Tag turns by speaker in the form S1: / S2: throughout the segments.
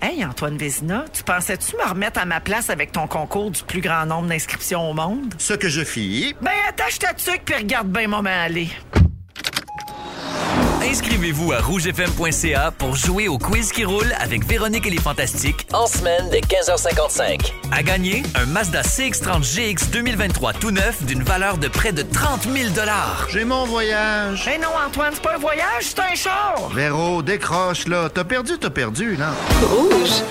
S1: Hey, Antoine Vézina, tu pensais-tu me remettre à ma place avec ton concours du plus grand nombre d'inscriptions au monde?
S2: Ce que je fis,
S1: Ben, attache ta tuque puis regarde bien moment aller.
S3: Inscrivez-vous à rougefm.ca pour jouer au quiz qui roule avec Véronique et les Fantastiques
S4: En semaine dès 15h55.
S3: À gagner, un Mazda CX-30GX 2023 tout neuf d'une valeur de près de 30 000
S2: j'ai mon voyage.
S1: Hey Ben non, Antoine, c'est pas un voyage, c'est un char!
S2: Véro, décroche là. T'as perdu, t'as perdu, là.
S5: Rouge.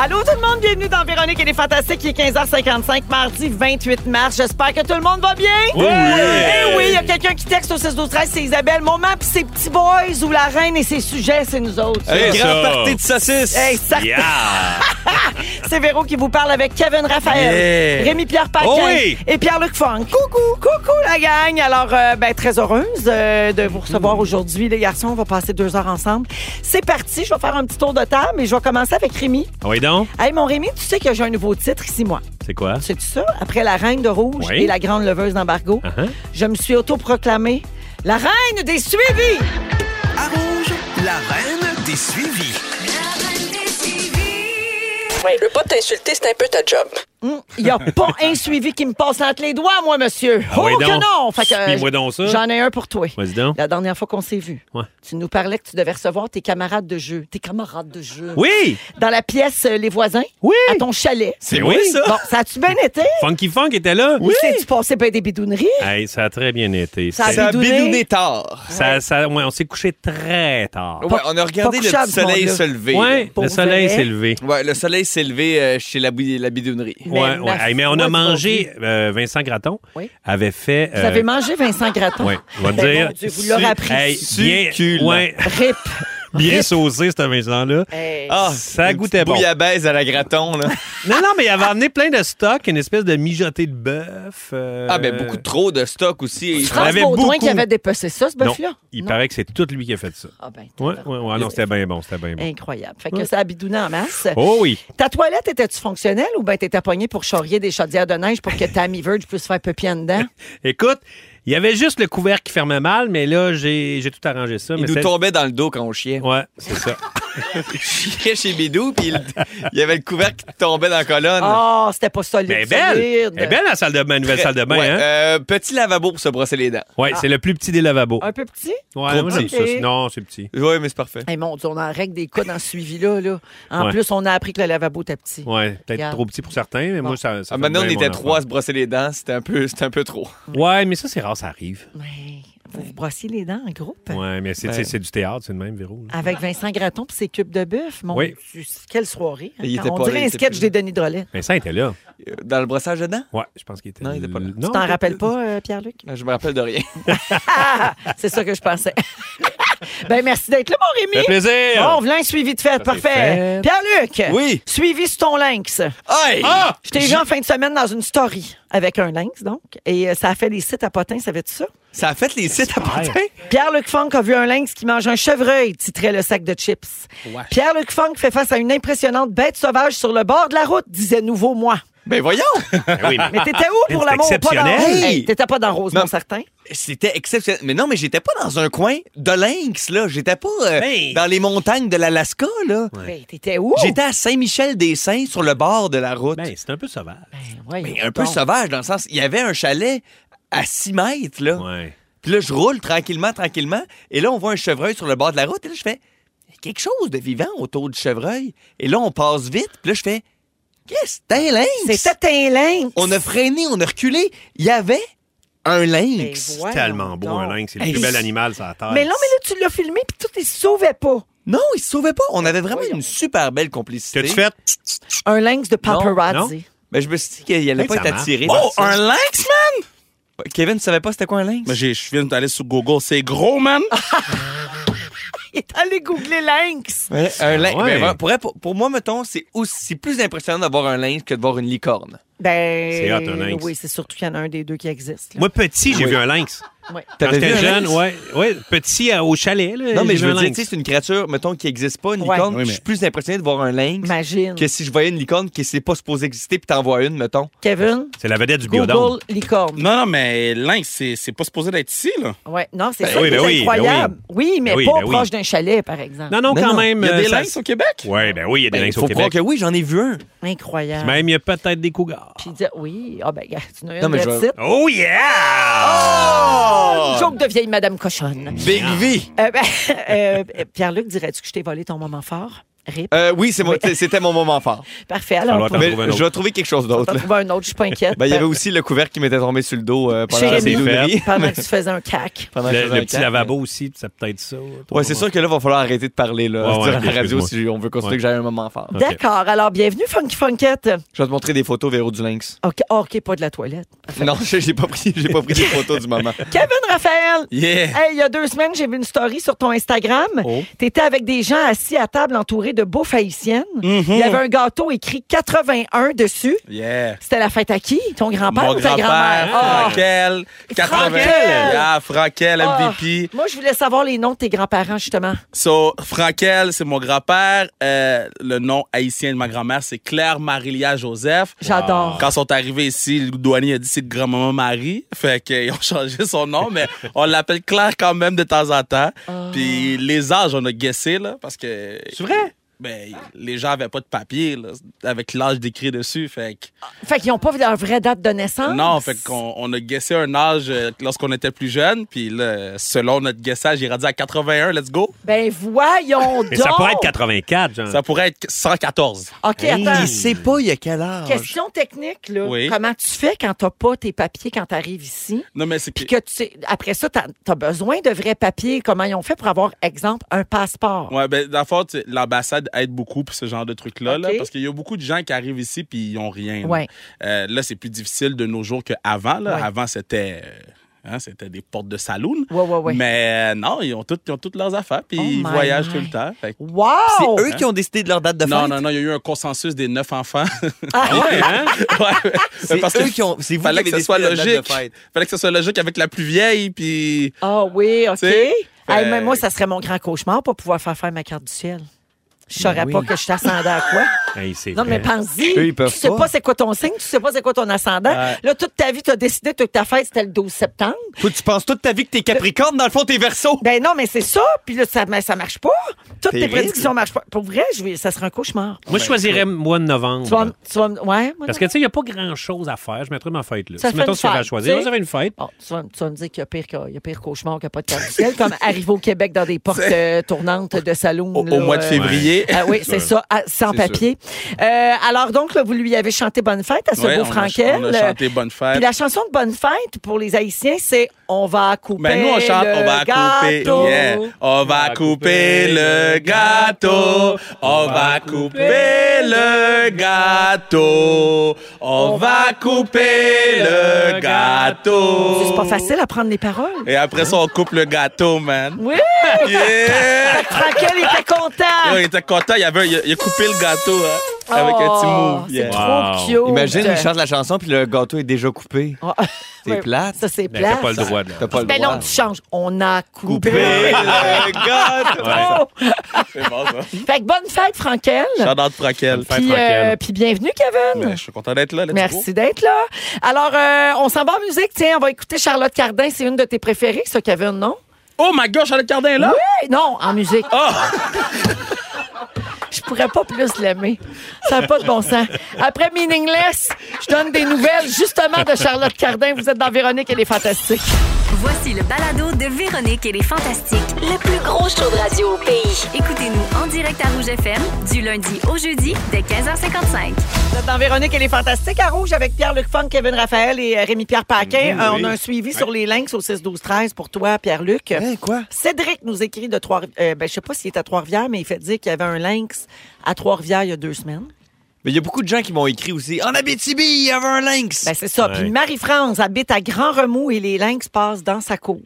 S6: Allô tout le monde, bienvenue dans Véronique et les Fantastiques. Il est 15h55, mardi 28 mars. J'espère que tout le monde va bien. Oui! Eh oui, il y a quelqu'un qui texte au 6 12 13 c'est Isabelle. Moment puis ses petits boys ou la reine et ses sujets, c'est nous autres. ça.
S7: Hey,
S8: Grande
S7: ça.
S8: partie de saucisse.
S6: Hey, ça-
S7: Yeah!
S6: C'est Véro qui vous parle avec Kevin Raphaël,
S8: Yeah.
S6: Rémi-Pierre Paquin
S8: Oh oui.
S6: et Pierre-Luc Funk. Coucou, coucou la gang. Alors, euh, ben, très heureuse euh, de vous recevoir aujourd'hui. Les garçons, on va passer deux heures ensemble. C'est parti, je vais faire un petit tour de table et je vais commencer avec Rémi.
S7: Oui donc,
S6: Hey, mon Rémi, tu sais que j'ai un nouveau titre ici, moi.
S7: c'est quoi?
S6: C'est ça? Après la reine de rouge
S7: Oui.
S6: et la grande leveuse d'embargo,
S7: Uh-huh.
S6: je me suis autoproclamée la reine des suivis.
S3: À Rouge, la reine des suivis.
S5: Ouais, je veux pas t'insulter, c'est un peu ta job.
S6: Il n'y Hum, a pas un suivi qui me passe entre les doigts, moi, monsieur.
S7: Ah oui
S6: oh
S7: donc.
S6: que non! Fait que,
S7: Suis-moi donc ça.
S6: J'en ai un pour toi.
S7: Vas-y donc.
S6: La dernière fois qu'on s'est vu,
S7: Ouais.
S6: tu nous parlais que tu devais recevoir tes camarades de jeu. Tes camarades de jeu.
S7: Oui!
S6: Dans la pièce euh, Les voisins.
S7: Oui.
S6: À ton chalet.
S7: C'est moi, ça.
S6: Bon, ça a-tu bien été?
S7: Funky Funk était là?
S6: Ou tu passé bien des bidouneries?
S7: Hey, ça a très bien été.
S6: Ça a
S7: C'était-
S8: Ça a
S6: bidouné.
S8: bidouné tard.
S7: ça, ça- ouais, on s'est couché très tard.
S8: Ouais, on a regardé
S6: pas
S8: le
S6: couchable,
S8: petit
S6: ce
S8: soleil
S6: monde-là.
S8: se lever.
S7: Ouais,
S6: Pour
S7: le soleil
S6: vrai.
S7: s'est levé.
S8: Ouais, le soleil s'est levé euh, chez la, bou- la bidounerie.
S6: Mais
S7: ouais,
S6: ma
S7: ouais. Hey, mais on
S6: foi,
S7: a
S6: tu
S7: mangé.
S6: vas
S7: euh, Vincent Gratton
S6: Oui.
S7: avait fait. euh,
S6: Vous avez mangé Vincent Gratton?
S7: Oui, on va
S6: Ben,
S7: dire.
S6: mon Dieu, vous l'aurez appris.
S7: bien,
S8: Succulent.
S7: ouais,
S6: Rip.
S7: bien sausé, ce Vincent-là.
S6: Hey.
S8: Ah,
S7: Ça
S8: une
S7: goûtait
S8: petite
S7: bon. Euh.
S8: Bouillabaisse à la graton, là.
S7: Non, non, mais il avait amené plein de stock, une espèce de mijoté de bœuf. euh,
S8: Ah, ben beaucoup trop de stock aussi.
S7: Il y
S6: France
S7: avait
S6: Baudouin
S7: beaucoup.
S6: qui avait dépecé ça, ce
S7: Non,
S6: bœuf-là?
S7: il
S6: Non?
S7: paraît que c'est tout lui qui a fait ça.
S6: Ah ben,
S7: Ouais,
S6: tabarnak.
S7: ouais, ouais, non, c'était bien bon, c'était bien bon.
S6: Incroyable. Fait que ça a bidouné en masse.
S7: Oh oui.
S6: Ta toilette, était-tu fonctionnelle ou bien t'étais pogné pour charrier des chaudières de neige pour que Tammy Verge puisse faire pépien dedans?
S7: Écoute, il y avait juste le couvercle qui fermait mal, mais là, j'ai j'ai tout arrangé ça.
S8: Il
S7: mais
S8: nous
S7: c'est-
S8: tombait dans le dos quand on chiait.
S7: Ouais, c'est ça.
S8: On chiait chez Bidou, puis il, il y avait le couvercle qui tombait dans la colonne.
S6: Ah, c'était pas solide.
S7: Mais elle est belle.
S6: solide.
S7: Elle est belle la salle de bain, la nouvelle salle de bain,
S8: Ouais,
S7: hein?
S8: euh, petit lavabo pour se brosser les dents.
S7: Ouais, c'est le plus petit des lavabos.
S8: Ah,
S6: Un peu petit?
S7: Ouais, moi, j'aime
S6: petit.
S7: ça. Non, c'est petit.
S8: Oui, mais c'est parfait.
S6: Eh mon Dieu, on en règle des cas dans ce suivi-là. Là. En
S7: Ouais.
S6: plus, on a appris que le lavabo était petit.
S7: Ouais, peut-être
S6: Regarde.
S7: trop petit pour certains, mais
S6: Bon.
S7: moi, ça.
S8: Ah,
S7: ça fait
S8: maintenant, on
S7: bien mon
S8: était
S7: affaire.
S8: trois à se brosser les dents. C'était un peu, c'était un peu trop.
S7: Ouais, mais ça, c'est rare, ça arrive.
S6: Mais vous vous brossiez les dents en
S8: Ben.
S6: groupe?
S7: Ouais, mais c'est
S8: Ouais.
S7: c'est- c'est du théâtre, c'est le même, Véro. là.
S8: Ah.
S6: Avec Vincent Gratton puis ses cubes de bœuf. Mon
S7: Oui.
S6: Dieu, quelle soirée. hein.
S8: Il était
S6: on
S8: pas là,
S6: dirait
S8: il
S6: un
S8: était
S6: sketch
S8: plus
S6: des Denis Drolet.
S7: Vincent était là.
S8: Euh, Dans le brossage de dents?
S7: Ouais, je pense qu'il était
S8: Non, il était pas là.
S7: Non,
S6: Tu t'en rappelles pas, euh, Pierre-Luc?
S8: Ah, Je me rappelle de rien.
S6: Ah, c'est ça que je pensais. ben merci d'être là,
S7: Ça
S6: mon Rémi.
S7: fait plaisir.
S6: Bon, v'là un suivi de fête, parfait.
S7: fait.
S6: Pierre-Luc,
S8: Oui.
S6: suivi sur ton lynx.
S8: Hey!
S7: Ah!
S6: Je t'ai vu en fin de semaine dans une story avec un lynx, donc, et euh, ça a fait les sites à potins, savais-tu ça?
S8: Ça a fait les sites à potin?
S6: Pierre-Luc Funk a vu un lynx qui mange un chevreuil, titrait le sac de chips. Pierre-Luc Funk fait face à une impressionnante bête sauvage sur le bord de la route, disait nouveau moi.
S8: Ben voyons!
S7: Ben oui, mais-
S6: Mais t'étais où pour
S7: C'est
S6: l'amour? Pas dans...
S7: exceptionnel.
S6: Hey, T'étais pas dans Rosemont,
S8: Non.
S6: certain?
S8: C'était exceptionnel. Mais non, mais j'étais pas dans un coin de lynx, là. J'étais pas euh,
S7: Ben.
S8: dans les montagnes de l'Alaska, là.
S6: Hey, T'étais où?
S8: J'étais à Saint-Michel-des-Saints, sur le bord de la route.
S7: Ben, c'est un peu sauvage.
S6: Ouais,
S8: Mais un peu
S6: Ben donc.
S8: sauvage, dans le sens, il y avait un chalet à 6 mètres, Ben, là.
S7: Ouais.
S8: Puis là, je roule tranquillement, tranquillement. Et là, on voit un chevreuil sur le bord de la route. Et là, je fais Il y a quelque chose de vivant autour du chevreuil. Et là, on passe vite. Puis là, je fais Qu'est-ce que c'est un lynx?
S6: C'était un lynx.
S8: On a freiné, on a reculé. Il y avait un
S6: Mais
S8: lynx.
S6: voyons
S7: Tellement beau,
S6: donc.
S7: un lynx. C'est le
S8: Hey,
S7: plus bel
S8: c'est-
S7: animal sur la Terre.
S6: Mais non, mais là, tu l'as filmé, puis tout, il se sauvait pas.
S8: Non, il se sauvait pas. On avait vraiment une super belle complicité.
S7: T'as-tu fait?
S6: Un lynx de paparazzi.
S7: Non, non.
S8: Mais je me suis dit qu'il allait
S7: Hey,
S8: pas
S7: ça
S8: être
S7: marche.
S8: attiré.
S9: Oh,
S8: par ça.
S9: un lynx, man!
S8: Kevin, tu savais pas c'était quoi un lynx?
S9: Mais j'ai- je viens d'aller sur Google, c'est gros, man!
S6: Il est allé googler lynx.
S8: Ouais, un lynx.
S9: Ah
S7: ouais.
S8: Ben, pour, pour moi, mettons, c'est aussi- c'est plus impressionnant d'avoir un lynx que de voir une licorne.
S6: Ben,
S7: C'est hot, un lynx.
S6: Oui, c'est surtout qu'il y en a un des deux qui existe. là.
S7: Moi, petit, j'ai vu un lynx.
S6: Ouais.
S7: Quand
S8: T'avais vu
S7: j'étais
S8: un
S7: jeune,
S8: lynx?
S7: ouais, ouais, petit à- au chalet. Là,
S8: Non, mais
S7: j'ai
S8: je
S7: vu
S8: veux
S7: un
S8: dire, tu
S7: lynx.
S8: sais, c'est une créature, mettons, qui n'existe pas, une
S6: Ouais.
S8: licorne.
S9: Oui,
S8: Je
S9: mais-
S8: suis plus impressionné de voir un lynx
S6: Imagine.
S8: que si je voyais une licorne qui n'est pas supposée exister, puis t'en vois une, mettons.
S6: Kevin,
S7: C'est la vedette du biodôme.
S6: Google euh, licorne.
S9: Non, non, mais lynx, c'est c'est pas supposé d'être ici, là.
S6: Ouais. Non, c'est
S7: Ben
S6: ça
S7: oui,
S6: qui
S7: ben
S6: est
S7: oui, ben
S6: incroyable. oui. mais
S7: Ben oui,
S6: pas
S7: ben oui.
S6: proche d'un chalet, par exemple.
S7: Non, non,
S8: Mais
S7: quand
S8: non,
S7: même.
S9: Il y a des
S7: euh, ça-
S9: lynx au Québec?
S7: Ouais, ben oui, il y a des
S8: Il
S7: lynx au
S8: faut croire
S7: Québec.
S8: que oui, j'en ai vu un.
S6: Incroyable.
S7: Même, il y a peut-être des cougars.
S6: Puis dire, oui, ah ben, gars, tu n'as
S8: Non,
S6: une
S8: mais je-
S6: petite.
S7: Oh yeah!
S6: Joke de vieille Madame Cochonne.
S8: Big
S7: Ah.
S8: V.
S6: Euh, ben, euh, Pierre-Luc, dirais-tu que je t'ai volé ton moment fort? Rip.
S8: Euh, oui, c'est moi- c'est- c'était mon moment fort.
S6: Parfait. Alors,
S7: falloir
S6: on
S7: T'en
S8: Mais
S7: trouves un autre.
S8: je vais trouver quelque chose d'autre.
S6: va
S8: là.
S6: trouver un autre, je suis pas inquiète.
S8: Ben, il y avait aussi le couvercle qui m'était tombé sur le dos euh, pendant
S6: Chez
S8: la
S6: Rémi.
S8: cérémonie.
S6: Pendant que tu faisais un cac.
S8: Pendant que je
S7: Le,
S8: faisais
S7: le
S8: un
S7: petit
S8: camp.
S7: lavabo aussi, c'est peut-être ça.
S8: Ouais, c'est sûr que là, va falloir arrêter de parler là,
S7: Ouais, ouais,
S8: sur
S7: ok,
S8: la radio
S7: excuse-moi.
S8: si on veut considérer
S7: Ouais.
S8: que j'ai un moment fort.
S7: Ok.
S6: D'accord. Alors, bienvenue, Funky Funkette.
S8: Je vais te montrer des photos, Véro, du lynx.
S6: OK, OK, pas de la toilette.
S8: Non, je- j'ai pas pris, j'ai pas pris des photos du moment.
S6: Kevin Raphaël!
S9: Yeah!
S6: Hey, il y a deux semaines, j'ai vu une story sur ton Instagram. T'étais avec des gens assis à table entourés de beaux haïtiennes. Il y avait un gâteau écrit 81 dessus.
S9: Yeah!
S6: C'était la fête à qui? Ton grand-père
S9: Mon
S6: ou ta
S9: grand-père,
S6: grand-mère? Ah.
S9: Frankel, 80.
S6: Frankel!
S9: Yeah, Frankel,
S6: Ah.
S9: MVP.
S6: Moi, je voulais savoir les noms de tes grands-parents, justement.
S9: So, Frankel, c'est mon grand-père. Euh, le nom haïtien de ma grand-mère, c'est Claire Marilia Joseph.
S6: J'adore.
S9: Quand ils sont arrivés ici, le douanier a dit c'est grand-maman Marie. Fait qu'ils ont changé son nom, mais on l'appelle Claire quand même de temps en temps. Puis les âges, on a guessé, là, parce que. C'est vrai? Ben, les gens avaient pas de papier, là, avec l'âge décrit dessus. Fait que.
S6: Fait qu'ils n'ont pas leur vraie date de naissance.
S9: Non, fait qu'on on a guessé un âge euh, lorsqu'on était plus jeune, puis là, selon notre guessage, il est rendu à 81, let's go.
S6: Ben voyons donc.
S7: Et ça pourrait être 84, genre.
S9: Ça pourrait être 114.
S6: OK, attends.
S8: Il sait pas il y a quel âge.
S6: Question technique, là.
S9: Oui.
S6: Comment tu fais quand t'as pas tes papiers quand t'arrives ici?
S9: Non, mais c'est que...
S6: Puis que tu sais, après ça, t'as as besoin de vrais papiers. Comment ils ont fait pour avoir, exemple, un passeport?
S9: Ouais, ben, dans le fond, tu- l'ambassade aide beaucoup pour ce genre de truc-là, là,
S6: OK.
S9: parce qu'il y a beaucoup de gens qui arrivent ici puis ils ont rien. là.
S6: Ouais.
S9: Euh, là, c'est plus difficile de nos jours qu'avant. Là.
S6: Ouais.
S9: Avant, c'était... euh, hein, c'était des portes de saloon.
S6: Ouais, ouais, ouais.
S9: Mais euh, non, ils ont, toutes- ils ont toutes leurs affaires, puis
S6: Oh
S9: ils
S6: my
S9: voyagent
S6: God.
S9: tout le temps. Fait que-
S6: Wow!
S8: C'est eux qui ont décidé de leur date de fête.
S9: Non, non, non, il y a eu un consensus des neuf enfants.
S6: Ah,
S7: Ouais, hein?
S9: ouais,
S8: C'est
S9: parce
S8: eux
S9: que
S8: qui ont. C'est vous
S9: fallait
S8: qui
S9: que
S8: avez
S9: ce soit
S8: décidé de la date
S9: logique.
S8: de fête.
S9: Fallait que ce soit logique avec la plus vieille, puis
S6: Ah oui, OK.
S9: Tu sais,
S6: Hey,
S9: fait-
S6: mais moi, ça serait mon grand cauchemar, pas pouvoir faire faire ma carte du ciel. Je
S8: Ben
S6: saurais pas que je t'ascendais à quoi.
S7: Hey, c'est
S6: Non, mais
S7: vrai.
S6: pense-y.
S8: Eux, ils
S6: Tu
S8: peuvent
S6: sais
S8: pas.
S6: pas c'est quoi ton signe, tu sais pas c'est quoi ton ascendant. Là, toute ta vie, t'as décidé que ta fête, c'était le 12 septembre.
S8: Toi, tu penses toute ta vie que t'es Capricorne, dans le fond, t'es Verseau.
S6: Ben non, mais c'est ça. Puis là, ça, mais ça marche pas. Toutes tes
S8: Terrible.
S6: prédictions marchent pas. Pour vrai, je vais, ça serait un cauchemar.
S7: Moi, je choisirais mois de
S6: Tu vas, me-
S7: novembre.
S6: tu vas, me- ouais, moi,
S7: Parce que, tu sais, il n'y a pas grand-chose à faire. Je mettrais ma fête là.
S6: Ça
S7: si,
S6: fait
S7: mettons,
S6: une
S7: si j'avais à
S6: fête,
S7: choisir,
S6: tu sais.
S7: j'avais une fête.
S6: Bon, tu, vas, tu vas me dire qu'il y a pire, que- il y a pire cauchemar que pas de carte du ciel, comme arriver au Québec dans des portes euh, tournantes de salon.
S9: au, au mois de février.
S6: Ah oui, c'est ça, ah, sans papier. Euh, alors donc, là, vous lui avez chanté Bonne fête à ce
S9: Ouais,
S6: beau
S9: on a-
S6: Frankel.
S9: On a chanté Bonne
S6: Puis
S9: fête.
S6: la chanson de Bonne fête pour les Haïtiens, c'est On va couper.
S9: Mais Ben, nous, on chante,
S6: le
S9: on va couper.
S6: gâteau.
S9: yeah. On va couper le gâteau. On va couper le gâteau. On va couper le
S6: C'est pas
S9: gâteau.
S6: facile à prendre les paroles.
S9: Et après ça, on coupe le gâteau, man.
S6: Oui!
S9: Yeah!
S6: Frankel était content!
S9: Yo, il était content, il, avait, il, a, il a coupé le gâteau hein, avec un petit
S6: Oh,
S9: move.
S6: C'est
S9: yeah.
S7: Wow.
S6: trop cute.
S8: Imagine, ils chantent la chanson, puis le gâteau est déjà coupé.
S6: Ah,
S8: C'est
S6: ouais,
S8: plate.
S6: Ça, c'est
S7: Ben, T'as
S6: plate.
S7: pas le droit de
S8: T'as pas le
S6: Ben
S8: droit.
S6: non, tu changes. On a coupé.
S8: Coupé le gâteau.
S6: Oh!
S9: C'est bon, ça.
S6: Fait que bonne fête, Frankel.
S9: Shout-out Frankel.
S6: Puis, euh, puis bienvenue, Kevin.
S9: Mais Je suis content d'être là. let's go.
S6: Merci d'être là. Alors, euh, on s'en va en musique. Tiens, on va écouter Charlotte Cardin. C'est une de tes préférées, ça, Kevin, non?
S9: Oh my gosh, Charlotte Cardin est là.
S6: Hey, non, en musique. Je pourrais pas plus l'aimer. Ça n'a pas de bon sens. Après Meaningless, je donne des nouvelles justement de Charlotte Cardin. Vous êtes dans Véronique, elle est fantastique.
S10: Voici le balado de Véronique et les Fantastiques, le plus gros show de radio au pays. Écoutez-nous en direct à Rouge FM du lundi au jeudi dès 15h55.
S6: Vous êtes dans Véronique, elle est fantastique à Rouge avec Pierre-Luc Funk, Kevin Raphaël et Rémi-Pierre Paquin. Euh, on a un suivi sur les lynx au 6-12-13 pour toi, Pierre-Luc.
S8: Hein,
S7: Eh,
S8: quoi?
S6: Cédric nous écrit de Trois... Euh, ben, je sais pas s'il est à Trois-Rivières, mais il fait dire qu'il y avait un lynx à Trois-Rivières il y a deux semaines.
S8: Mais il y a beaucoup de gens qui m'ont écrit aussi. En Abitibi, il y avait un lynx.
S6: Ben, c'est ça. Puis Marie-France habite à Grand Remous et les lynx passent dans sa cour.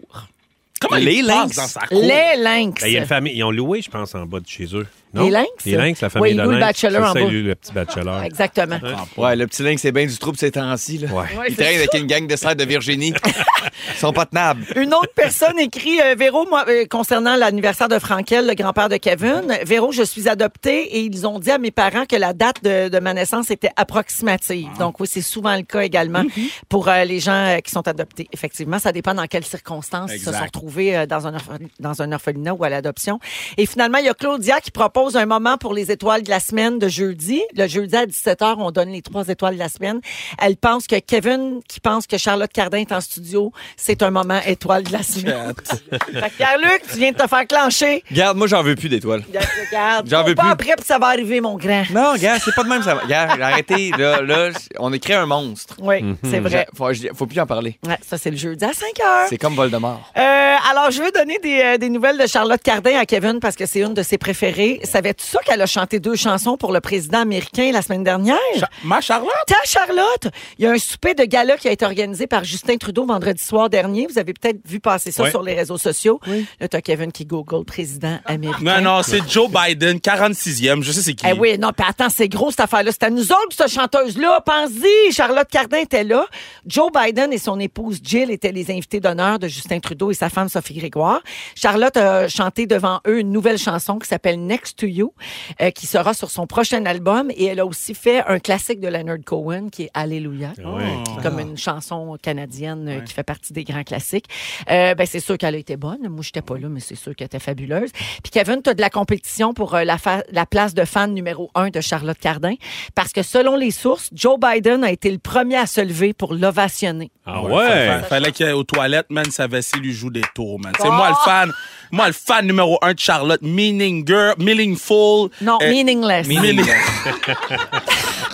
S9: Comment
S8: Les
S9: il passe
S8: lynx.
S9: dans sa cour? Ben,
S6: Les lynx.
S7: Ben, Il y a une famille. Ils ont loué, je pense, en bas de chez eux. Non?
S6: Les lynx?
S7: Les lynx, la
S6: Oui,
S7: famille
S6: il
S7: de
S6: loue le
S7: lynx.
S6: bachelor
S7: Je
S6: en
S7: salue
S6: bas.
S7: le petit bachelor.
S6: Exactement.
S9: Ah,
S8: Ouais, le petit lynx, c'est bien du trouble ces temps-ci. Là.
S7: Ouais.
S8: Il traîne avec une gang de serres de Virginie. Ils sont pas tenables.
S6: Une autre
S9: ah.
S6: personne écrit euh, Véro, moi, euh, concernant l'anniversaire de Frankel, le grand-père de Kevin.
S9: Mm-hmm.
S6: Véro, je suis adoptée et ils ont dit à mes parents que la date de, de ma naissance était approximative.
S9: Ah.
S6: Donc, oui, c'est souvent le cas également
S9: Mm-hmm.
S6: pour euh, les gens euh, qui sont adoptés. Effectivement, ça dépend dans quelles circonstances ils se sont retrouvés euh, dans, un orphe- dans un orphelinat ou à l'adoption. Et finalement, il y a Claudia qui propose un moment pour les étoiles de la semaine de jeudi. Le jeudi à 17h, on donne les trois étoiles de la semaine. Elle pense que Kevin, qui pense que Charlotte Cardin est en studio, c'est un moment étoile de la semaine. fait que Pierre-Luc, tu viens de te faire clencher.
S8: Regarde, moi, j'en veux plus d'étoiles.
S6: Regarde,
S8: J'en
S6: cours
S8: veux
S6: pas
S8: plus.
S6: après, puis ça va arriver, mon grand.
S8: Non, regarde, c'est pas de même. Ça... va. Regarde, arrêtez. Là, là, on a créé un monstre.
S6: Oui, c'est
S8: Mhm.
S6: vrai.
S8: Faut, faut plus en parler.
S6: Ouais, ça, c'est le jeudi à 5 heures.
S8: C'est comme Voldemort.
S6: Euh, alors, je veux donner des, euh, des nouvelles de Charlotte Cardin à Kevin parce que c'est une de ses préférées. Savais-tu ça qu'elle a chanté deux chansons pour le président américain la semaine dernière?
S9: Ma Charlotte?
S6: Ta Charlotte! Il y a un souper de gala qui a été organisé par Justin Trudeau vendredi soir dernier. Vous avez peut-être vu passer ça
S7: Ouais.
S6: sur les réseaux sociaux. Là, t'as Kevin qui google président américain.
S9: Non, non, c'est Joe Biden, 46e. Je sais c'est qui.
S6: Eh oui, non, puis attends, c'est gros cette affaire-là. C'est à nous autres, cette chanteuse-là. Pense-y, Charlotte Cardin était là. Joe Biden et son épouse Jill étaient les invités d'honneur de Justin Trudeau et sa femme Sophie Grégoire. Charlotte a chanté devant eux une nouvelle chanson qui s'appelle Next to You, euh, qui sera sur son prochain album. Et elle a aussi fait un classique de Leonard Cohen qui est Alléluia, qui est comme une chanson canadienne euh, qui fait partie des grands classiques. Euh, ben, c'est sûr qu'elle a été bonne. Moi, j'étais pas là, mais c'est sûr qu'elle était fabuleuse. Puis Kevin, tu as de la compétition pour euh, la, fa- la place de fan numéro un de Charlotte Cardin. Parce que selon les sources, Joe Biden a été le premier à se lever pour l'ovationner.
S7: Ah
S9: Fa-
S7: ouais?
S9: fa- Fallait qu'il aille aux toilettes, man. Sa vessie lui joue des tours, man. C'est moi le
S6: Ah!
S9: fan. Moi, le fan numéro un de Charlotte. Meaning girl, meaningful.
S6: Non,
S9: Euh,
S6: meaningless.
S9: meaning-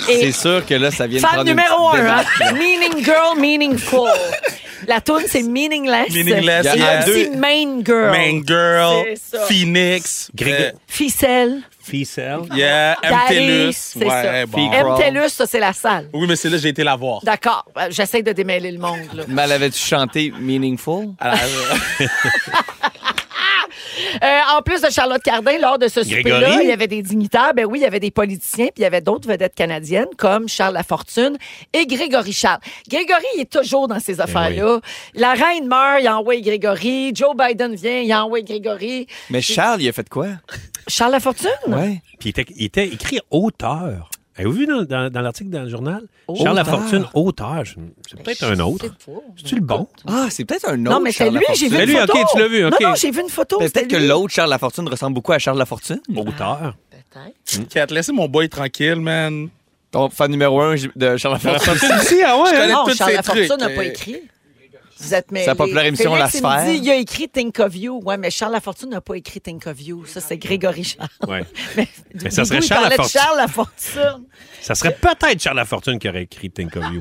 S8: C'est sûr que là, ça vient de
S6: Fan
S8: prendre une
S6: numéro
S8: petite
S6: un, hein?
S8: démarche, là.
S6: Meaning girl, meaningful. La toune, c'est meaningless.
S9: Meaningless,
S6: Et il y a
S9: yeah.
S6: aussi main girl.
S9: Main girl.
S6: C'est ça.
S9: Phoenix.
S7: Grég-
S6: Ficelle.
S7: Ficelle.
S9: euh, yeah.
S6: Daddy,
S9: MTLUS.
S6: c'est ça.
S9: Ouais, bon.
S8: Girl.
S6: MTLUS, ça, c'est la salle.
S9: Oui, mais c'est là que j'ai été la voir.
S6: D'accord. Euh, J'essaie de démêler le monde, là.
S8: Mal avais-tu chanté Meaningful?
S9: À la-
S6: Euh, en plus de Charlotte Cardin, lors de ce souper-là,
S7: Grégory?
S6: il y avait des dignitaires. Ben oui, il y avait des politiciens, puis il y avait d'autres vedettes canadiennes comme Charles Lafortune et Grégory Charles. Grégory, il est toujours
S7: Eh
S6: dans ces affaires-là. La reine meurt, il envoie Grégory. Joe Biden vient, il envoie Grégory.
S8: Mais Charles, il a fait quoi?
S6: Charles Lafortune?
S8: Ouais.
S7: Puis il était, il était écrit auteur. Avez-vous vu dans, dans- dans l'article dans le journal?
S8: Auteur.
S7: Charles Lafortune, auteur. Je-
S6: Ben,
S7: C'est peut-être un autre. C'est-tu le bon?
S8: Ah, c'est peut-être un autre.
S6: Non, mais c'est
S8: Charles
S6: lui,
S8: Lafortune.
S6: j'ai vu
S7: Mais
S6: une
S7: lui,
S6: photo.
S7: OK, tu l'as vu, OK.
S6: Non, non, j'ai vu une photo.
S8: Mais Peut-être que
S6: c'était lui.
S8: l'autre Charles Lafortune ressemble beaucoup à Charles Lafortune.
S7: Auteur.
S6: Mm.
S9: Kat, laissez mon boy tranquille, man.
S8: Ton fan numéro un de Charles Lafortune.
S9: ah ouais? Je connais
S6: Non,
S9: tous
S6: Charles
S9: ces
S6: Lafortune
S9: trucs.
S6: n'a pas
S9: Euh,
S6: écrit. Vous êtes mêlés.
S8: Sa populaire émission,
S6: Félix,
S8: La
S6: il me
S8: Sphère.
S6: dit, il a écrit Think of You. Ouais, mais Charles Lafortune n'a pas écrit Think of You. Ça, c'est Grégory Charles.
S7: Ouais.
S6: Mais,
S7: Mais ça
S6: Doudou,
S7: serait
S6: il
S7: Charles
S6: parlait de
S7: Lafortune.
S6: Charles Lafortune.
S7: Ça serait peut-être Charles Lafortune qui aurait écrit Think of You.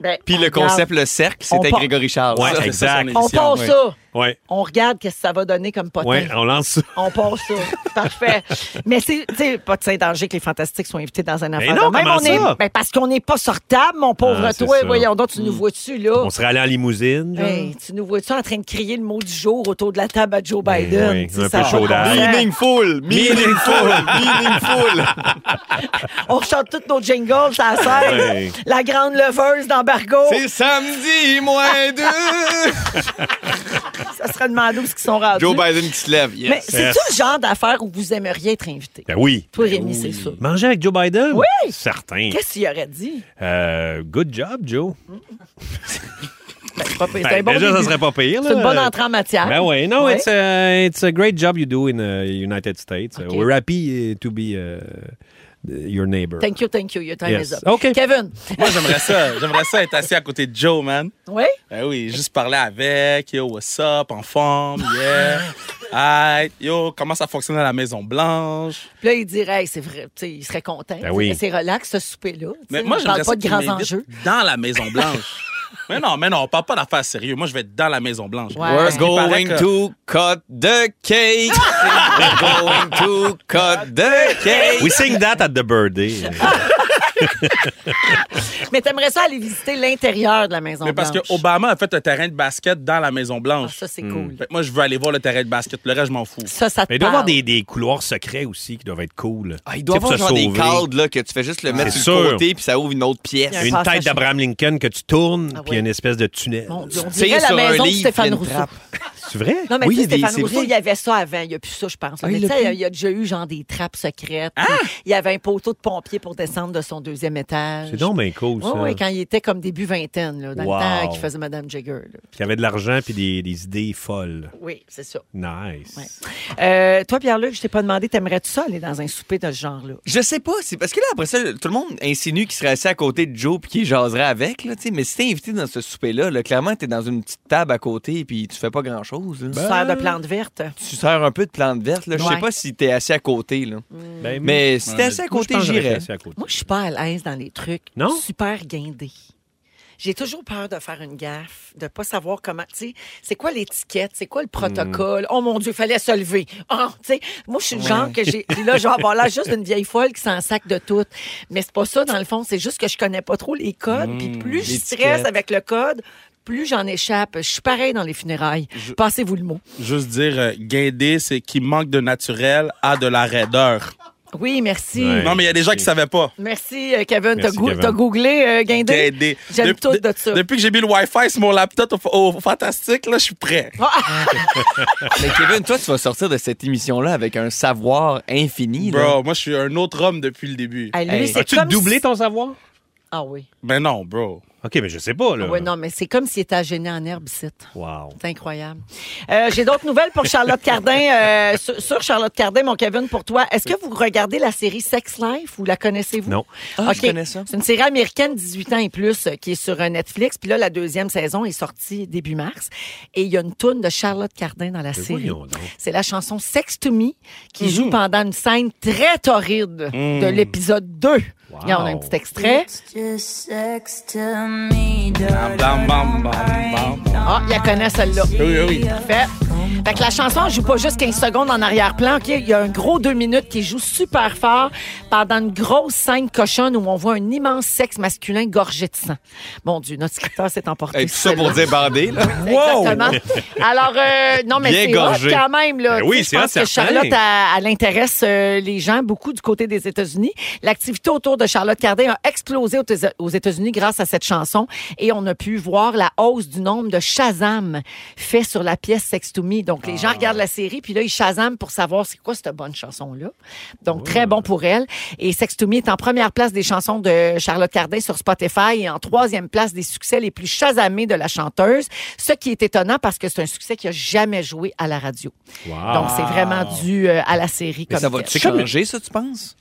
S6: Ben,
S8: Puis le
S6: on regarde.
S8: concept, le cercle,
S6: On
S8: c'était
S6: part-
S8: Grégory Charles.
S7: Ouais,
S8: Ça,
S7: exact.
S6: On part
S8: ouais.
S6: ça.
S7: Ouais.
S6: On regarde qu'est-ce que ça va donner comme potin.
S7: Ouais, on lance ça.
S6: On part ça. Parfait. Mais c'est tu sais, pas de Saint-Danger que les fantastiques soient invités dans un affaire.
S7: non,
S6: de même,
S7: comment
S6: on est-
S7: ça?
S6: ben, parce qu'on n'est pas sortable, mon pauvre
S7: Ah, c'est
S6: toi.
S7: ça.
S6: Voyons donc, tu nous vois-tu, là?
S7: On serait allé en limousine. genre?
S6: Hey, tu nous vois-tu en train de crier le mot du jour autour de la table à Joe
S7: Ben
S6: Biden?
S7: oui,
S6: Tu sais,
S7: un
S6: ça
S7: peu
S6: a
S7: chaud
S6: pas de bon
S7: d'ail.
S6: sens.
S8: Meaningful, meaningful, meaningful.
S6: On chante tous nos jingles, ça sert.
S7: Ouais.
S6: La grande leveuse d'embargo.
S8: C'est samedi, moins deux.
S6: Ça serait demandé où ce qu'ils sont rendus.
S8: Joe Biden qui se lève.
S6: Mais
S8: Yes.
S6: c'est-tu le genre d'affaire où vous aimeriez être invité?
S7: Ben oui.
S6: Toi, Rémi, c'est ça.
S7: Manger avec Joe Biden?
S6: Oui.
S7: Certain.
S6: Qu'est-ce qu'il aurait dit?
S7: Euh, good job, Joe.
S6: Ben, c'est pas pire. C'est
S7: Ben,
S6: un bon
S7: déjà, ça
S6: début.
S7: serait pas pire.
S6: C'est
S7: là.
S6: une bonne entrée en matière.
S7: Ben oui, no,
S6: Ouais.
S7: it's, a, it's a great job you do in the United States.
S6: Ok.
S7: We're happy uh, to be uh, the- your neighbor.
S6: Thank you, thank you. Your time
S7: Yes.
S6: is up.
S7: OK.
S6: Kevin.
S9: Moi, j'aimerais ça. J'aimerais ça être assis à côté de Joe, man.
S6: Oui?
S9: Ben oui, juste parler avec, yo, what's up, en forme, yeah. Aïe, yo, comment ça fonctionne à la Maison Blanche.
S6: Puis là, il dirait, hey, c'est vrai, tu sais, il serait content.
S7: Ben oui.
S6: C'est relax, ce souper-là. Tu sais,
S9: Mais moi,
S6: on parle
S9: j'aimerais
S6: pas
S9: ça
S6: de
S9: qu'il
S6: grands
S9: m'invite
S6: enjeux.
S9: Dans la Maison Blanche. mais non, mais non, on parle pas d'affaires sérieuses. Moi, je vais être dans la Maison Blanche.
S6: Ouais.
S8: We're
S6: Il
S9: paraît
S8: going
S9: que-
S8: to cut the cake. We're going to cut the cake.
S7: We sing that at the birthday.
S6: Mais t'aimerais ça aller visiter l'intérieur de la Maison
S9: Mais parce que hmm.
S6: Blanche.
S9: Obama a fait un terrain de basket dans la
S6: Ah,
S9: Maison-Blanche.
S6: ça, c'est cool.
S9: Fait que moi, je veux aller voir le terrain de basket. Le reste, je m'en fous.
S6: Ça, ça
S7: Ben,
S6: te
S7: Mais il doit y avoir
S6: parle.
S7: des, des couloirs secrets aussi qui doivent être cool.
S8: Ah, il doit y
S7: Tu
S8: avoir
S7: sais, pour
S8: genre
S7: se
S8: des
S7: sauver.
S8: cadres là, que tu fais juste le mettre
S7: C'est
S8: sur le
S7: sûr.
S8: côté puis ça ouvre une autre pièce.
S6: Il y a un
S7: Une
S6: passage-
S7: tête d'Abraham Lincoln que tu tournes,
S6: Ah
S7: puis
S6: ouais.
S7: une espèce de tunnel.
S6: Mon Dieu, on
S8: Tu tires
S6: dirait la
S8: sur un
S6: maison de
S8: livre, puis il y
S6: Stéphane
S8: a une
S6: Rousseau.
S8: trappe.
S7: C'est vrai?
S6: Non, mais
S8: Oui, il y
S6: tu sais,
S8: a des-
S6: Stéphane
S8: c'est
S6: Rousseau,
S8: vrai.
S6: il y avait ça avant. Il n'y a plus ça, je pense.
S8: Ah,
S6: Mais
S8: il
S6: tu
S8: l'a
S6: sais,
S8: plus.
S6: il y a déjà eu genre des trappes secrètes.
S7: Ah!
S6: Puis Il y avait un poteau de pompier pour descendre de son deuxième étage.
S7: C'est donc bien cool,
S6: Oui,
S7: ça.
S6: oui, quand il était comme début vingtaine, là, dans
S7: Wow.
S6: le temps qu'il faisait Madame Jagger. là.
S7: Puis il y avait de l'argent puis des, des idées folles.
S6: Oui, c'est ça.
S7: Nice.
S6: Euh, toi, Pierre-Luc, je t'ai pas demandé, t'aimerais-tu ça aller dans un souper de ce genre-là?
S8: Je sais pas, c'est parce que là, après ça, tout le monde insinue qu'il serait assis à côté de Joe puis qu'il jaserait avec, là, tu sais. Mais si t'es invité dans ce souper-là, là, clairement, t'es dans une petite table à côté puis tu fais pas grand-chose, là.
S7: Ben,
S6: Tu sers de plantes vertes?
S8: Tu sers un peu de plantes vertes, là. Je sais
S6: Ouais. Mm.
S8: pas si t'es assis à côté, là.
S7: Ben,
S8: Mais si t'es
S9: Ouais,
S8: assis à
S7: moi, je
S8: côté,
S7: pense que j'aurais
S8: j'irais.
S7: resté à côté.
S6: Moi, je suis pas à l'aise dans les trucs
S7: Non?
S6: super guindés. J'ai toujours peur de faire une gaffe, de pas savoir comment, tu sais, c'est quoi l'étiquette, c'est quoi le protocole. Oh mon Dieu, fallait se lever. Ah, tu sais, moi, je suis le genre que j'ai. Puis là, je vais avoir l'air juste d'une vieille folle qui s'en sac de tout. Mais c'est pas ça, dans le fond, c'est juste que je connais pas trop les codes. Puis plus je stresse
S8: l'étiquette.
S6: avec le code, plus j'en échappe. Je suis pareil dans les funérailles. Passez-vous le mot.
S9: Juste dire, euh, guindé, c'est qui manque de naturel à de la raideur.
S6: Oui, merci.
S7: Ouais.
S9: Non, mais il y a des gens qui savaient pas.
S6: Merci, euh, Kevin. T'as
S7: Merci,
S6: gou-
S7: Kevin.
S6: t'as googlé euh, guindé?
S9: Guindé.
S6: J'aime
S9: Dep-
S6: tout
S9: Ben, de-
S6: de ça.
S9: Depuis que j'ai mis le Wi-Fi sur mon laptop au, au Fantastique, là, je suis prêt.
S8: Mais Kevin, toi, tu vas sortir de cette émission-là avec un savoir infini, là.
S9: Bro, moi, je suis un autre homme depuis le début.
S6: Ah, lui, c'est
S7: As-tu
S6: comme
S7: doublé
S6: si-
S7: ton savoir?
S6: Ah oui.
S9: Ben non, bro.
S7: OK, mais je sais pas, là.
S6: Oui, Ah non, mais c'est comme s'il était à gêner en herbe ici.
S7: Wow.
S6: C'est incroyable. Euh, J'ai d'autres nouvelles pour Charlotte Cardin. euh, sur, sur Charlotte Cardin, mon Kevin, pour toi, est-ce que vous regardez la série Sex Life ou la connaissez-vous?
S7: Non.
S8: Ah, je
S6: OK.
S8: connais ça.
S6: C'est une série américaine 18 ans et plus euh, qui est sur euh, Netflix. Puis là, la deuxième saison est sortie début mars. Et il y a une toune de Charlotte Cardin dans la série.
S7: Ben voyons donc.
S6: C'est la chanson Sex to Me
S8: Mm-hmm.
S6: qui joue pendant une scène très torride
S7: Mm.
S6: de l'épisode 2. Il y en a un petit extrait.
S9: Bam, bam, bam, bam, bam, bam.
S6: Ah, il la connaît celle-là.
S9: Oui, oui, oui.
S6: Fait. Fait que la chanson, joue pas juste 15 secondes en arrière-plan. OK? Il y a un gros deux minutes qui joue super fort pendant une grosse scène cochonne où on voit un immense sexe masculin gorgé de sang. Mon Dieu, notre scripteur s'est emporté.
S8: Hey, tout ça pour dire bandé, là.
S6: Exactement. Alors, euh, non, mais
S8: Bien
S6: c'est hot
S8: gorgé.
S6: quand même. Là.
S7: Ben oui,
S6: Tu
S7: c'est
S6: sais, Je
S7: hot,
S6: pense que
S7: certain.
S6: Charlotte, elle- elle intéresse euh, les gens beaucoup du côté des États-Unis. L'activité autour de Charlotte Cardin a explosé aux Tés- aux États-Unis grâce à cette chanson et on a pu voir la hausse du nombre de Shazam faits sur la pièce Sex to Me. Donc, les gens regardent la série puis là, ils Shazam pour savoir c'est quoi cette bonne chanson-là. Donc, très bon pour elle. Et Sex to Me est en première place des chansons de Charlotte Cardin sur Spotify et en troisième place des succès les plus chasamés de la chanteuse, ce qui est étonnant parce que c'est un succès qui a jamais joué à la radio.
S7: Wow.
S6: Donc, c'est vraiment dû euh, à la série
S8: Mais
S6: comme
S8: ça
S6: telle.
S8: va-tu changer, ça, tu penses?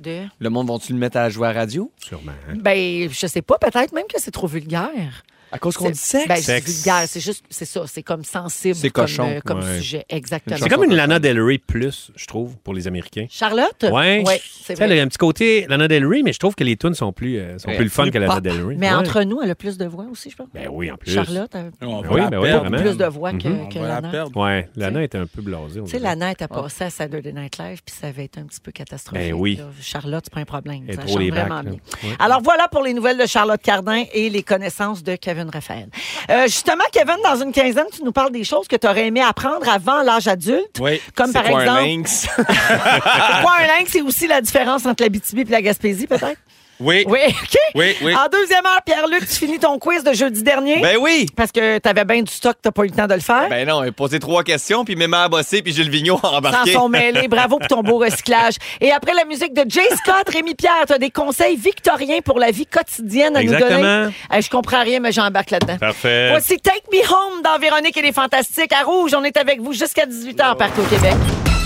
S6: De-
S8: Le monde, vont-tu le mettre à jouer à la radio?
S7: Sûrement.
S6: Ben, je sais pas, peut-être même que c'est trop vulgaire.
S8: À cause qu'on dit sexe?
S6: Ben, c'est
S7: Sexe.
S6: vulgaire, c'est juste, c'est ça, c'est comme sensible
S8: C'est
S6: comme,
S8: cochon,
S6: euh, comme
S7: ouais.
S6: sujet. Exactement.
S7: C'est comme une Lana Del Rey plus, je trouve, pour les Américains.
S6: Charlotte?
S7: Ouais.
S6: Ouais, c'est
S7: Tu sais,
S6: vrai.
S7: elle a un petit côté Lana Del Rey, mais je trouve que les tunes sont plus, euh, sont
S8: Ouais,
S7: plus le fun
S8: plus
S7: que Lana
S8: pop.
S7: Del Rey.
S6: Bah, Mais
S7: Ouais.
S6: entre nous, elle a plus de voix aussi, je pense.
S7: Ben oui, en plus.
S6: Charlotte, elle a
S9: On va
S7: oui,
S9: la
S7: ben oui,
S9: perdre.
S7: vraiment. Mhm.
S6: plus de voix que,
S9: On
S6: que
S9: va la
S6: Lana.
S9: perdre.
S7: Ouais, Lana était un peu blasée. on
S6: Tu sais,
S7: dirait.
S6: Lana était passée à Saturday Night Live, puis ça avait été un petit peu catastrophique.
S7: Ah. Ben oui.
S6: là. Charlotte, c'est pas un problème.
S7: Elle est
S6: ça
S7: trop
S6: chante
S7: les bacs,
S6: vraiment
S7: là.
S6: bien.
S7: Ouais.
S6: Alors voilà pour les nouvelles de Charlotte Cardin et les connaissances de Kevin Raphaël. Euh, justement, Kevin, dans une quinzaine, tu nous parles des choses que tu aurais aimé apprendre avant l'âge adulte.
S9: Oui.
S6: Comme par
S8: C'est quoi,
S6: exemple,
S8: un lynx?
S6: pourquoi un lynx, c'est aussi la différence entre la BTB et la Gaspésie, peut-être?
S9: Oui.
S6: Oui, OK.
S9: Oui, oui.
S6: En deuxième heure, Pierre-Luc, tu finis ton quiz de jeudi dernier.
S8: ben oui!
S6: Parce que tu avais bien du stock, t'as pas eu le temps de le faire.
S8: Ben non, il a posé trois questions, puis même à bosser, puis Gilles Vigneault a
S6: S'en
S8: embarqué.
S6: sont mêlés. Bravo pour ton beau recyclage. Et après la musique de Jay Scott, Rémi Pierre, tu as des conseils victoriens pour la vie quotidienne à nous
S7: Exactement.
S6: donner. Eh, je comprends rien, mais j'embarque là-dedans.
S7: Parfait.
S6: Voici Take Me Home dans Véronique et les Fantastiques. À Rouge, on est avec vous jusqu'à 18h partout au Québec.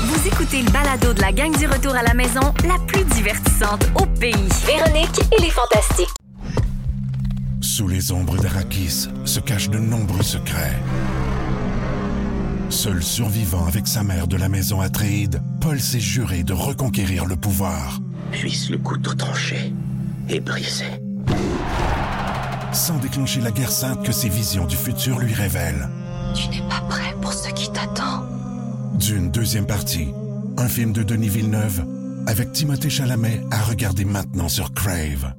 S10: Vous écoutez le balado de la gang du retour à la maison, la plus divertissante au pays.
S11: Véronique et les Fantastiques.
S12: Sous les ombres d'Arakis se cachent de nombreux secrets. Seul survivant avec sa mère de la maison Atreide, Paul s'est juré de reconquérir le pouvoir,
S4: Puisse le couteau tranché et brisé.
S12: sans déclencher la guerre sainte que ses visions du futur lui révèlent.
S11: Tu n'es pas prêt pour ce qui t'attend.
S12: D'une deuxième partie, un film de Denis Villeneuve, avec Timothée Chalamet à regarder maintenant sur Crave.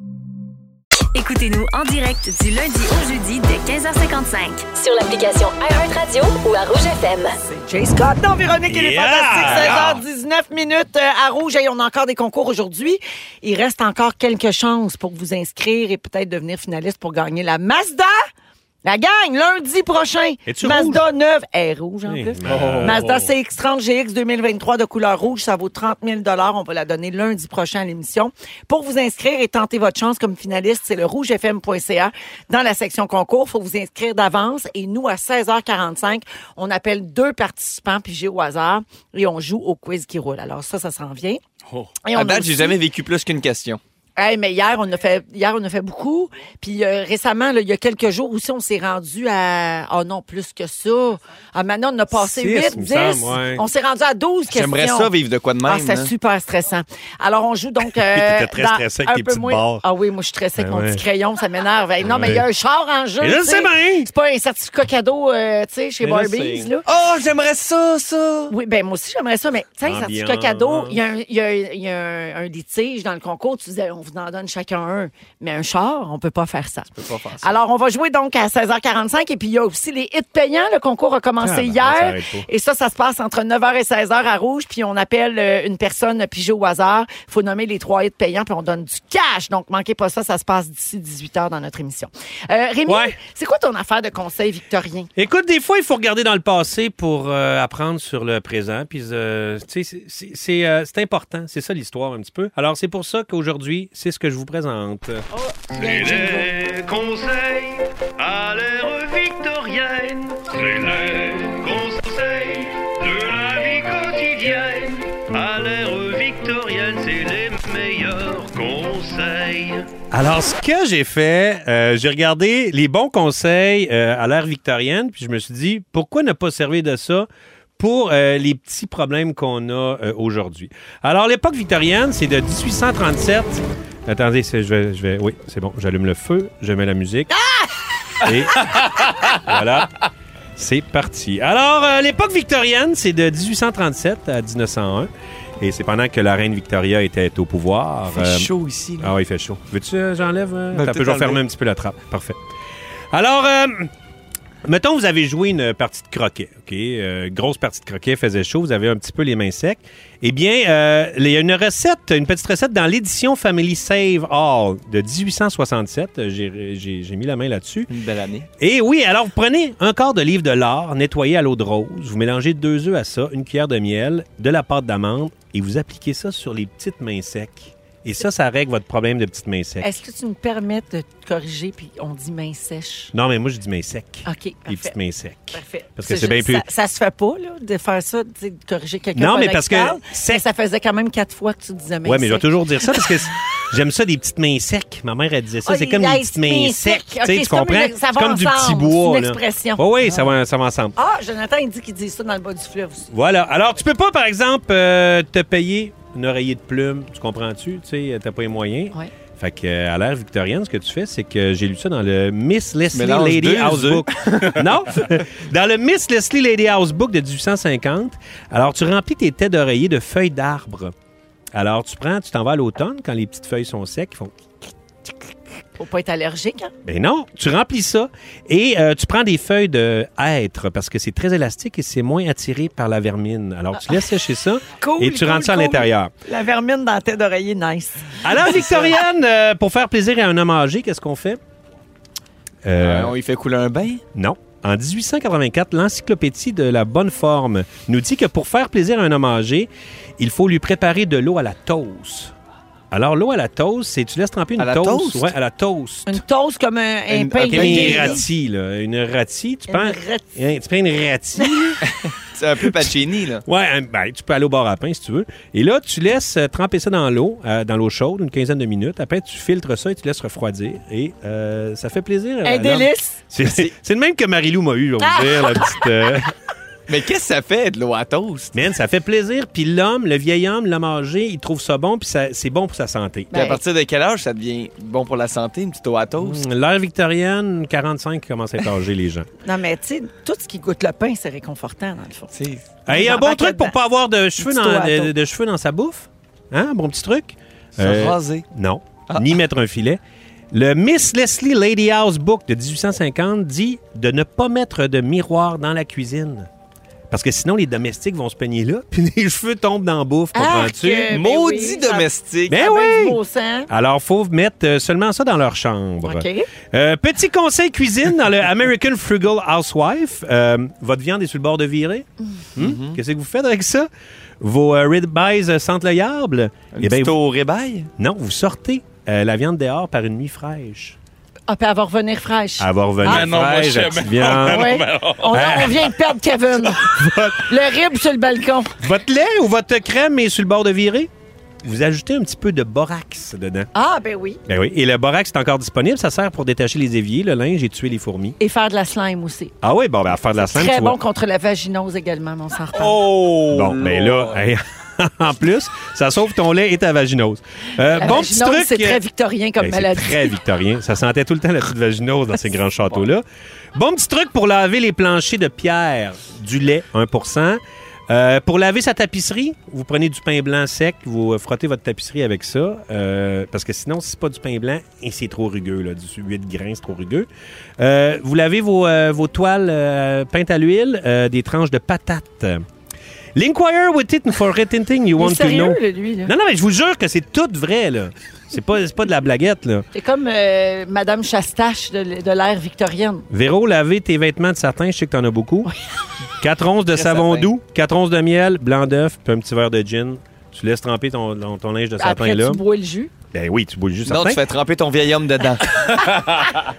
S10: Écoutez-nous en direct du lundi au jeudi dès 15h55.
S11: Sur l'application iHeartRadio ou à Rouge FM.
S6: Jay Scott dans Véronique et les
S11: Yeah!
S6: Fantastiques, 5h19 minutes euh, à Rouge. Et on a encore des concours aujourd'hui. Il reste encore quelques chances pour vous inscrire et peut-être devenir finaliste pour gagner la Mazda. La gang, lundi prochain,
S13: Es-tu
S6: Mazda 9, elle est rouge en
S13: Eh,
S6: plus.
S13: ben.
S6: Mazda CX-30 GX 2023 de couleur rouge, ça vaut 30 000 On va la donner lundi prochain à l'émission. Pour vous inscrire et tenter votre chance comme finaliste, c'est le rougefm.ca. Dans la section concours, faut vous inscrire d'avance. Et nous, à 16h45, on appelle deux participants pigés au hasard et on joue au quiz qui roule. Alors ça, ça s'en vient. Et on
S8: Oh. à
S6: a
S8: date,
S6: aussi-
S8: j'ai jamais vécu plus qu'une question.
S6: Hey, mais hier, on a fait, hier, on a fait beaucoup. Puis euh, récemment, là, il y a quelques jours aussi, on s'est rendu à. Oh non, plus que ça. Ah, maintenant, on a passé
S8: Six,
S6: 8,
S8: il me
S6: 10.
S8: semble, ouais.
S6: On s'est rendu à 12 questions.
S8: J'aimerais ça vivre de quoi de même,
S6: Ah, c'était
S8: hein.
S6: super stressant. Alors, on joue donc. euh,
S8: T'étais très
S6: dans
S8: stressé avec
S6: un
S8: tes
S6: peu
S8: petites
S6: moins-
S8: barres.
S6: Ah oui, moi, je suis stressée avec
S13: Ben
S6: mon
S13: ouais.
S6: petit crayon, ça m'énerve. Hey, non,
S13: Ben
S6: mais il
S13: ouais.
S6: y a un char en jeu.
S13: Mais je
S6: tu
S13: sais bien.
S6: C'est pas un certificat cadeau, euh, tu sais, chez
S13: Mais je
S6: Barbies,
S13: sais.
S6: là. Oh, j'aimerais ça, ça. Oui, ben moi aussi, j'aimerais ça, mais tu sais, un certificat
S13: Ambiance.
S6: cadeau, il y a un, il y a- il y a un- un litige dans le concours, tu disais, on vous en donne chacun un. Mais un char, on peut pas faire ça. Alors, on va jouer donc à 16h45 et puis il y a aussi les hits payants. Le concours a commencé
S13: Ah, ben, ça
S6: hier.
S13: arrête pas.
S6: et ça, ça se passe entre 9h et 16h à Rouge. Puis on appelle euh, une personne pigée au hasard. faut nommer les trois hits payants puis on donne du cash. Donc, manquez pas ça. Ça se passe d'ici 18h dans notre émission. Euh, Rémi, c'est quoi ton affaire de conseil victorien?
S7: Écoute, des fois, il faut regarder dans le passé pour euh, apprendre sur le présent. Puis, euh, tu sais, c'est- c'est c'est, euh, c'est important. C'est ça l'histoire un petit peu. Alors, c'est pour ça qu'aujourd'hui, c'est ce que je vous présente.
S13: C'est les conseils à l'ère victorienne. C'est les conseils de la vie quotidienne. À l'ère victorienne, c'est les meilleurs conseils.
S7: Alors, ce que j'ai fait, euh, j'ai regardé les bons conseils euh, à l'ère victorienne, puis je me suis dit, pourquoi ne pas servir de ça pour euh, les petits problèmes qu'on a euh, aujourd'hui? Alors, l'époque victorienne, c'est de 1837. Attendez, c'est- je vais, je vais- Oui, c'est bon, j'allume le feu, je mets la musique. Et voilà. C'est parti. Alors, euh, l'époque victorienne, c'est de 1837 à 1901. Et c'est pendant que la reine Victoria était au pouvoir.
S8: Il fait chaud ici, là.
S7: Ah oui, il fait chaud. Veux-tu, euh, j'enlève? euh,
S8: Ben,
S7: t'as
S8: peut-être
S7: peu, je vais
S8: enlever.
S7: fermer un petit peu la trappe. Parfait. Alors, euh, mettons, vous avez joué une partie de croquet, OK? Euh, grosse partie de croquet, faisait chaud, vous avez un petit peu les mains secs. Eh bien, euh, il y a une recette, une petite recette dans l'édition Family Save All de 1867. Euh, J'ai j'ai- j'ai mis la main là-dessus.
S8: Une belle année.
S7: Et oui, alors vous prenez un quart de livre de lard nettoyé à l'eau de rose, vous mélangez deux œufs à ça, une cuillère de miel, de la pâte d'amande et vous appliquez ça sur les petites mains secs. Et ça, ça règle votre problème de petites mains secs.
S6: Est-ce que tu me permets de te corriger puis on dit main sèche?
S7: Non, mais moi, je dis mains secs.
S6: OK,
S7: Les
S6: Ah, parfait.
S7: petites mains secs.
S6: Parfait.
S7: Parce que c'est bien
S6: juste-
S7: plus-
S6: Ça, ça se fait pas, là, de faire ça, tu sais, de corriger quelqu'un.
S7: Non, mais
S6: pendant
S7: parce
S6: qu'il
S7: que
S6: parle, mais ça faisait quand même quatre fois que tu disais main
S7: Ouais, mais je vais
S6: sèche.
S7: toujours dire ça parce que c'est- j'aime ça des petites mains secs. Ma mère elle disait ça,
S6: Ah,
S7: c'est
S6: les-
S7: comme des
S6: les
S7: petites
S6: petites
S7: mains
S6: mains
S7: secs,
S6: secs.
S7: tu
S6: OK,
S7: sais,
S6: c'est
S7: tu
S6: comme
S7: comprends
S6: une- ça va
S7: C'est comme du petit
S6: ensemble,
S7: bois
S6: c'est une
S7: là.
S6: expression.
S7: Oui, oui, ça va ça va ensemble.
S6: Ah, Jonathan, il dit qu'il dit ça dans le bas du fleuve aussi.
S7: Voilà. Alors, tu peux pas, par exemple, euh, te payer une oreiller de plume. Tu comprends-tu? Tu sais, t'as pas les moyens.
S6: Ouais.
S7: Fait que, euh, à l'ère victorienne, ce que tu fais, c'est que j'ai lu ça dans le Miss Leslie
S8: mélanges
S7: Lady
S8: deux
S7: House
S8: œufs.
S7: Book. non? Dans le Miss Leslie Lady House Book de 1850. Alors, tu remplis tes têtes d'oreiller de feuilles d'arbre. Alors, tu prends, tu t'en vas à l'automne, quand les petites feuilles sont secs, ils font
S6: Faut pas être allergique, hein?
S7: ben non, tu remplis ça et euh, tu prends des feuilles de hêtre parce que c'est très élastique et c'est moins attiré par la vermine. Alors tu laisses sécher ça
S6: Cool,
S7: et tu
S6: cool,
S7: rentres ça
S6: cool.
S7: à l'intérieur.
S6: La vermine dans la tête d'oreiller, nice.
S7: Alors Victorienne, euh, pour faire plaisir à un homme âgé, qu'est-ce qu'on fait Euh,
S8: Euh, on y fait couler un bain?
S7: Non. En 1884, l'encyclopédie de la bonne forme nous dit que pour faire plaisir à un homme âgé, il faut lui préparer de l'eau à la toast. Alors l'eau à la toast, c'est tu laisses tremper une
S6: À la
S7: toast,
S6: toast?
S7: ouais, à la toast.
S6: Une toast comme un, un
S7: Une,
S6: pain
S7: ok,
S6: grillé,
S7: une
S6: là.
S7: ratie, là. Une ratie, tu
S6: Une
S7: prends...
S6: ratie.
S7: Hein, Tu prends une ratie.
S8: C'est un peu Pacini, là.
S7: Ouais, hein, ben, tu peux aller au bar à pain si tu veux. Et là, tu laisses euh, tremper ça dans l'eau, euh, dans l'eau chaude, une quinzaine de minutes. Après, tu filtres ça et tu laisses refroidir. Et euh, ça fait plaisir.
S8: Un
S7: euh,
S8: délice.
S7: C'est c'est le même que Marilou m'a eu, je vais
S6: Ah!
S7: vous dire, la petite... euh,
S8: Mais qu'est-ce que ça fait de l'eau à toast?
S7: Man, ça fait plaisir. Puis l'homme, le vieil homme, l'homme âgé, il trouve ça bon, puis ça- c'est bon pour sa santé.
S6: Ben,
S8: Puis à partir de quel âge ça devient bon pour la santé, une petite eau à toast?
S7: L'ère Hum, victorienne, 45, commence à être âgé, les gens.
S6: Non, mais tu sais, tout ce qui goûte le pain, c'est réconfortant, dans le fond.
S7: Hey, un bon truc pour pas avoir de
S6: Un
S7: cheveux,
S6: petit
S7: dans,
S6: toit à
S7: de,
S6: taux.
S7: de cheveux dans sa bouffe? Hein, bon petit truc.
S8: Se
S7: Euh,
S8: raser.
S7: Non. Ni mettre un filet. Le Miss Leslie Lady House Book de 1850 dit de ne pas mettre de miroir dans la cuisine. Parce que sinon, les domestiques vont se peigner là, puis les cheveux tombent dans la bouffe, comprends-tu?
S8: Maudit domestique.
S7: Ben oui!
S6: sang.
S7: Alors, faut mettre euh, seulement ça dans leur chambre.
S6: OK.
S7: Euh, petit conseil cuisine dans le American Frugal Housewife. Euh, votre viande est sur le bord de virer. Hmm? Qu'est-ce que vous faites avec ça? Vos euh, ribeyes euh, sentent le diable. Eh ben, vous- Non, vous sortez euh, la viande dehors par une nuit fraîche.
S6: Ah, puis elle va revenir fraîche.
S7: Elle va revenir
S6: Ah.
S7: fraîche, la petite viande.
S6: Ouais. On,
S7: oh.
S6: on vient de perdre Kevin. le rib sur le balcon.
S7: Votre lait ou votre crème est sur le bord de virer. Vous ajoutez un petit peu de borax dedans.
S6: Ah, ben oui.
S7: Ben oui. Et le borax est encore disponible. Ça sert pour détacher les éviers, le linge et tuer les fourmis.
S6: Et faire de la slime aussi.
S7: Ah oui, bon, ben, à faire de la slime,
S6: Très
S7: tu
S6: bon
S7: vois.
S6: contre la vaginose également, mon s'en reparle.
S7: Oh, Bon, mais là, hey, en plus, ça sauve ton lait et ta vaginose. Euh,
S6: La
S7: bon petit truc.
S6: vaginose, c'est très victorien comme
S7: Ben,
S6: maladie.
S7: C'est très victorien. Ça sentait tout le temps la petite vaginose dans ces grands châteaux-là. Bon petit truc pour laver les planchers de pierre. Du lait, 1 Euh, Pour laver sa tapisserie, vous prenez du pain blanc sec, vous euh, frottez votre tapisserie avec ça, euh, parce que sinon, si c'est pas du pain blanc, et c'est trop rugueux, là, du 8 grains, c'est trop rugueux. Euh, vous lavez vos, euh, vos toiles euh, peintes à l'huile, euh, des tranches de patates. L'inquire with it for retinting you
S6: Il est
S7: want
S6: sérieux,
S7: to know.
S6: là, lui, là.
S7: Non, non, mais je vous jure que c'est tout vrai, là. C'est pas, c'est pas de la blaguette, là.
S6: C'est comme euh, Madame Chastache de, l- de l'ère victorienne.
S7: Véro, laver tes vêtements de satin, je sais que t'en as beaucoup. 4 onces de savon
S6: satin.
S7: doux, 4 onces de miel, blanc d'œuf, puis un petit verre de gin. Tu laisses tremper ton, ton, ton linge de
S6: Après,
S7: satin là.
S6: tu bois le jus.
S7: Ben oui, tu bois juste
S8: Non, tu fais tremper ton vieil homme dedans.
S7: Eh,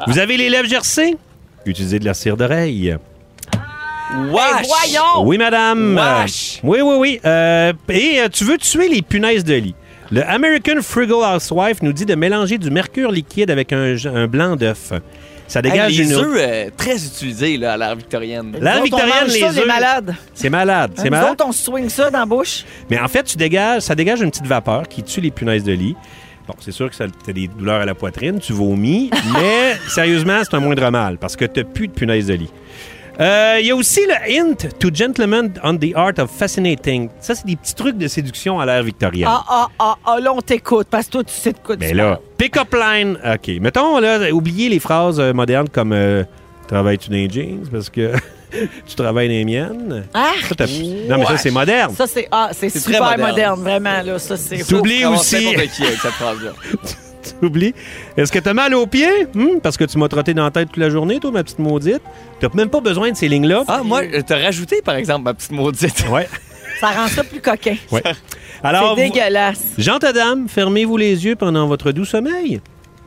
S7: Vous avez les lèvres gercées? Utilisez de la cire d'oreille.
S8: Wesh!
S7: Ah,
S6: Oh!
S7: Oui, madame.
S8: Wesh!
S7: Oui, oui, oui. Euh, et euh, tu veux tuer les punaises de lit. Le American Frugal Housewife nous dit de mélanger du mercure liquide avec un, un blanc d'œuf. Ça dégage
S8: Hey, les
S7: une...
S8: œufs, euh, très utilisés là, à l'ère victorienne.
S7: L'ère victorienne, les
S6: ça, les
S7: œufs-
S6: malades.
S7: C'est malade, c'est
S6: Ah, Nous
S7: malade.
S6: autres, on se swing ça dans la bouche.
S7: Mais en fait, tu dégages, ça dégage une petite vapeur qui tue les punaises de lit. Bon, c'est sûr que ça as des douleurs à la poitrine, tu vomis, mais sérieusement, c'est un moindre mal parce que t'as plus de punaises de lit. Euh, Il y a aussi le hint to gentlemen on the art of fascinating. Ça, c'est des petits trucs de séduction à l'ère victorienne.
S6: Ah, ah, ah, ah, là, on t'écoute, parce que toi, tu sais de quoi tu
S7: Mais Ben là, pick-up line. OK. Mettons, là, oubliez les phrases euh, modernes comme euh, Travailles-tu dans les jeans parce que tu travailles dans les miennes.
S6: Ah!
S7: Ça, t'as- non, mais ça, c'est moderne.
S6: Ça, c'est ah, c'est
S7: C'est
S6: super
S7: très
S6: moderne.
S7: moderne.
S6: vraiment. Là, ça, c'est
S7: T'oublies
S6: Faut-
S7: aussi-
S8: N'importe qui avec cette phrase-là.
S7: T'oublies. Est-ce que t'as mal aux pieds? Hmm, Parce que tu m'as trotté dans la tête toute la journée, toi, ma petite maudite. T'as même pas besoin de ces lignes-là. Ah.
S8: Ah, moi, je t'ai rajouté, par exemple, ma petite maudite.
S7: Ouais.
S6: Ça rend ça plus coquin.
S7: Ouais.
S6: C'est
S7: Alors, Ah, vous-
S6: dégueulasse.
S7: Gentes dames, fermez-vous les yeux pendant votre doux sommeil.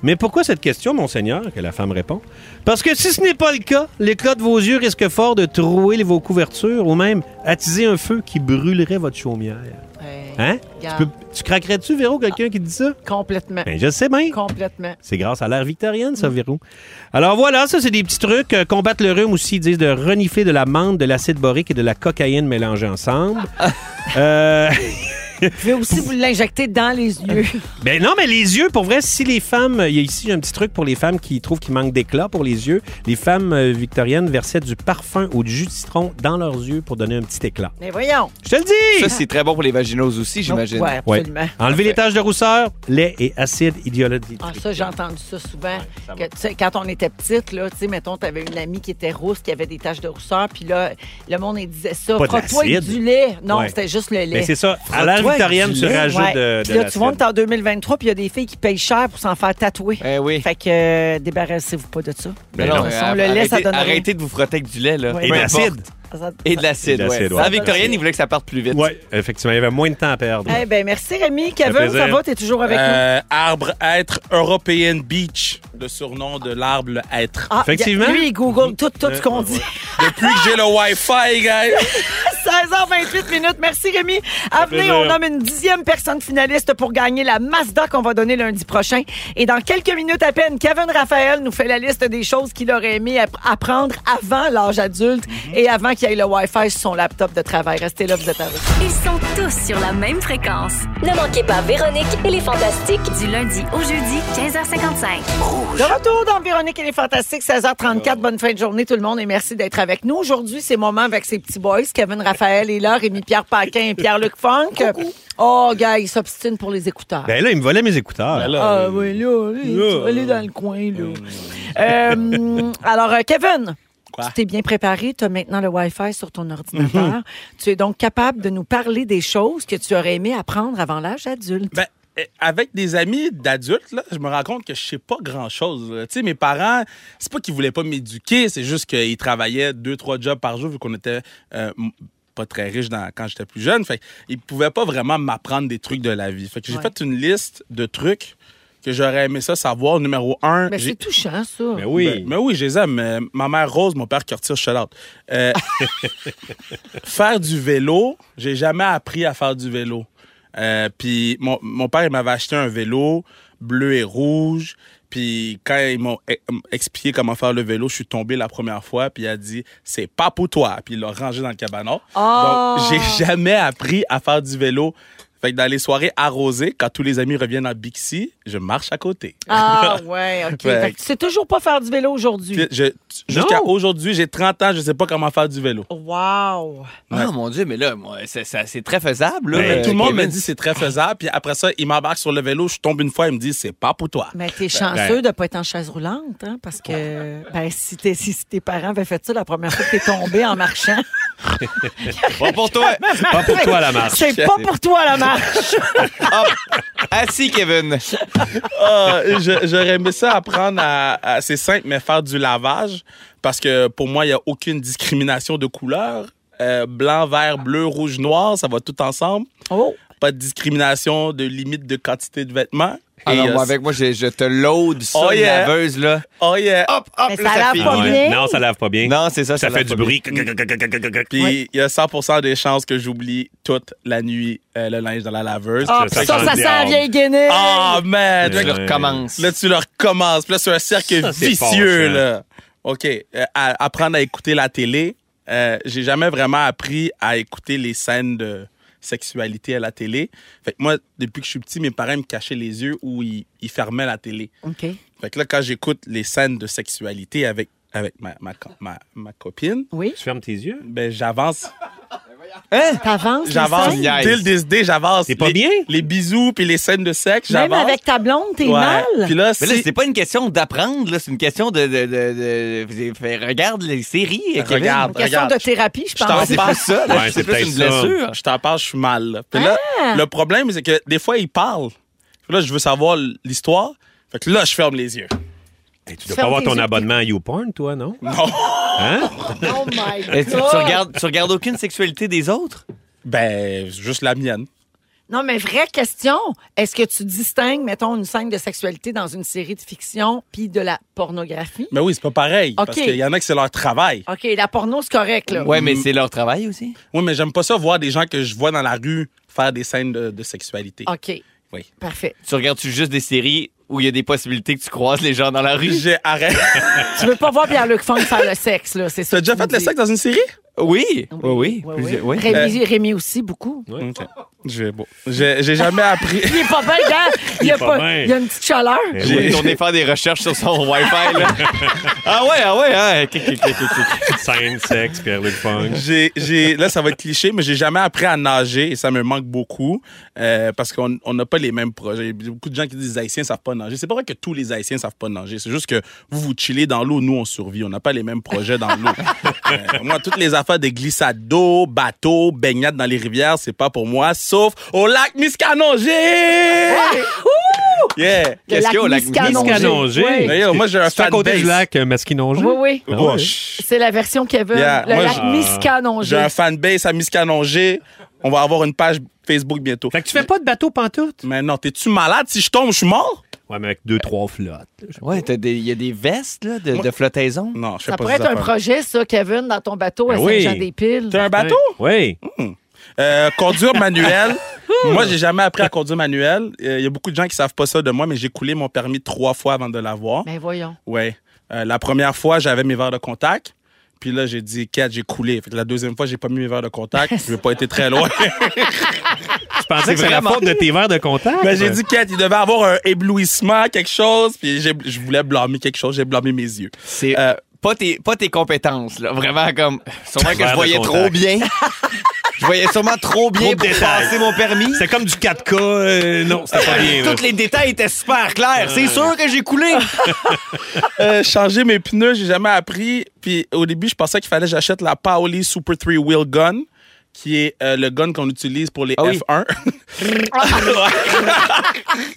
S7: Mais pourquoi cette question, monseigneur, que la femme répond? Parce que si ce n'est pas le cas, l'éclat de vos yeux risque fort de trouer vos couvertures ou même attiser un feu qui brûlerait votre chaumière. Hein? Tu,
S6: regarde.
S7: peux- tu craquerais-tu, Véro, quelqu'un qui dit ça?
S6: Complètement.
S7: Ben, je sais bien.
S6: Complètement.
S7: C'est grâce à l'ère victorienne, ça, Vérou. Alors voilà, ça, c'est des petits trucs. Euh, combattre le rhume aussi, ils disent de renifler de la menthe, de l'acide borique et de la cocaïne mélangés ensemble. euh...
S6: Je vais aussi vous l'injecter dans les yeux.
S7: Ben non, mais les yeux, pour vrai, si les femmes, il y a ici un petit truc pour les femmes qui trouvent qu'il manque d'éclat pour les yeux. Les femmes euh, victoriennes versaient du parfum ou du jus de citron dans leurs yeux pour donner un petit éclat.
S6: Mais voyons.
S7: Je te le dis!
S8: Ça, c'est très bon pour les vaginoses aussi, j'imagine.
S6: Ouais, absolument.
S7: Enlever les taches de rousseur, lait et acide idéologique.
S6: Ah, ça, j'ai entendu ça souvent. Que, tu sais, quand on était petite, là, tu sais, mettons, t'avais une amie qui était rousse, qui avait des taches de rousseur, puis là, le monde, il disait ça.
S7: Pas de
S6: Frotte-toi avec
S7: l'acide.
S6: du lait. Non,
S7: Ouais.
S6: c'était juste le lait.
S7: Mais Ben, c'est ça. À l'ère
S6: Frotte-toi avec
S7: victorienne,
S6: du
S7: tu
S6: lait.
S7: rajoutes de- de
S6: Puis là, tu
S7: l'acide.
S6: vois, on est en 2023, puis il y a des filles qui payent cher pour s'en faire tatouer.
S8: Eh oui.
S6: Fait que, euh, débarrassez-vous pas de ça.
S8: Mais
S6: De toute
S8: non,
S6: façon,
S8: euh,
S6: le lait, ça
S8: arrêtez-
S6: donne rien.
S8: Arrêtez de vous frotter avec du lait, là.
S6: Ouais. Et
S8: Peu
S6: de l'acide.
S8: importe. Et de
S7: Et
S8: l'acide,
S7: de
S8: ouais.
S7: l'acide, ouais.
S8: La victorienne, il voulait que ça parte plus vite.
S7: Ouais, effectivement, il y avait moins de temps à perdre.
S6: Eh ben merci Rémi. Kevin, ça va? T'es toujours avec nous?
S9: Euh, Arbre être European Beach, le surnom de l'arbre le être.
S6: Ah, y a- Lui, il
S7: Euh,
S6: Google tout, tout ce qu'on dit.
S9: Depuis que j'ai le Wi-Fi, guys.
S6: 16h28 minutes. Merci Rémi. À venir,
S9: plaisir.
S6: on nomme une dixième personne finaliste pour gagner la Mazda qu'on va donner lundi prochain. Et dans quelques minutes à peine, Kevin Raphaël nous fait la liste des choses qu'il aurait aimé app- apprendre avant l'âge adulte et avant qu'il ait le Wi-Fi sur son laptop de travail. Restez là, vous êtes avec. nous.
S10: Ils sont tous sur la même fréquence. Ne manquez pas Véronique et les Fantastiques du lundi au jeudi 15h55.
S6: De retour dans Véronique et les Fantastiques, 16h34. Bonne fin de journée tout le monde et merci d'être avec nous. Aujourd'hui, c'est moment avec ses petits boys, Kevin Raphaël est là, Rémi-Pierre Paquin et Pierre-Luc Funk. Oh, gars, il s'obstine pour les écouteurs.
S7: Ben là, il me volait mes écouteurs.
S6: ah oui, là, là,
S7: Là.
S6: tu vas aller dans le coin, là. Euh, alors, euh, Kevin, tu t'es bien préparé, tu as maintenant le Wi-Fi sur ton ordinateur. Tu es donc capable de nous parler des choses que tu aurais aimé apprendre avant l'âge adulte.
S9: Ben, euh, avec des amis d'adultes, là, je me rends compte que je sais pas grand-chose. là. Tu sais, mes parents, c'est pas qu'ils voulaient pas m'éduquer, c'est juste qu'ils travaillaient deux, trois jobs par jour vu qu'on était euh, m- pas très riches dans- quand j'étais plus jeune. Fait qu'ils pouvaient pas vraiment m'apprendre des trucs de la vie. Fait que j'ai
S6: Ouais.
S9: fait une liste de trucs que j'aurais aimé ça savoir. Numéro un...
S6: Ben,
S9: j'ai-
S6: c'est touchant, ça.
S9: Ben, mais oui, je les aime. Euh, Ma mère Rose, mon père Curtis, shout out. Euh, faire du vélo, j'ai jamais appris à faire du vélo. Euh, puis mon, mon père, il m'avait acheté un vélo bleu et rouge. Puis quand ils m'ont e- expliqué comment faire le vélo, je suis tombé la première fois. Puis il a dit, c'est pas pour toi. Puis il l'a rangé dans le cabanon.
S13: Ah!
S9: Donc, j'ai jamais appris à faire du vélo. Fait que dans les soirées arrosées, quand tous les amis reviennent à Bixi, je marche à côté.
S6: Ah, ouais, OK.
S9: Ouais.
S6: Fait que tu sais toujours pas faire du vélo aujourd'hui.
S9: Puis je- Jusqu'à aujourd'hui, j'ai 30 ans, je sais pas comment faire du vélo.
S6: Wow!
S9: Ouais.
S8: Ah, mon Dieu, mais là, moi, c'est, ça- c'est très faisable. Là,
S9: Ben,
S8: euh,
S9: tout le monde me
S8: Kevin.
S9: dit c'est très faisable, puis après ça, il m'embarque sur le vélo, je tombe une fois, il me dit c'est pas pour toi.
S6: Mais t'es
S9: Ben,
S6: chanceux
S9: ben.
S6: de pas être en chaise roulante, hein, parce que ben, si, t'es- si tes parents avaient fait ça la première fois que t'es tombé en marchant.
S8: Pas pour toi.
S7: Pas pour toi, la marche.
S6: C'est pas pour toi la marche.
S8: Hop. Assis, Kevin.
S9: Ah, je- J'aurais aimé ça apprendre à, à- c'est simple, mais faire du lavage, parce que pour moi, il n'y a aucune discrimination de couleur. Euh, blanc, vert, bleu, rouge, noir, ça va tout ensemble.
S6: Oh.
S9: Pas de discrimination de limite de quantité de vêtements.
S8: Ah
S9: Et,
S8: non,
S9: euh,
S8: moi, avec moi, je, je te load ça,
S9: Oh, yeah.
S8: une laveuse, là.
S9: Oh yeah.
S8: Hop, hop,
S6: Mais
S8: là,
S6: Ah, ça lave
S8: finit.
S6: pas bien.
S7: Ah Non, ça lave pas bien.
S8: Non, c'est ça,
S7: Ça
S8: lave
S7: fait du
S8: pas
S7: bruit.
S8: bien.
S9: Puis il y a 100 des chances que j'oublie toute la nuit euh, le linge dans la laveuse.
S6: Ah,
S9: Fait
S6: ça,
S9: que
S6: ça, ça
S9: je-
S6: sent la vieille guenille.
S9: Ah, man!
S8: Là, tu le recommences.
S9: Là, tu le recommences. Puis là, c'est un cercle
S7: Ça, c'est
S9: vicieux,
S7: fâchant.
S9: là. OK. euh, à- apprendre à écouter la télé. Euh, J'ai jamais vraiment appris à écouter les scènes de sexualité à la télé. Fait que moi, depuis que je suis petit, mes parents me cachaient les yeux ou ils, ils fermaient la télé.
S6: OK.
S9: Fait que là, quand j'écoute les scènes de sexualité avec, avec ma, ma, co- ma- ma copine,
S6: Oui.
S7: Tu fermes tes yeux?
S9: ben j'avance.
S8: Hein?
S6: T'avances, les
S9: J'avance.
S6: scènes?
S9: Till this day, j'avance. C'est
S7: pas bien?
S9: Les bisous puis les scènes de sexe, j'avance.
S6: Même avec ta blonde, t'es
S9: Ouais.
S6: mal.
S9: Puis là,
S8: Mais là,
S9: si-
S8: c'est pas une question d'apprendre, là, c'est une question de. de, de- de- fait- regarde les séries, euh, Kevin.
S9: Regarde.
S6: Une question de thérapie, je
S9: Je t'en
S6: pense.
S9: parle ça, là,
S7: Ouais, c'est
S9: c'est plus
S7: peut-être
S9: une
S7: ça.
S9: blessure. Ah! Je t'en parle, je suis mal. là. Puis là, le problème, c'est que des fois, il parle. Puis là, je veux savoir l'histoire. Fait que là, je ferme les yeux.
S7: Hey, tu dois pas
S6: Ferme
S7: avoir
S6: tes
S7: ton
S6: yeux.
S7: abonnement à YouPorn, toi, non?
S9: Non.
S7: Hein?
S6: Oh my
S8: Et tu, tu
S6: God.
S8: regardes, tu regardes aucune sexualité des autres?
S9: Ben, juste la mienne.
S6: Non, mais vraie question. Est-ce que tu distingues, mettons, une scène de sexualité dans une série de fiction puis de la pornographie?
S9: Mais oui, c'est pas pareil.
S6: OK.
S9: Parce qu'il y en a qui c'est leur travail.
S6: OK, la porno, c'est correct, là.
S8: Ouais, mais c'est leur travail aussi.
S9: Oui, mais j'aime pas ça voir des gens que je vois dans la rue faire des scènes de, de sexualité.
S6: OK.
S9: Oui.
S6: Parfait.
S8: Tu regardes-tu juste des séries où il y a des possibilités que tu croises les gens dans la rue?
S9: J'ai arrêté.
S6: Tu veux pas voir Pierre-Luc Funk faire le sexe, là, c'est ça.
S9: T'as
S6: que
S9: déjà
S6: tu
S9: fait
S6: me
S9: le
S6: dis.
S9: sexe Euh. dans une série?
S8: Oui. Oui, oui.
S6: Ouais,
S8: plusieurs-
S6: oui.
S8: oui.
S6: Rémi, Rémi aussi, beaucoup.
S9: OK. J'ai bon. J'ai j'ai jamais appris.
S6: Il est pas bien, gars. Il, y a
S7: pas
S6: pas-
S7: bien.
S6: il y a une petite chaleur.
S8: J'ai tourné faire des recherches sur son Wi-Fi, là. ah ouais, ah ouais, ah. ok, ok, ok, ok, ok.
S7: Scène, sexe, Pierre-Luc Funk.
S9: J'ai- j'ai- là, ça va être cliché, mais j'ai jamais appris à nager et ça me manque beaucoup euh, parce qu'on on n'a pas les mêmes projets. Il y a beaucoup de gens qui disent les Haïtiens savent pas nager. C'est pas vrai que tous les Haïtiens savent pas nager. C'est juste que vous, vous chillez dans l'eau, nous, on survit. On n'a pas les mêmes projets dans l'eau. Euh, moi, toutes les affaires de glissades d'eau, bateaux, baignade dans les rivières, c'est pas pour moi, sauf au lac Miscanongé! yeah!
S8: Qu'est-ce qu'il y a au lac
S7: Miscanongé?
S6: Ah, Oui,
S9: Mais yo, moi, j'ai un
S7: C'est à
S9: fan
S7: côté
S9: base.
S7: du lac euh, Masquinongé?
S6: oui. oui.
S7: Ah
S9: Oh,
S7: ouais.
S9: chut.
S6: C'est la version Kevin.
S9: Yeah,
S6: Le
S9: moi,
S6: lac
S9: j'ai- J'ai
S6: Miscanongé.
S9: un fanbase à Miscanongé. On va avoir une page Facebook bientôt.
S7: Fait que tu fais pas de bateau pantoute?
S9: Mais non, t'es-tu malade? Si je tombe, je suis mort?
S7: Ouais, mais avec deux, trois flottes.
S8: Ouais, t'as des- il y a des vestes, là, de, de flottaison.
S9: Non, je fais
S6: Ça
S9: pas
S6: pourrait
S9: ces
S6: être un
S9: affaires.
S6: projet, ça, Kevin, dans ton bateau à
S7: Ben oui.
S6: Saint-Jean-des-Piles.
S9: T'es un bateau?
S7: Oui.
S9: Euh, conduire manuel. moi, j'ai jamais appris à conduire manuel. Il y a beaucoup de gens qui savent pas ça de moi, mais j'ai coulé mon permis trois fois avant de l'avoir.
S6: Mais Ben voyons.
S9: Ouais. Euh, la première fois, j'avais mes verres de contact. Puis là, j'ai dit, quatre, j'ai coulé. Fait que la deuxième fois, j'ai pas mis mes verres de contact. Je n'ai pas été très loin.
S7: Je pensais que c'était la
S8: vraiment-
S7: faute de tes verres de contact.
S9: Mais Ben, j'ai dit, quatre, il devait avoir un éblouissement, quelque chose. Puis j'ai- je voulais blâmer quelque chose. J'ai blâmé mes yeux.
S8: C'est
S9: Euh,
S8: pas, tes, pas tes compétences, là. Vraiment, comme. Sûrement que
S7: Verre
S8: je
S7: de
S8: voyais
S7: contact.
S8: trop bien. Je voyais sûrement trop bien
S7: Trop de
S8: pour
S7: détails.
S8: passer mon permis.
S7: C'est comme du 4K. euh, non, c'était pas bien. là. Euh.
S8: Tous les détails étaient super clairs. C'est sûr que j'ai coulé.
S9: Euh, changer mes pneus, j'ai jamais appris. Puis au début, je pensais qu'il fallait que j'achète la Paoli Super 3 Wheel Gun, qui est euh, le gun qu'on utilise pour les
S8: Ah oui.
S9: F1.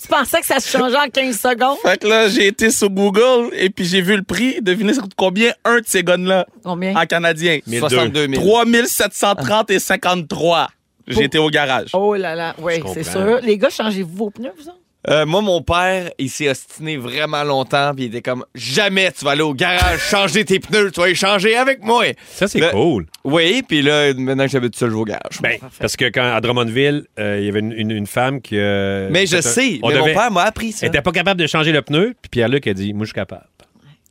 S6: Tu pensais que ça se changeait en 15 secondes?
S9: fait que là, j'ai été sur Google et puis j'ai vu le prix. Devinez ça coûte combien un de ces guns-là
S6: Combien?
S9: en canadien?
S8: 1200. 62 000.
S9: 3730 et 53.
S8: Ah.
S9: J'ai été au garage.
S6: Oh là là, oui, c'est sûr. Les gars, changez-vous vos pneus, vous autres?
S8: Euh, moi, mon père, il s'est ostiné vraiment longtemps, puis il était comme jamais tu vas aller au garage changer tes pneus, tu vas les changer avec moi.
S7: Ça, c'est
S8: Là-
S7: cool.
S8: Oui, puis là, maintenant que j'habite seul, je vais au garage.
S7: Ben, parce que quand à Drummondville, euh, il y avait une, une- une femme qui. euh,
S8: mais je
S7: c'était un-
S8: sais,
S7: on
S8: mais
S7: devait-
S8: mon père m'a appris ça.
S7: Elle n'était pas capable de changer le pneu, puis Pierre-Luc a dit Moi, je suis capable.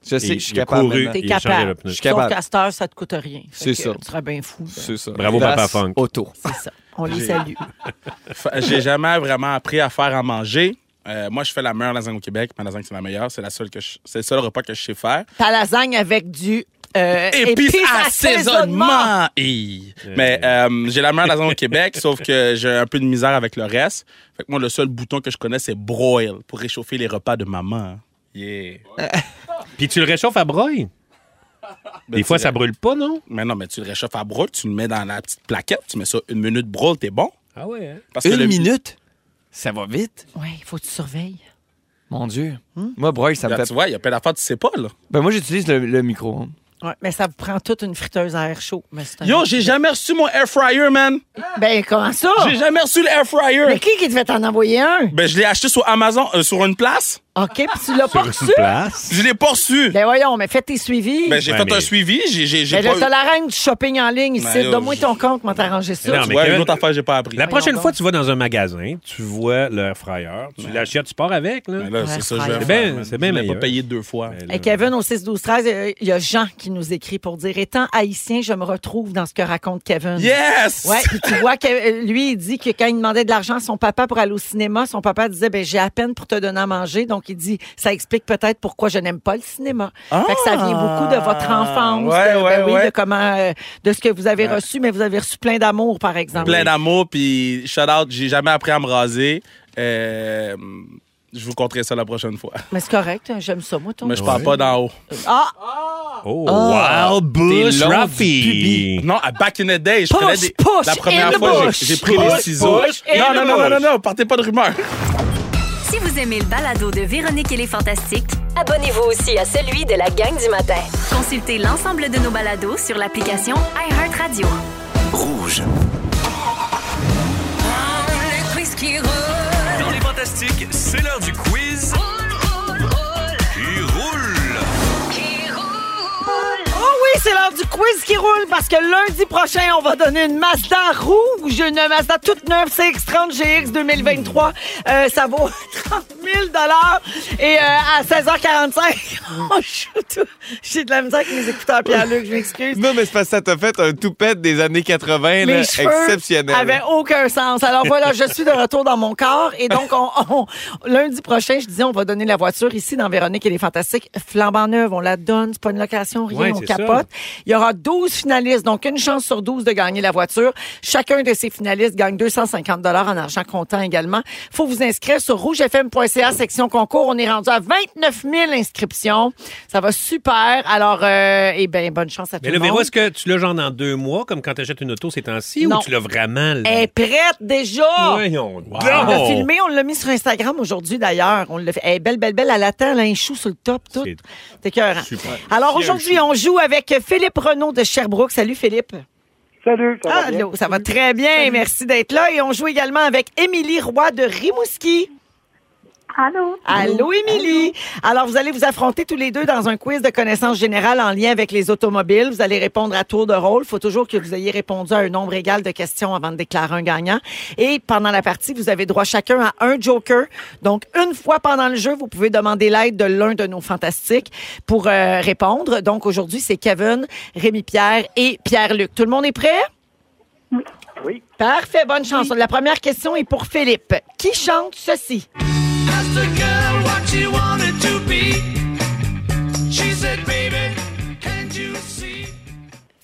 S8: Je sais,
S7: il-
S8: je suis
S7: il a
S8: capable.
S7: couru.
S8: maintenant.
S6: T'es
S7: Il a changé le
S6: capable.
S7: pneu. Je suis
S6: Sauf
S8: capable.
S6: qu'à cette heure, ça te coûte rien. Fait
S8: C'est
S6: que
S8: ça.
S6: Tu serais bien fou. là.
S8: C'est ça.
S7: Bravo,
S8: Grâce
S7: Papa Funk.
S8: Auto.
S6: C'est ça. On les salue.
S9: Fa- J'ai jamais vraiment appris à faire à manger. Euh, moi, je fais la meilleure lasagne au Québec. Ma lasagne, c'est la meilleure. C'est la seule que je- c'est le seul repas que je sais faire.
S6: Ta lasagne avec du euh,
S9: Épices, assaisonnement! Hey. Mais euh, j'ai la meilleure lasagne au Québec, sauf que j'ai un peu de misère avec le reste. Fait que moi, le seul bouton que je connais, c'est broil pour réchauffer les repas de maman. Yeah.
S7: Puis tu le réchauffes à broil.
S9: Ben,
S7: Des fois,
S9: tu
S7: ça
S9: le-
S7: brûle pas, non
S9: Mais non, mais tu le réchauffes à broil, tu le mets dans la petite plaquette, tu mets ça une minute broil, t'es bon.
S7: Ah ouais. hein?
S9: Parce
S8: Une
S9: le-
S8: minute? Ça va vite?
S6: Oui, il faut que tu surveilles.
S8: Mon Dieu. Moi, broil, ça me
S9: Là,
S8: fait...
S9: tu vois, il y a plein d'affaires, tu sais pas, là.
S8: Ben moi, j'utilise le, le micro. hein.
S6: Ouais, mais ça vous prend toute une friteuse à air chaud. Mais c'est un-
S9: Yo, j'ai jamais reçu mon air fryer, man.
S6: Ben, comment ça?
S9: J'ai jamais reçu le air
S6: Mais
S9: fryer.
S6: qui qui devait t'en envoyer un?
S9: Ben, je l'ai acheté sur Amazon, euh, sur une place.
S6: OK, puis tu l'as pas reçu?
S7: Place.
S9: Je l'ai pas reçu.
S6: Ben voyons, mais fais tes suivis.
S9: Ben, j'ai
S7: Ouais,
S9: fait
S7: mais-
S9: un suivi. J'ai, j'ai, j'ai
S6: Mais là,
S9: pas eu-
S6: t'as la reine du shopping en ligne ici.
S9: Ben, yo,
S6: Donne-moi
S9: je-
S6: ton compte, moi t'arranger ça.
S7: Non, mais
S9: Tu vois,
S7: Kevin-
S9: une autre affaire, j'ai pas appris.
S7: La prochaine
S6: donc.
S7: fois, tu vas dans un magasin, tu vois leur fryer, tu l'achètes, tu pars avec. Là.
S9: Mais Ben là, c'est ça, je vais
S6: C'est
S9: faire,
S7: bien-
S9: man.
S7: c'est bien
S9: Je l'ai
S7: meilleur.
S9: pas payé deux fois.
S7: Ben, là,
S6: Et Kevin, au 6-12-13, euh, il y a Jean qui nous écrit pour dire Étant haïtien, je me retrouve dans ce que raconte Kevin.
S9: Yes!
S6: Ouais, puis tu vois que euh, lui, il dit que quand il demandait de l'argent à son papa pour aller au cinéma, son papa disait ben j'ai à peine pour te donner à manger. Donc il dit ça explique peut-être pourquoi je n'aime pas le cinéma. Fait que ça vient beaucoup de votre enfance,
S9: Ah!
S6: de,
S9: Ouais,
S6: ben
S9: ouais,
S6: oui,
S9: ouais.
S6: de comment euh, de ce que vous avez reçu, mais vous avez reçu plein d'amour par exemple.
S9: Plein d'amour, puis shout out, j'ai jamais appris à me raser. Euh, je vous conterai ça la prochaine fois.
S6: Mais c'est correct, hein, j'aime ça moi ton.
S9: Mais je parle pas d'en haut.
S6: Ah,
S7: Oh, Wild Bush
S9: long du
S7: Rafi.
S9: Non, à back in the day, je
S6: Push,
S9: prenais des.
S6: push,
S9: la première
S6: in the
S9: fois,
S6: bush.
S9: j'ai, j'ai pris
S6: Push,
S9: les ciseaux.
S6: push, in
S9: non,
S6: the
S9: non, non, non, non,
S6: bush.
S9: non, partez pas de rumeurs.
S10: Si vous aimez le balado de Véronique et les Fantastiques,
S11: Abonnez-vous aussi à celui de la gang du matin.
S10: consultez l'ensemble de nos balados sur l'application iHeartRadio.
S3: Rouge.
S10: Le quiz qui roule.
S3: Dans les fantastiques, c'est l'heure du quiz qui roule.
S6: Oh oui, c'est l'heure du quiz qui roule parce que lundi prochain, on va donner une Mazda rouge, une Mazda toute neuve CX-30 GX 2023. Euh, ça vaut 30 000 Et euh, à 16h45, on shoot. J'ai de la misère avec mes écouteurs, Pierre-Luc, je m'excuse.
S8: Non, mais c'est parce que ça t'a fait un toupette des années 80 là,
S6: Mes cheveux
S8: exceptionnel.
S6: avaient aucun sens. Alors voilà, je suis de retour dans mon corps. Et donc, on, on- lundi prochain, je disais, on va donner la voiture ici dans Véronique et les Fantastiques. Flambant neuve, on la donne. C'est pas une location, rien,
S7: Ouais,
S6: on
S7: c'est ça.
S6: capote. Il y aura 12 finalistes, donc une chance sur 12 de gagner la voiture. Chacun de ces finalistes gagne 250 en argent comptant également. faut vous inscrire sur rougefm.ca, section concours. On est rendu à 29 000 inscriptions. Ça va super. Alors, euh, eh bien, bonne chance à
S7: Mais
S6: tout
S7: le
S6: le monde.
S7: Véro, est-ce que tu l'as genre dans deux mois, comme quand tu achètes une auto ces temps-ci,
S6: Non.
S7: ou tu l'as vraiment. là?
S6: Elle est prête déjà!
S7: Voyons donc.
S6: On l'a filmé, on l'a mis sur Instagram aujourd'hui d'ailleurs. On l'a fait. Elle est belle, belle, belle. Elle attend, là, un chou sur le top, tout.
S7: C'est-
S6: T'es cœur. Alors aujourd'hui, on joue avec Philippe Renaud de Sherbrooke. Salut Philippe.
S14: Salut, ça va bien?
S6: Allô, ça va très bien. Merci d'être là. Et on joue également avec Émilie Roy de Rimouski.
S15: Allô?
S6: Allô, Émilie. Alors, vous allez vous affronter tous les deux dans un quiz de connaissances générales en lien avec les automobiles. Vous allez répondre à tour de rôle. Il faut toujours que vous ayez répondu à un nombre égal de questions avant de déclarer un gagnant. Et pendant la partie, vous avez droit chacun à un joker. Donc, une fois pendant le jeu, vous pouvez demander l'aide de l'un de nos fantastiques pour euh, répondre. Donc, aujourd'hui, c'est Kevin, Rémi-Pierre et Pierre-Luc. Tout le monde est prêt?
S14: Oui.
S6: Parfait, bonne chance. La première question est pour Philippe. Qui chante ceci?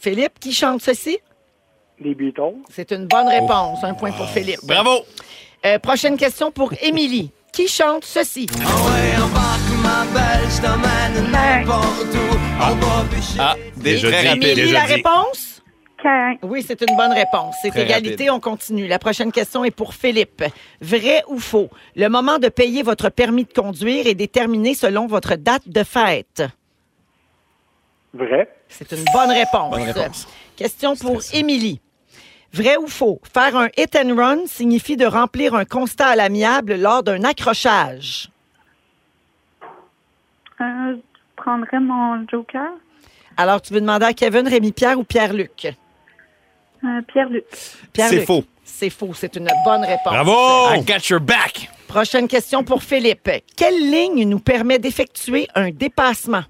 S6: Philippe, qui chante ceci?
S14: Les Beatles.
S6: C'est une bonne réponse. Un point pour Philippe.
S14: Bravo.
S6: Euh, prochaine question pour Émilie. Qui chante ceci?
S8: Ah, déjà très rapide.
S6: Émilie,
S8: déjà
S6: la
S8: dit.
S6: réponse? Oui, c'est une bonne réponse. C'est
S8: Très rapide.
S6: égalité, on continue. La prochaine question est pour Philippe. Vrai ou faux? Le moment de payer votre permis de conduire est déterminé selon votre date de fête.
S14: Vrai.
S6: C'est une bonne réponse.
S14: Bonne réponse.
S6: Question pour Émilie. Vrai ou faux? Faire un hit and run signifie de remplir un constat à l'amiable lors d'un accrochage.
S15: Euh, je prendrais mon joker.
S6: Alors, tu veux demander à Kevin, Rémi-Pierre ou Pierre-Luc?
S15: Euh, Pierre-Luc.
S6: Pierre-Luc.
S15: C'est faux.
S6: C'est faux. C'est une bonne réponse.
S9: I got your back!
S6: Prochaine question pour Philippe. Quelle ligne nous permet d'effectuer un dépassement?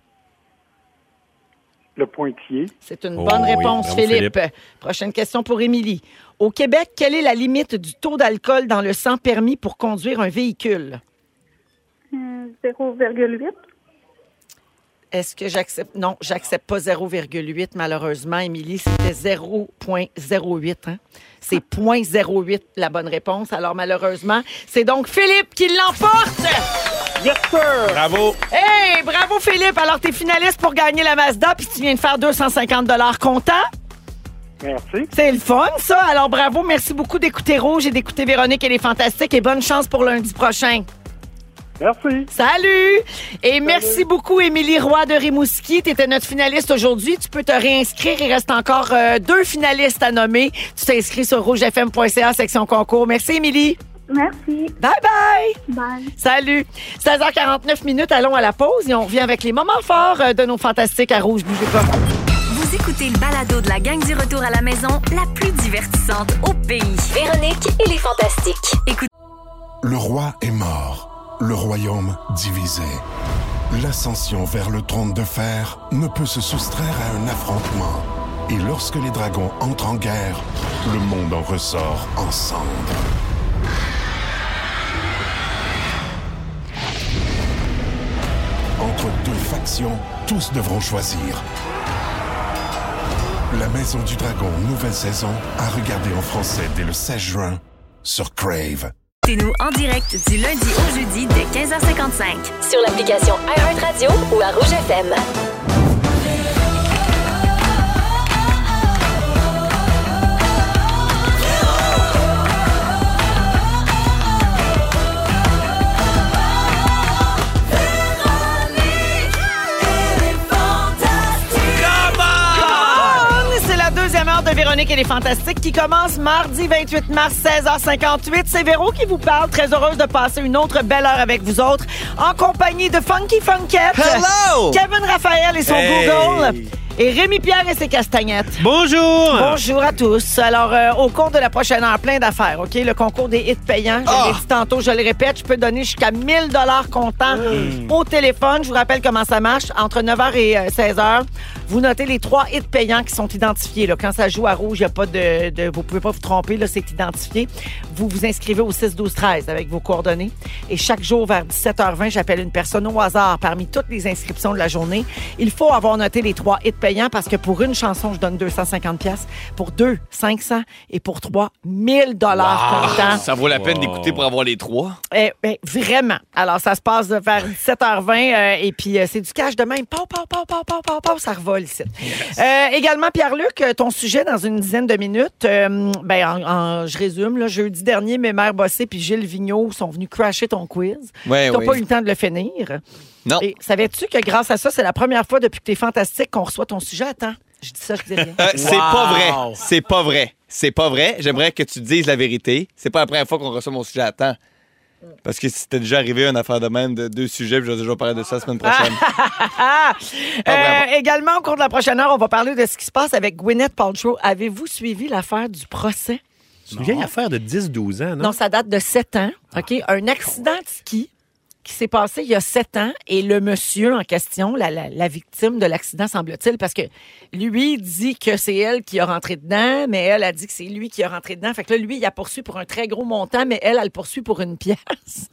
S14: Le pointillé.
S6: C'est une
S14: Oh
S6: bonne
S14: oui,
S6: réponse,
S14: bravo,
S6: Philippe.
S14: Philippe.
S6: Prochaine question pour Émilie. Au Québec, quelle est la limite du taux d'alcool dans le sang permis pour conduire un véhicule?
S15: Euh, 0,8.
S6: Est-ce que j'accepte? Non, j'accepte pas 0,8, malheureusement, Émilie. C'était 0,08. hein. C'est 0,08 la bonne réponse. Alors, malheureusement, c'est donc Philippe qui l'emporte! Yes, sir!
S9: Bravo!
S6: Hey, bravo Philippe. Alors, t'es finaliste pour gagner la Mazda, puis tu viens de faire 250 comptant.
S14: Merci.
S6: C'est le fun, ça. Alors, bravo. Merci beaucoup d'écouter Rouge et d'écouter Véronique. Elle est fantastique et bonne chance pour lundi prochain.
S14: Merci.
S6: Salut! Et merci beaucoup, Émilie Roy de Rimouski. Tu étais notre finaliste aujourd'hui. Tu peux te réinscrire. Il reste encore euh, deux finalistes à nommer. Tu t'inscris sur rougefm.ca, section concours. Merci, Émilie.
S15: Merci.
S6: Bye-bye!
S15: Bye.
S6: Salut! 16h49 minutes, allons à la pause et on revient avec les moments forts euh, de nos fantastiques à rouge. Bougez pas.
S10: Vous écoutez le balado de la gang du retour à la maison, la plus divertissante au pays. Véronique et les Fantastiques. Écoutez.
S12: Le roi est mort, le royaume divisé. L'ascension vers le trône de fer ne peut se soustraire à un affrontement. Et lorsque les dragons entrent en guerre, le monde en ressort en cendres. Entre deux factions, tous devront choisir. La Maison du Dragon, nouvelle saison, à regarder en français dès le 16 juin sur Crave.
S10: Écoutez-nous en direct du lundi au jeudi dès 15h55.
S11: Sur l'application iHeartRadio ou à Rouge FM.
S6: Come on! C'est la deuxième heure de Véronique et les Fantastiques qui commence mardi 28 mars 16h58. C'est Véro qui vous parle. Très heureuse de passer une autre belle heure avec vous autres en compagnie de Funky Funkette.
S8: Hello!
S6: Kevin Raphaël et son
S8: Hey!
S6: Google. Et Rémi Pierre et ses castagnettes.
S7: Bonjour!
S6: Bonjour à tous. Alors, euh, au cours de la prochaine heure, plein d'affaires, OK? Le concours des hits payants, je l'ai dit tantôt, je le répète, je peux donner jusqu'à 1000 dollars comptant au téléphone. Je vous rappelle comment ça marche. Entre 9h et euh, 16h, vous notez les trois hits payants qui sont identifiés. là. Quand ça joue à rouge, il y a pas de, de- vous pouvez pas vous tromper, là, c'est identifié. Vous vous inscrivez au 6-12-13 avec vos coordonnées. Et chaque jour, vers 17h20, j'appelle une personne au hasard parmi toutes les inscriptions de la journée. Il faut avoir noté les trois hits payants parce que pour une chanson, je donne 250 pièces, pour deux, 500 et pour trois, 1000 dollars
S8: Ah,
S6: comptant.
S8: ça vaut la peine
S6: Wow.
S8: d'écouter pour avoir les trois.
S6: Eh, ben, vraiment. Alors, ça se passe de vers 17h20 euh, et puis euh, c'est du cash de même. Pow, pow, pow, pow, pow, pow, pow, ça revole ici. Euh, également, Pierre-Luc, euh, ton sujet dans une dizaine de minutes. euh, ben, en- en- je résume. Là, jeudi dernier, mes mères Bossé puis Gilles Vigneault sont venus crasher ton quiz.
S8: Ouais,
S6: T'as
S8: oui.
S6: pas eu le temps de le finir.
S8: Non.
S6: Et savais-tu que grâce à ça, c'est la première fois depuis que t'es fantastique qu'on reçoit ton sujet à temps? Je dis ça, je dis rien.
S8: Euh, C'est pas vrai. C'est pas vrai. C'est pas vrai. J'aimerais que tu dises la vérité. C'est pas la première fois qu'on reçoit mon sujet à temps. Parce que c'était déjà arrivé une affaire de même de deux sujets, puis je vais déjà parler de ça la semaine prochaine.
S6: Ah! Euh, également, au cours de la prochaine heure, on va parler de ce qui se passe avec Gwyneth Paltrow. Avez-vous suivi l'affaire du procès?
S7: C'est une vieille affaire de 10-12 ans, non?
S8: Ah, ben,
S6: Non, ça date de 7 ans. OK? Un accident de ski qui qui s'est passé il y a sept ans et le monsieur en question, la, la- la victime de l'accident, semble-t-il, parce que lui dit que c'est elle qui a rentré dedans, mais elle a dit que c'est lui qui a rentré dedans. Fait que là, lui, il a poursuit pour un très gros montant, mais elle, elle le poursuit pour une pièce.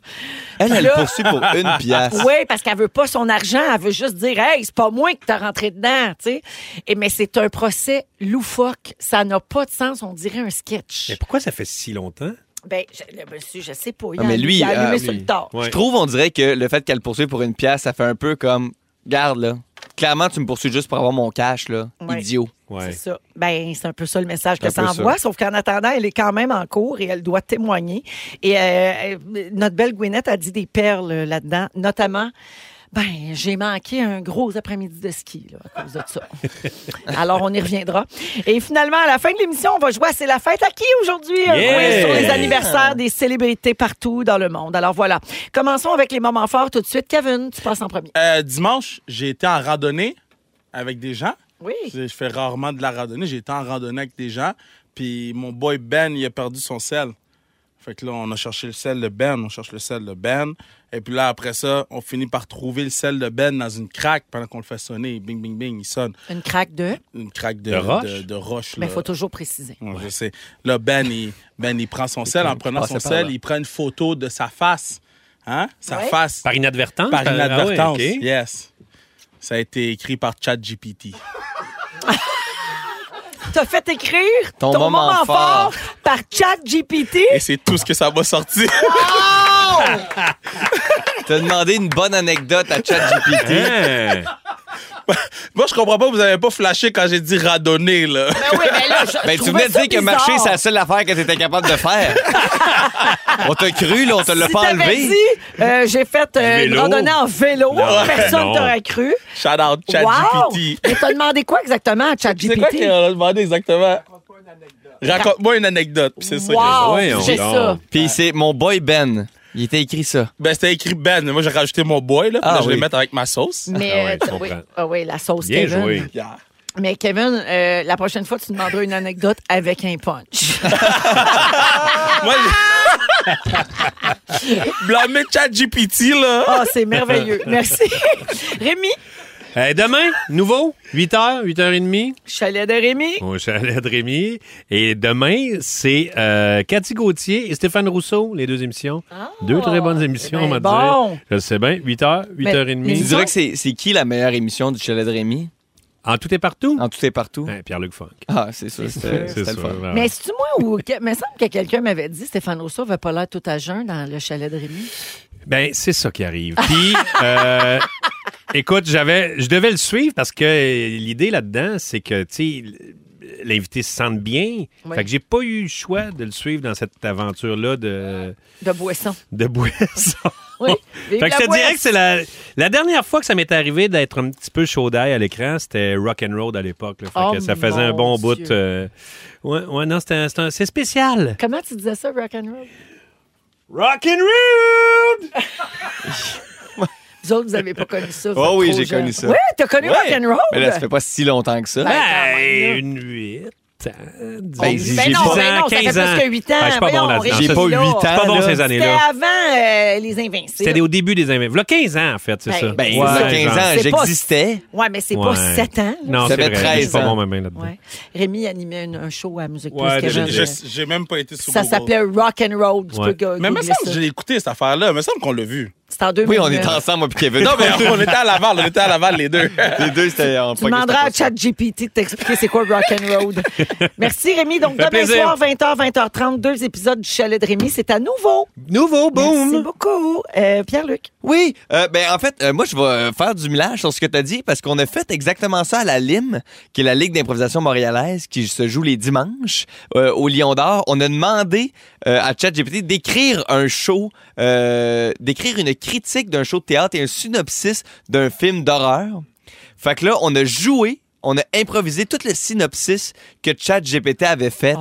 S8: Elle,
S6: Puis
S8: elle
S6: là-
S8: poursuit pour une pièce.
S6: Oui, parce qu'elle veut pas son argent. Elle veut juste dire, hey, c'est pas moi qui t'as rentré dedans, tu sais. Et mais c'est un procès loufoque. Ça n'a pas de sens. On dirait un sketch.
S7: Mais pourquoi ça fait si longtemps?
S6: Ben, je- le monsieur, je sais pas. Il
S8: Ah,
S6: a,
S8: mais lui,
S6: il a allumé
S8: ah,
S6: sur
S8: oui.
S6: le tard.
S8: Je trouve, on dirait que le fait qu'elle poursuive pour une pièce, ça fait un peu comme, garde là, clairement tu me poursuis juste pour avoir mon cash là,
S6: Ouais.
S8: idiot.
S6: C'est ça. Ben, c'est un peu ça le message que
S8: C'est un
S6: ça
S8: peu
S6: envoie,
S8: ça.
S6: sauf qu'en attendant, elle est quand même en cours et elle doit témoigner. Et euh, euh, notre belle Gwynette a dit des perles euh, là-dedans, notamment. Ben, j'ai manqué un gros après-midi de ski là, à cause de ça. Alors, on y reviendra. Et finalement, à la fin de l'émission, on va jouer à C'est la fête à qui aujourd'hui? Un
S16: Yeah!
S6: quiz sur les
S16: Yeah!
S6: anniversaires des célébrités partout dans le monde. Alors voilà. Commençons avec les moments forts tout de suite. Kevin, tu passes en premier.
S9: Euh, dimanche, j'ai été en randonnée avec des gens.
S6: Oui.
S9: Je fais rarement de la randonnée. J'ai été en randonnée avec des gens. Puis mon boy Ben, il a perdu son sel. Fait que là, on a cherché le sel de Ben, on cherche le sel de Ben. Et puis là, après ça, on finit par trouver le sel de Ben dans une craque pendant qu'on le fait sonner. Bing, bing, bing, il sonne.
S6: Une craque de.
S9: Une craque de,
S6: De roche?
S9: De, de roche,
S6: Mais il
S9: là.
S6: faut toujours préciser.
S9: Ouais, Je sais. Là, Ben, il, ben, il prend son sel. En prenant
S7: passait
S9: son
S7: par
S9: sel,
S7: là.
S9: il prend une photo de sa face. Hein? Sa
S7: Ouais.
S9: face.
S7: Par inadvertance?
S9: Par
S7: Ah ouais,
S9: inadvertance,
S7: ok.
S9: yes. Ça a été écrit par ChatGPT.
S6: T'as fait écrire
S9: Ton moment fort.
S6: par ChatGPT.
S9: Et c'est tout ce que ça m'a sorti.
S8: T'as demandé une bonne anecdote à ChatGPT.
S7: Ah,
S9: Moi, je comprends pas, vous avez pas flashé quand j'ai dit radonner, là.
S6: Ben oui, ben là, je- je
S8: Ben, tu
S6: trouvais
S8: venais de
S6: ça
S8: dire que
S6: bizarre.
S8: marcher, c'est la seule affaire que t'étais capable de faire. on t'a cru, là, on te l'a
S6: Si
S8: pas
S6: t'avais
S8: enlevé.
S6: dit, euh, j'ai fait euh, une
S8: Vélo.
S6: randonnée en vélo,
S8: Non.
S6: personne
S8: Non.
S6: t'aurait cru.
S9: Shout out
S6: Wow!
S9: ChatGPT.
S6: Mais t'as demandé quoi exactement à ChatGPT?
S9: C'est quoi qu'on a demandé exactement? Raconte-moi une anecdote, puis c'est ça que
S8: Wow,
S9: j'ai-
S8: c'est
S9: Voyons
S8: ça.
S9: donc. Puis c'est mon boy Ben. Il était écrit ça. Ben, c'était écrit Ben, mais moi, j'ai rajouté mon boy, là, puis
S8: Ah
S9: là, je vais
S8: oui.
S9: le mettre avec ma sauce.
S6: Mais, euh, t'as- oui, ah oui, la sauce
S9: Bien
S6: Kevin.
S9: joué.
S6: Mais Kevin, euh, la prochaine fois, tu demanderas une anecdote avec un punch.
S9: Blâmer ChatGPT, là.
S6: Ah, c'est merveilleux. Merci. Rémi,
S7: Euh, demain, nouveau, 8h, 8h30.
S6: chalet de Rémi.
S7: Au chalet de Rémi. Et demain, c'est euh, Cathy Gauthier et Stéphane Rousseau, les deux émissions. deux très bonnes émissions, on
S8: Ah. ben
S7: va
S8: bon.
S7: dire. Je le sais bien, 8h, 8h30.
S8: Tu dirais que c'est c'est qui la meilleure émission du chalet de Rémi?
S7: En tout et partout?
S8: En tout et partout.
S7: Pierre-Luc Funk.
S8: Ah, c'est ça. Ah. C'était
S7: C'est
S8: c'était le
S7: sûr,
S8: fun.
S7: ben
S6: Mais c'est-tu moi ou... Il me semble que quelqu'un m'avait dit Stéphane Rousseau va pas l'air tout à jeun dans le chalet de Rémi.
S7: Ben, c'est ça qui arrive. Puis, euh, écoute, j'avais, je devais le suivre parce que euh, l'idée là-dedans, c'est que, tu sais, l'invité se sente bien.
S6: Oui.
S7: Fait que j'ai pas eu le choix de le suivre dans cette aventure-là de,
S6: De boisson.
S7: de boisson.
S6: Oui,
S7: fait
S6: vive
S7: que
S6: la
S7: je te dirais
S6: boisse.
S7: que c'est la, la dernière fois que ça m'est arrivé d'être un petit peu chaud d'ail à l'écran, c'était rock and roll à l'époque. là. Fait
S6: Oh
S7: que ça faisait
S6: mon
S7: un bon
S6: Dieu.
S7: bout. euh, ouais, ouais, non, c'était un- c'est un- c'est spécial.
S6: Comment tu disais ça, rock'n'roll?
S7: Rock'n'roll!
S6: Vous autres, vous n'avez pas connu ça. vous
S8: Oh oui,
S6: êtes trop
S8: j'ai
S6: jeunes.
S8: connu ça.
S6: Oui, t'as connu
S8: Ouais.
S6: rock'n'roll?
S8: Mais là, ça fait pas si longtemps que ça.
S6: Ben, quand même, là.
S7: une huit. Ben,
S8: Ben,
S7: dix-
S8: ben non,
S7: dix
S8: ben
S7: ans,
S6: non, ça fait
S7: 15
S6: plus
S7: ans.
S6: que huit ans.
S7: Ah, je suis pas
S6: Voyons,
S7: bon
S6: on
S7: là-dedans.
S6: réfléchit
S7: C'est-
S6: là.
S7: Je suis pas bon ces
S6: C'était
S7: années-là.
S6: avant euh, les Invincibles.
S7: C'était au début des années. Voilà 15 ans, en fait, c'est
S6: Ben,
S7: ça.
S6: Ben,
S7: Ouais,
S8: voilà 15
S7: genre.
S8: ans,
S6: C'est pas-
S8: j'existais.
S6: Ouais, mais c'est pas
S7: Ouais.
S6: 7 ans. là.
S7: Non,
S8: Ça
S7: c'est
S8: fait
S7: vrai. Je suis
S8: 13
S7: pas
S8: ans.
S7: bon, même là-dedans.
S6: Ouais. Rémi animait une- un show à Musique
S9: Ouais,
S6: Plus Kevin.
S9: j'ai- j'ai- j'ai même pas été sur
S6: Ça
S9: Google.
S6: s'appelait Rock'n'Roll. Tu
S9: Ouais.
S6: peux go-
S9: Mais il me
S6: googler
S9: semble que
S6: ça.
S9: j'ai écouté cette affaire-là. Il me semble qu'on l'a vu.
S6: C'est en 2000.
S8: Oui, on est ensemble, moi puis Kevin.
S9: Non, mais on était à Laval, on était à Laval, les deux.
S8: Les deux, c'était en
S6: Tu demanderas à ChatGPT de t'expliquer c'est quoi Rock'n'Roll. Merci Rémi. Donc demain
S8: plaisir.
S6: soir, 20h, 20h30, deux épisodes du Chalet de Rémi. C'est à nouveau.
S7: Nouveau,
S6: boom. Merci beaucoup. Euh, Pierre-Luc.
S8: Oui, euh, ben en fait, euh, moi je vais euh, faire du millage sur ce que tu as dit parce qu'on a fait exactement ça à la LIM, qui est la Ligue d'improvisation montréalaise qui se joue les dimanches euh, au Lion d'Or. On a demandé euh, à ChatGPT d'écrire un show, euh, d'écrire une critique d'un show de théâtre et un synopsis d'un film d'horreur. Fait que là, on a joué, on a improvisé tout le synopsis que ChatGPT avait fait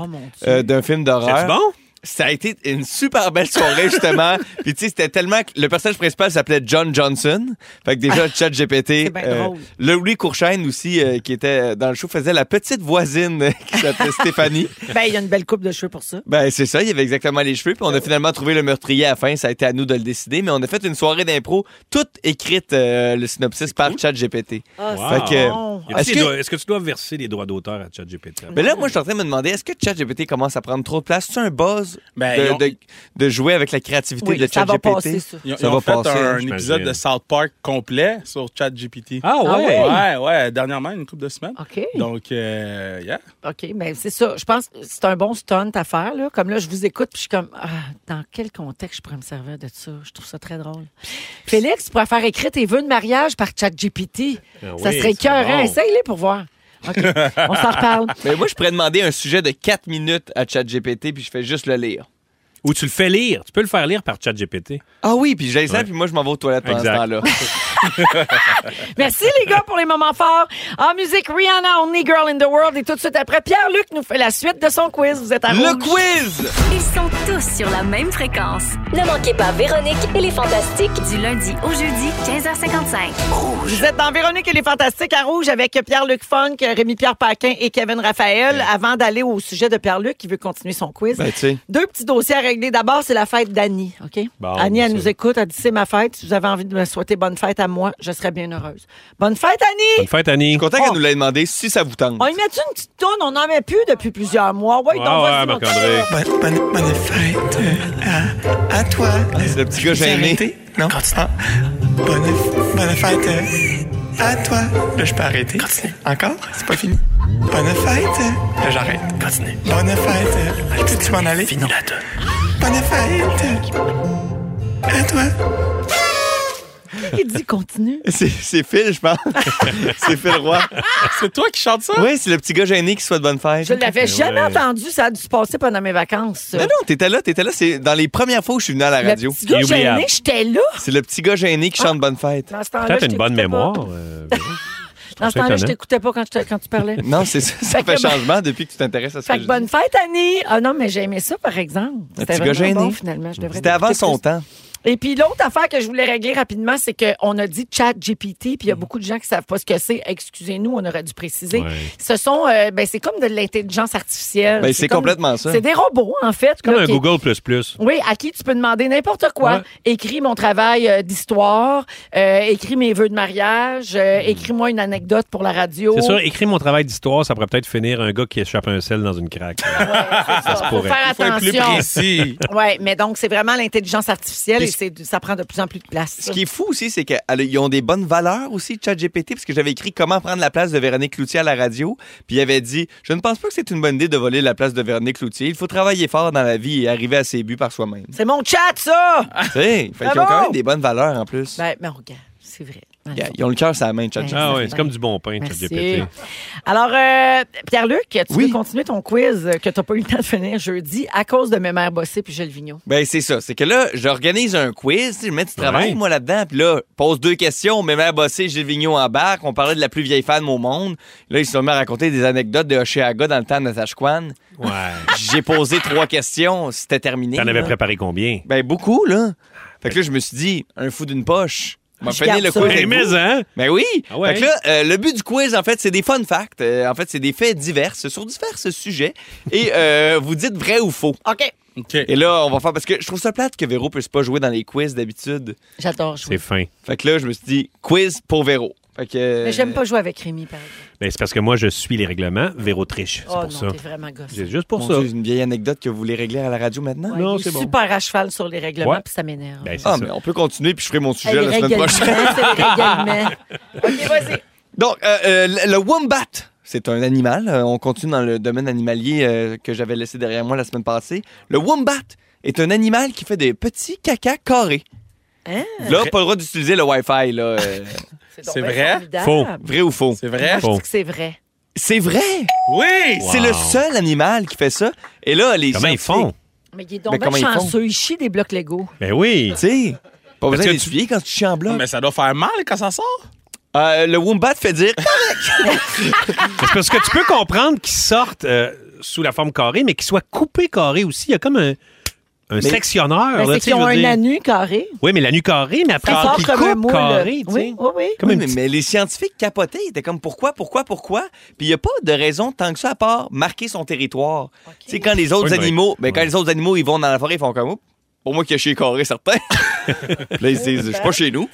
S8: euh, d'un film d'horreur.
S7: C'est-tu bon?
S8: Ça a été une super belle soirée, justement. Puis, tu sais, c'était tellement. que- Le personnage principal s'appelait John Johnson. Fait que
S9: Ah,
S8: déjà, Chat GPT.
S13: ben drôle.
S8: le Louis Courchaine aussi, euh, qui était dans le show, faisait la petite voisine euh, qui s'appelait Stéphanie.
S6: Ben, il y a une belle coupe de cheveux pour ça.
S8: Ben, c'est ça, il avait exactement les cheveux. Puis
S9: Euh,
S8: on a finalement trouvé le meurtrier à la fin. Ça a été à nous de le décider. Mais on a fait une soirée d'impro, toute écrite, euh, le synopsis par ChatGPT.
S9: Ah,
S7: Wow.
S8: Fait que-
S7: Y a-t-il
S8: Est-ce
S7: des
S8: que-
S7: droits- Est-ce que tu dois verser les droits d'auteur à ChatGPT?
S6: Ben,
S8: mais là, moi, je suis en train de me demander, est-ce que ChatGPT commence à prendre trop de place? C'est un buzz
S7: Ben,
S8: de,
S7: ils ont-
S8: de- de jouer avec la créativité
S9: Oui,
S8: de
S9: ça
S8: ChatGPT?
S9: va passer, ça. Ils ont- ils ont fait un épisode de South Park complet sur ChatGPT.
S7: Ah
S6: ouais? Ah ouais?
S9: Ouais, ouais, dernièrement, une couple de semaines.
S6: OK.
S9: Donc, euh, yeah.
S6: OK, mais c'est ça. Je pense que c'est un bon stunt à faire. Là. Comme là, je vous écoute, puis je suis comme, ah, dans quel contexte je pourrais me servir de ça? Je trouve ça très drôle. Félix, tu pourrais faire écrire tes vœux de mariage par ChatGPT.
S8: Ah
S6: ça
S8: oui,
S6: serait
S8: c'est bon.
S6: écœurant. Essaye-les pour voir. OK, on s'en reparle.
S8: Mais moi, je pourrais demander un sujet de 4 minutes à ChatGPT, puis je fais juste le lire.
S7: Ou tu le fais lire. Tu peux le faire lire par ChatGPT.
S8: Ah oui, puis j'ai ça,
S7: Ouais.
S8: puis moi, je m'en vais aux toilettes pendant ce
S7: Exact.
S8: temps-là.
S6: Merci, les gars, pour les moments forts. En musique, Rihanna, Only Girl in the World. Et tout de suite après, Pierre-Luc nous fait la suite de son quiz. Vous êtes à
S10: Le
S8: quiz!
S10: Ils sont tous sur la même fréquence. Ne manquez pas Véronique et les Fantastiques du lundi au jeudi 15h55.
S6: Vous êtes dans Véronique et les Fantastiques à Rouge avec Pierre-Luc Funk, Rémi-Pierre Paquin et Kevin Raphaël. Avant d'aller au sujet de Pierre-Luc qui veut continuer son quiz.
S8: Ben, tu sais.
S6: Deux petits dossiers à régler. D'abord, c'est la fête d'Annie, OK?
S8: Bon,
S6: Annie, elle
S8: c'est-
S6: nous écoute, elle dit c'est ma fête. Si vous avez envie de me souhaiter bonne fête à moi, je serais bien heureuse. Bonne fête, Annie!
S7: Bonne fête, Annie. Je suis
S8: content qu'elle nous l'ait demandé si ça vous tente.
S6: On y met une petite toune? On n'en met plus depuis plusieurs mois. Ouais, donc, vas-y, mon
S16: Bonne, bonne- bonne fête euh, à, à toi.
S8: C'est le petit gars gêné.
S16: Non? Continue. Bonne, f- bonne fête euh, à toi. Là, je peux arrêter. Continue. Encore? C'est pas fini. Bonne fête. euh. Là, j'arrête. Continue. Bonne fête. euh. Peux-tu m'en aller? Fini la Bonne fête euh, à toi.
S6: Il dit continue.
S8: C'est- C'est Phil, je pense. c'est Phil Roy.
S9: C'est toi qui chante ça?
S8: Oui, c'est le petit gars gêné qui souhaite bonne fête.
S6: Je l'avais jamais entendu. Ça a dû se passer pendant mes vacances. ça.
S8: Non, non, t'étais là, t'étais là. C'est dans les premières fois où je suis venu à la
S6: Le
S8: radio.
S6: petit gars gêné, j'étais là.
S8: C'est le petit gars Ah. gêné qui chante bonne fête.
S6: Dans ce temps-là, Peut-être Ah, je une bonne t'écoutais pas. mémoire,
S7: euh,
S6: Dans ce temps-là, je t'écoutais pas quand, je te- quand tu parlais.
S8: Non, c'est ça. Ça
S6: Fait
S8: fait
S6: que bon-
S8: changement depuis que tu t'intéresses à ce
S6: Fait
S8: que je
S6: que
S8: dis.
S6: bonne fête, Annie! Ah non, mais j'aimais ça, par exemple.
S8: Le
S6: C'était
S8: petit gars
S6: vraiment
S8: gêné.
S6: bon, finalement. Je devrais
S8: C'était avant
S6: l'écouter
S8: son
S6: plus.
S8: temps.
S6: Et puis, l'autre affaire que je voulais régler rapidement, c'est qu'on a dit chat GPT, puis
S8: Mm.
S6: il y a beaucoup de gens qui savent pas ce que c'est. Excusez-nous, on aurait dû préciser.
S8: Ouais.
S6: Ce sont, euh, ben, c'est comme de l'intelligence artificielle.
S7: Ben, c'est
S6: comme-
S7: complètement ça.
S6: C'est des robots, en fait.
S7: Comme
S6: là,
S7: un
S6: qui- Oh.
S7: Google plus plus.
S6: Oui, à qui tu peux demander n'importe quoi.
S7: Ouais.
S6: Écris mon travail euh, d'histoire, euh, écris mes vœux de mariage, euh, écris-moi une anecdote pour la radio.
S7: Hmm. C'est sûr, écrire mon travail d'histoire, ça pourrait peut-être finir un gars qui échappe un sel dans une craque. ça se
S6: Faut
S7: pourrait.
S6: faire attention.
S7: précis.
S6: ouais, mais donc c'est vraiment l'intelligence artificielle
S8: Mais
S6: et c'est- ça prend de plus en plus de place.
S8: Ce qui est fou aussi, c'est qu'ils ont des bonnes valeurs aussi, ChatGPT, parce que j'avais écrit comment prendre la place de Véronique Cloutier à la radio, puis il avait dit Je ne pense pas que c'est une bonne idée de voler la place de Véronique Cloutier. Il faut travailler fort dans la vie et arriver à ses buts par soi-même.
S6: C'est mon chat, ça!
S8: Tu sais, fait
S6: Ah
S8: qu'ils ont
S6: bon?
S8: quand même des bonnes valeurs en plus.
S6: Ben, mais regarde, c'est vrai.
S8: Yeah, Ils ont le cœur sur la main, ChatGPT.
S6: Ah ouais, c'est comme
S7: du bon pain,
S6: Merci. Alors, euh, Pierre-Luc, tu veux continuer ton quiz euh, que tu n'as pas eu le temps de finir jeudi à cause de mes mères bossées puis Gilles Vigneault.
S8: Ben, c'est ça. C'est que là, j'organise un quiz. tu sais, Je mets du travail,
S6: Ouais.
S8: moi, là-dedans. Puis là, pose deux questions. Mes mères bossé, Gilles Vigneault embarque. On parlait de la plus vieille femme au monde. Là, ils se sont mis à raconter des anecdotes de Oshiaga dans le temps de Natasha Kwan.
S7: Ouais.
S8: J'ai posé trois questions. C'était terminé.
S7: T'en
S8: là.
S7: avais préparé combien?
S8: Ben, beaucoup, là. Fait que là, je me suis dit, un fou d'une poche. On va
S7: Je
S8: finir
S7: garde
S8: le
S7: ça.
S8: quiz.
S7: Ben,
S8: avec
S7: mais,
S8: vous.
S7: hein?
S8: Ben oui.
S7: Ah ouais.
S8: Fait que là, euh, le but du quiz, en fait, c'est des fun facts. Euh, en fait, c'est des faits divers sur divers sujets. Et euh, vous dites vrai ou faux.
S6: OK.
S8: Et là, on va faire. Parce que je trouve ça plate que Véro puisse pas jouer dans les quiz d'habitude.
S6: J'adore jouer.
S7: fin.
S8: Fait que là, je me suis dit, quiz pour Véro. Fait que. euh,
S6: Mais j'aime pas jouer avec Rémi, par exemple.
S7: Ben, c'est parce que moi, je suis les règlements. Véro triche. C'est
S6: Oh
S7: pour
S6: non,
S7: ça.
S6: t'es vraiment gosse.
S7: C'est juste pour
S8: Mon
S7: ça.
S8: Dieu, une vieille anecdote que vous voulez régler à la radio maintenant?
S6: Ouais, il est super à cheval sur les règlements
S8: Ouais.
S6: puis ça m'énerve.
S7: Ben,
S8: ah, mais on peut continuer, puis je ferai mon sujet
S6: Hey,
S8: la semaine
S6: règlement,
S8: prochaine.
S6: c'est les règlements.
S8: Donc, euh, euh, le le wombat, c'est un animal. Euh, on continue dans le domaine animalier euh, que j'avais laissé derrière moi la semaine passée. Le wombat est un animal qui fait des petits caca carrés. Là, pas le droit d'utiliser le Wi-Fi. là, euh.
S6: donc Ben, C'est bien vrai? formidable.
S8: Faux. Vrai ou faux? C'est
S6: Moi, je dis que c'est vrai.
S8: C'est vrai? Oui! C'est
S7: Wow.
S8: le seul animal qui fait ça. Et là, les
S7: Comment ils font?
S6: Mais il est
S8: Mais
S6: donc bien
S8: comment ils font?
S6: chanceux. Il chie des blocs Lego.
S7: Ben oui.
S8: Tu sais, pas
S9: Parce
S8: besoin
S9: que
S8: d'étudier quand tu chies en bloc.
S9: Mais ça doit faire mal quand ça sort.
S8: Euh, le wombat fait dire
S7: C'est parce que tu peux comprendre qu'ils sortent euh, sous la forme carrée, mais qu'ils soient coupés carrés aussi. Il y a comme un, un sectionneur.
S6: Ben,
S7: là,
S6: c'est
S7: tu sais,
S6: qu'ils ont
S7: je veux
S6: un
S7: dire.
S6: anus carré.
S7: Oui, mais la nuque carrée, mais après,
S6: Ça sort
S7: qui
S6: comme un
S7: coupe
S6: moule.
S7: carré, tu sais.
S6: Oui, oui, oui.
S8: Oui, mais, mais les scientifiques capotaient. Ils étaient comme pourquoi, pourquoi, pourquoi? Puis il n'y a pas de raison tant que ça à part marquer son territoire. Tu sais, quand les autres
S7: Oui, mais-
S8: animaux, ben, quand les autres animaux, ils vont dans la forêt, ils font comme Oups, pour moi qui a chez carré, certain. Puis là, ils se disent, je suis pas chez nous.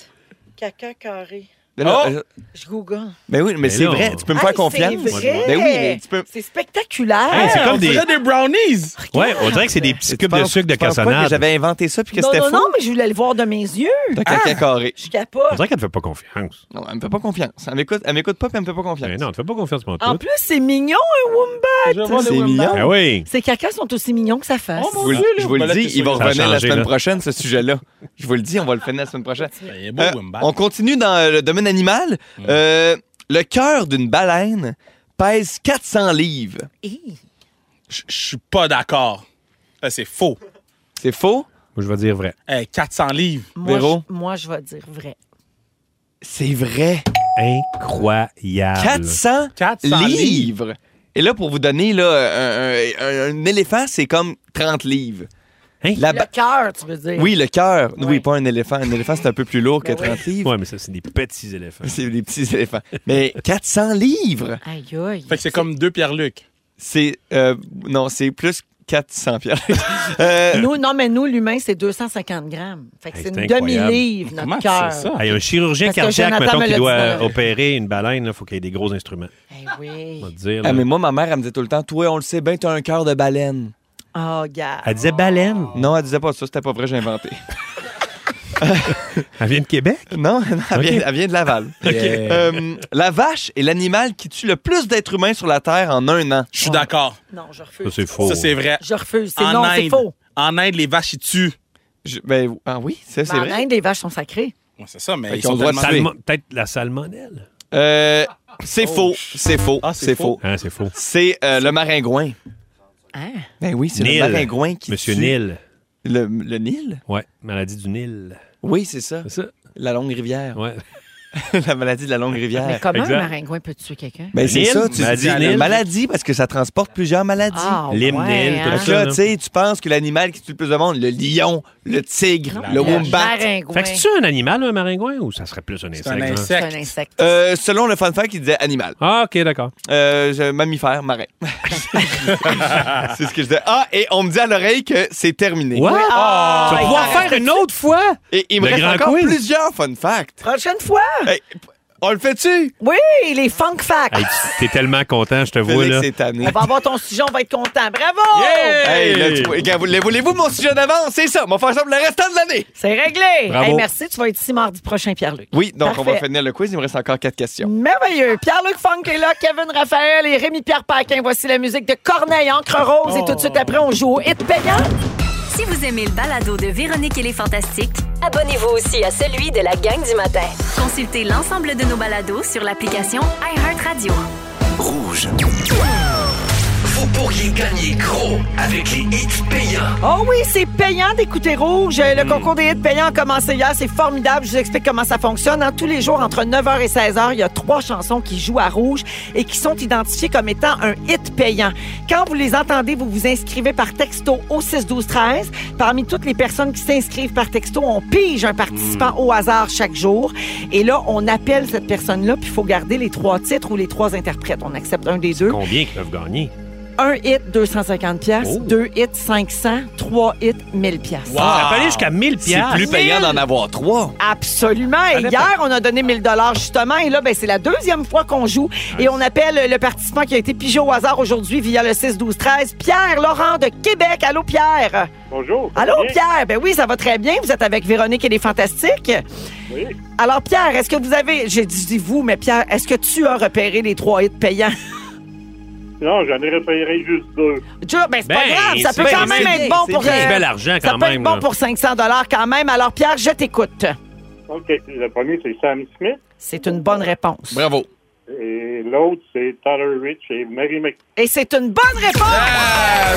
S6: Caca carré.
S8: Mais là, euh,
S6: Je google.
S8: ben oui, mais,
S7: Oh! Mais
S8: c'est
S7: là,
S8: vrai.
S7: on-
S8: Tu peux me faire confiance.
S6: Ah, C'est vrai.
S8: Ben oui, mais tu peux.
S6: C'est spectaculaire.
S7: Hey, c'est comme
S9: On
S7: des.
S9: dirait des brownies.
S7: Ouais, on dirait que c'est des petits cubes de
S8: penses-
S7: sucre de
S8: tu penses pas que
S7: cassonade.
S8: J'avais inventé ça puis que
S6: non,
S8: c'était
S6: non,
S8: faux.
S6: non, Ah! mais je voulais le voir de mes yeux.
S8: T'as caca carré.
S6: Je capote.
S7: On dirait qu'elle ne fait pas confiance.
S8: Non, elle me fait pas confiance. Elle m'écoute, elle m'écoute pas, puis elle me fait pas confiance.
S7: Mais non, elle ne fait pas confiance, mon
S6: En
S7: tout.
S6: plus, c'est mignon, un wombat.
S8: C'est mignon.
S7: Ah oui.
S6: Ses cacas sont aussi mignons que sa face.
S8: Je vous, le- je vous le dis, il va
S7: Ça a
S8: revenir la
S7: changé,
S8: semaine
S7: là.
S8: prochaine, ce sujet-là. Je vous le dis, on va le finir la semaine prochaine.
S9: Il est beau,
S8: Euh,
S9: Wombat.
S8: on continue dans euh, le domaine animal. Euh, le cœur d'une baleine pèse 400 livres.
S6: Hi.
S9: Je je suis pas d'accord. Euh, C'est faux.
S8: C'est faux?
S7: Moi, je vais dire vrai.
S9: Hey, 400 livres.
S6: Moi,
S8: Véro?
S6: je, moi, je vais dire vrai.
S8: C'est vrai.
S7: Incroyable.
S8: 400,
S9: 400
S8: livres.
S9: livres.
S8: Et là, pour vous donner, là, un, un- un éléphant, c'est comme 30 livres.
S7: Hein?
S8: La ba-
S6: Le cœur, tu veux dire.
S8: Ah, ben, Oui, le cœur.
S6: Ouais.
S8: Oui, pas un éléphant. Un éléphant, c'est un peu plus lourd que
S6: Ben oui.
S8: 30 livres.
S7: Ouais, mais ça, c'est des petits éléphants.
S8: C'est des petits éléphants. Mais 400 livres!
S6: Aïe, aïe.
S9: Fait que c'est comme deux Pierre-Luc.
S8: C'est. euh, non, c'est plus 400 piastres. Euh,
S6: Nous, non, mais nous, l'humain, c'est 250 grammes. Fait que
S7: Hey,
S6: c'est
S7: c'est
S6: une
S7: incroyable.
S6: demi-livre,
S9: Comment
S6: notre
S9: tu
S6: cœur.
S9: sais ça?
S7: Hey, un chirurgien
S6: Parce que
S7: cardiaque,
S6: Jonathan
S7: mettons,
S6: me
S7: qui
S6: l'a
S7: doit
S6: dit dans
S7: euh,
S6: la-
S7: opérer une baleine, il faut qu'il y ait des gros instruments.
S6: Eh oui.
S7: On va te dire,
S8: ah,
S7: là.
S8: mais moi, ma mère, elle me disait tout le temps Toi, on le sait bien, t'as un cœur de baleine.
S6: Oh, gars.
S7: Elle disait baleine.
S8: Non, elle disait pas ça, c'était pas vrai, j'ai inventé.
S7: Elle vient de Québec?
S8: non, non, elle,
S7: Ok.
S8: vient, elle vient de Laval. Euh, la vache est l'animal qui tue le plus d'êtres humains sur la Terre en un an.
S9: Je suis d'accord.
S6: Non, je
S7: Ça,
S6: refuse.
S7: c'est faux.
S9: Ça, c'est vrai.
S6: Je refuse. C'est
S9: En
S6: non,
S9: Inde.
S6: c'est faux.
S9: En Inde, les vaches, ils tuent.
S8: Je- ben, ah oui, ça,
S6: Mais
S8: c'est
S6: en
S8: vrai.
S6: Inde, les vaches sont sacrées.
S9: Ouais, c'est ça, mais
S8: Fait
S9: ils
S8: qu'ils ont
S9: sont
S8: le droit de
S9: tellement...
S8: tuer.
S7: Salmo- Peut-être la salmonelle.
S8: Euh, c'est faux, c'est faux,
S9: Ah, c'est
S8: c'est faux.
S7: Ah, c'est faux.
S8: C'est euh, le maringouin.
S6: Hein?
S8: Ben oui, c'est
S7: Nil.
S8: le maringouin qui
S7: Monsieur
S8: tue-
S7: Nil.
S8: Le, le Nil?
S7: Ouais, maladie du Nil.
S8: Oui, c'est ça.
S7: C'est ça?
S8: La longue rivière.
S7: Ouais.
S8: la maladie de la longue
S6: Mais
S8: rivière.
S6: comment
S7: Exact.
S6: un maringouin peut tuer quelqu'un?
S8: Ben, c'est
S7: Nil,
S8: ça, tu
S7: maladie
S8: dis
S7: Nil.
S8: la maladie parce que ça transporte plusieurs maladies.
S6: Ah,
S7: L'hymne
S6: ouais,
S7: Nil, tout
S6: hein?
S8: Parce que
S7: ça,
S8: là,
S7: là.
S8: tu sais, tu penses que l'animal qui tue le plus de monde, le lion, le tigre,
S6: Non,
S8: le wombat.
S6: maringouin.
S7: Fait que c'est-tu un animal, un maringouin, ou ça serait plus un insecte?
S9: un
S7: genre?
S9: insecte.
S6: C'est un insecte.
S8: Euh, selon le fun fact, il disait animal.
S7: Ah, OK, d'accord.
S8: Euh, je- mammifère, marin. c'est ce que je disais. Ah, et on me dit à l'oreille que c'est terminé.
S7: What?
S6: Ah,
S7: tu vas pouvoir
S6: il en
S7: faire une autre fois?
S8: Et il me
S7: Le
S8: reste
S7: grand
S8: encore
S7: quiz.
S8: plusieurs fun facts.
S6: Prochaine fois!
S8: Hey, p- on le fait-tu?
S6: Oui, les funk facts.
S7: Hey, tu- T'es tellement content, je te vois,
S8: Félix
S7: là.
S8: est tanné.
S6: On va avoir ton sujet, on va être content. Bravo!
S8: Hey, là, tu vois, gars, voulez- voulez-vous mon sujet d'avance? C'est ça. On va faire ça pour le restant de l'année.
S6: C'est réglé!
S7: Bravo.
S6: Hey, merci, tu vas être ici mardi prochain, Pierre-Luc.
S8: Oui, donc on va
S6: Parfait.
S8: finir le quiz. Il me reste encore quatre questions.
S6: Merveilleux. Pierre-Luc Funk est là, Kevin Raphaël et Rémi-Pierre Paquin. Voici la musique de Corneille, Encre Rose. Et tout de suite après, on joue au Hit Payant.
S10: Si vous aimez le balado de Véronique et les Fantastiques,
S11: Abonnez-vous aussi à celui de la gang du matin.
S10: consultez l'ensemble de nos balados sur l'application iHeartRadio.
S3: Rouge. Vous pourriez gagner gros avec les hits payants.
S6: Oh oui, c'est payant d'écouter Rouge. Euh, Le concours des hits payants a commencé hier. C'est formidable. Je vous explique comment ça fonctionne. hein. Tous les jours, entre 9h et 16h, il y a trois chansons qui jouent à Rouge et qui sont identifiées comme étant un hit payant. Quand vous les entendez, vous vous inscrivez par texto au 6-12-13. Parmi toutes les personnes qui s'inscrivent par texto, on pige un participant au hasard chaque jour. Et là, on appelle cette personne-là, puis il faut garder les trois titres ou les trois interprètes. On accepte un des deux.
S7: Combien qu'ils peuvent gagner?
S6: Un hit, 250 pièces.
S7: Oh.
S6: Deux hits, 500. Trois hits, 1000 pièces.
S7: Wow. Ah, Ça peut aller jusqu'à 1000
S8: C'est
S7: piastres.
S8: plus payant d'en avoir trois.
S6: Absolument. Et hier, on a donné 1000 dollars justement. Et là, ben, c'est la deuxième fois qu'on joue. Et on appelle le participant qui a été pigé au hasard aujourd'hui via le 6-12-13, Pierre Laurent de Québec. Allô, Pierre.
S14: Bonjour. ça
S6: Allô,
S14: va bien?
S6: Pierre. Ben oui, ça va très bien. Vous êtes avec Véronique et les Fantastiques.
S14: Oui.
S6: Alors, Pierre, est-ce que vous avez... J'ai dit dit vous, mais Pierre, est-ce que tu as repéré les trois hits payants?
S14: Non, j'en ai repéré juste deux.
S6: Je- Ben, c'est pas
S7: Ben,
S6: grave. Ça
S7: c'est
S6: peut
S7: bien,
S6: quand même
S7: c'est
S6: être
S7: bien,
S6: bon
S7: c'est
S6: pour...
S7: bien.
S6: euh,
S7: C'est bel argent
S6: Ça
S7: quand
S6: peut être
S7: même,
S6: bon
S7: là.
S6: pour 500 dollars quand même. Alors, Pierre, je t'écoute.
S14: OK. Le premier, c'est Sam Smith.
S6: C'est une bonne réponse.
S8: Bravo.
S14: Et l'autre, c'est Tyler Rich et Mary Mc...
S6: Et c'est une bonne réponse!
S7: Ah,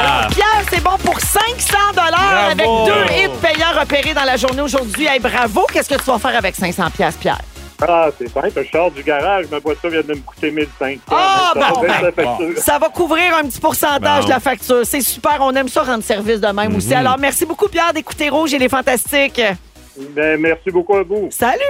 S6: Alors, Pierre, c'est bon pour 500 dollars avec deux hits payants repérés dans la journée aujourd'hui. Hey, bravo! Qu'est-ce que tu vas faire avec 500 pièces, Pierre?
S14: Ah, c'est simple. Je sors du garage, ma voiture vient de me coûter 1500.
S6: Ah,
S14: Ça
S6: bon,
S14: va baisser la
S6: ben,
S14: facture.
S6: ça va couvrir un petit pourcentage
S14: Bon.
S6: de la facture. C'est super, on aime ça rendre service de même aussi.
S14: Mhm.
S6: Alors, merci beaucoup, Pierre, d'écouter Rouge et les Fantastiques.
S14: Ben, merci beaucoup à vous.
S6: Salut!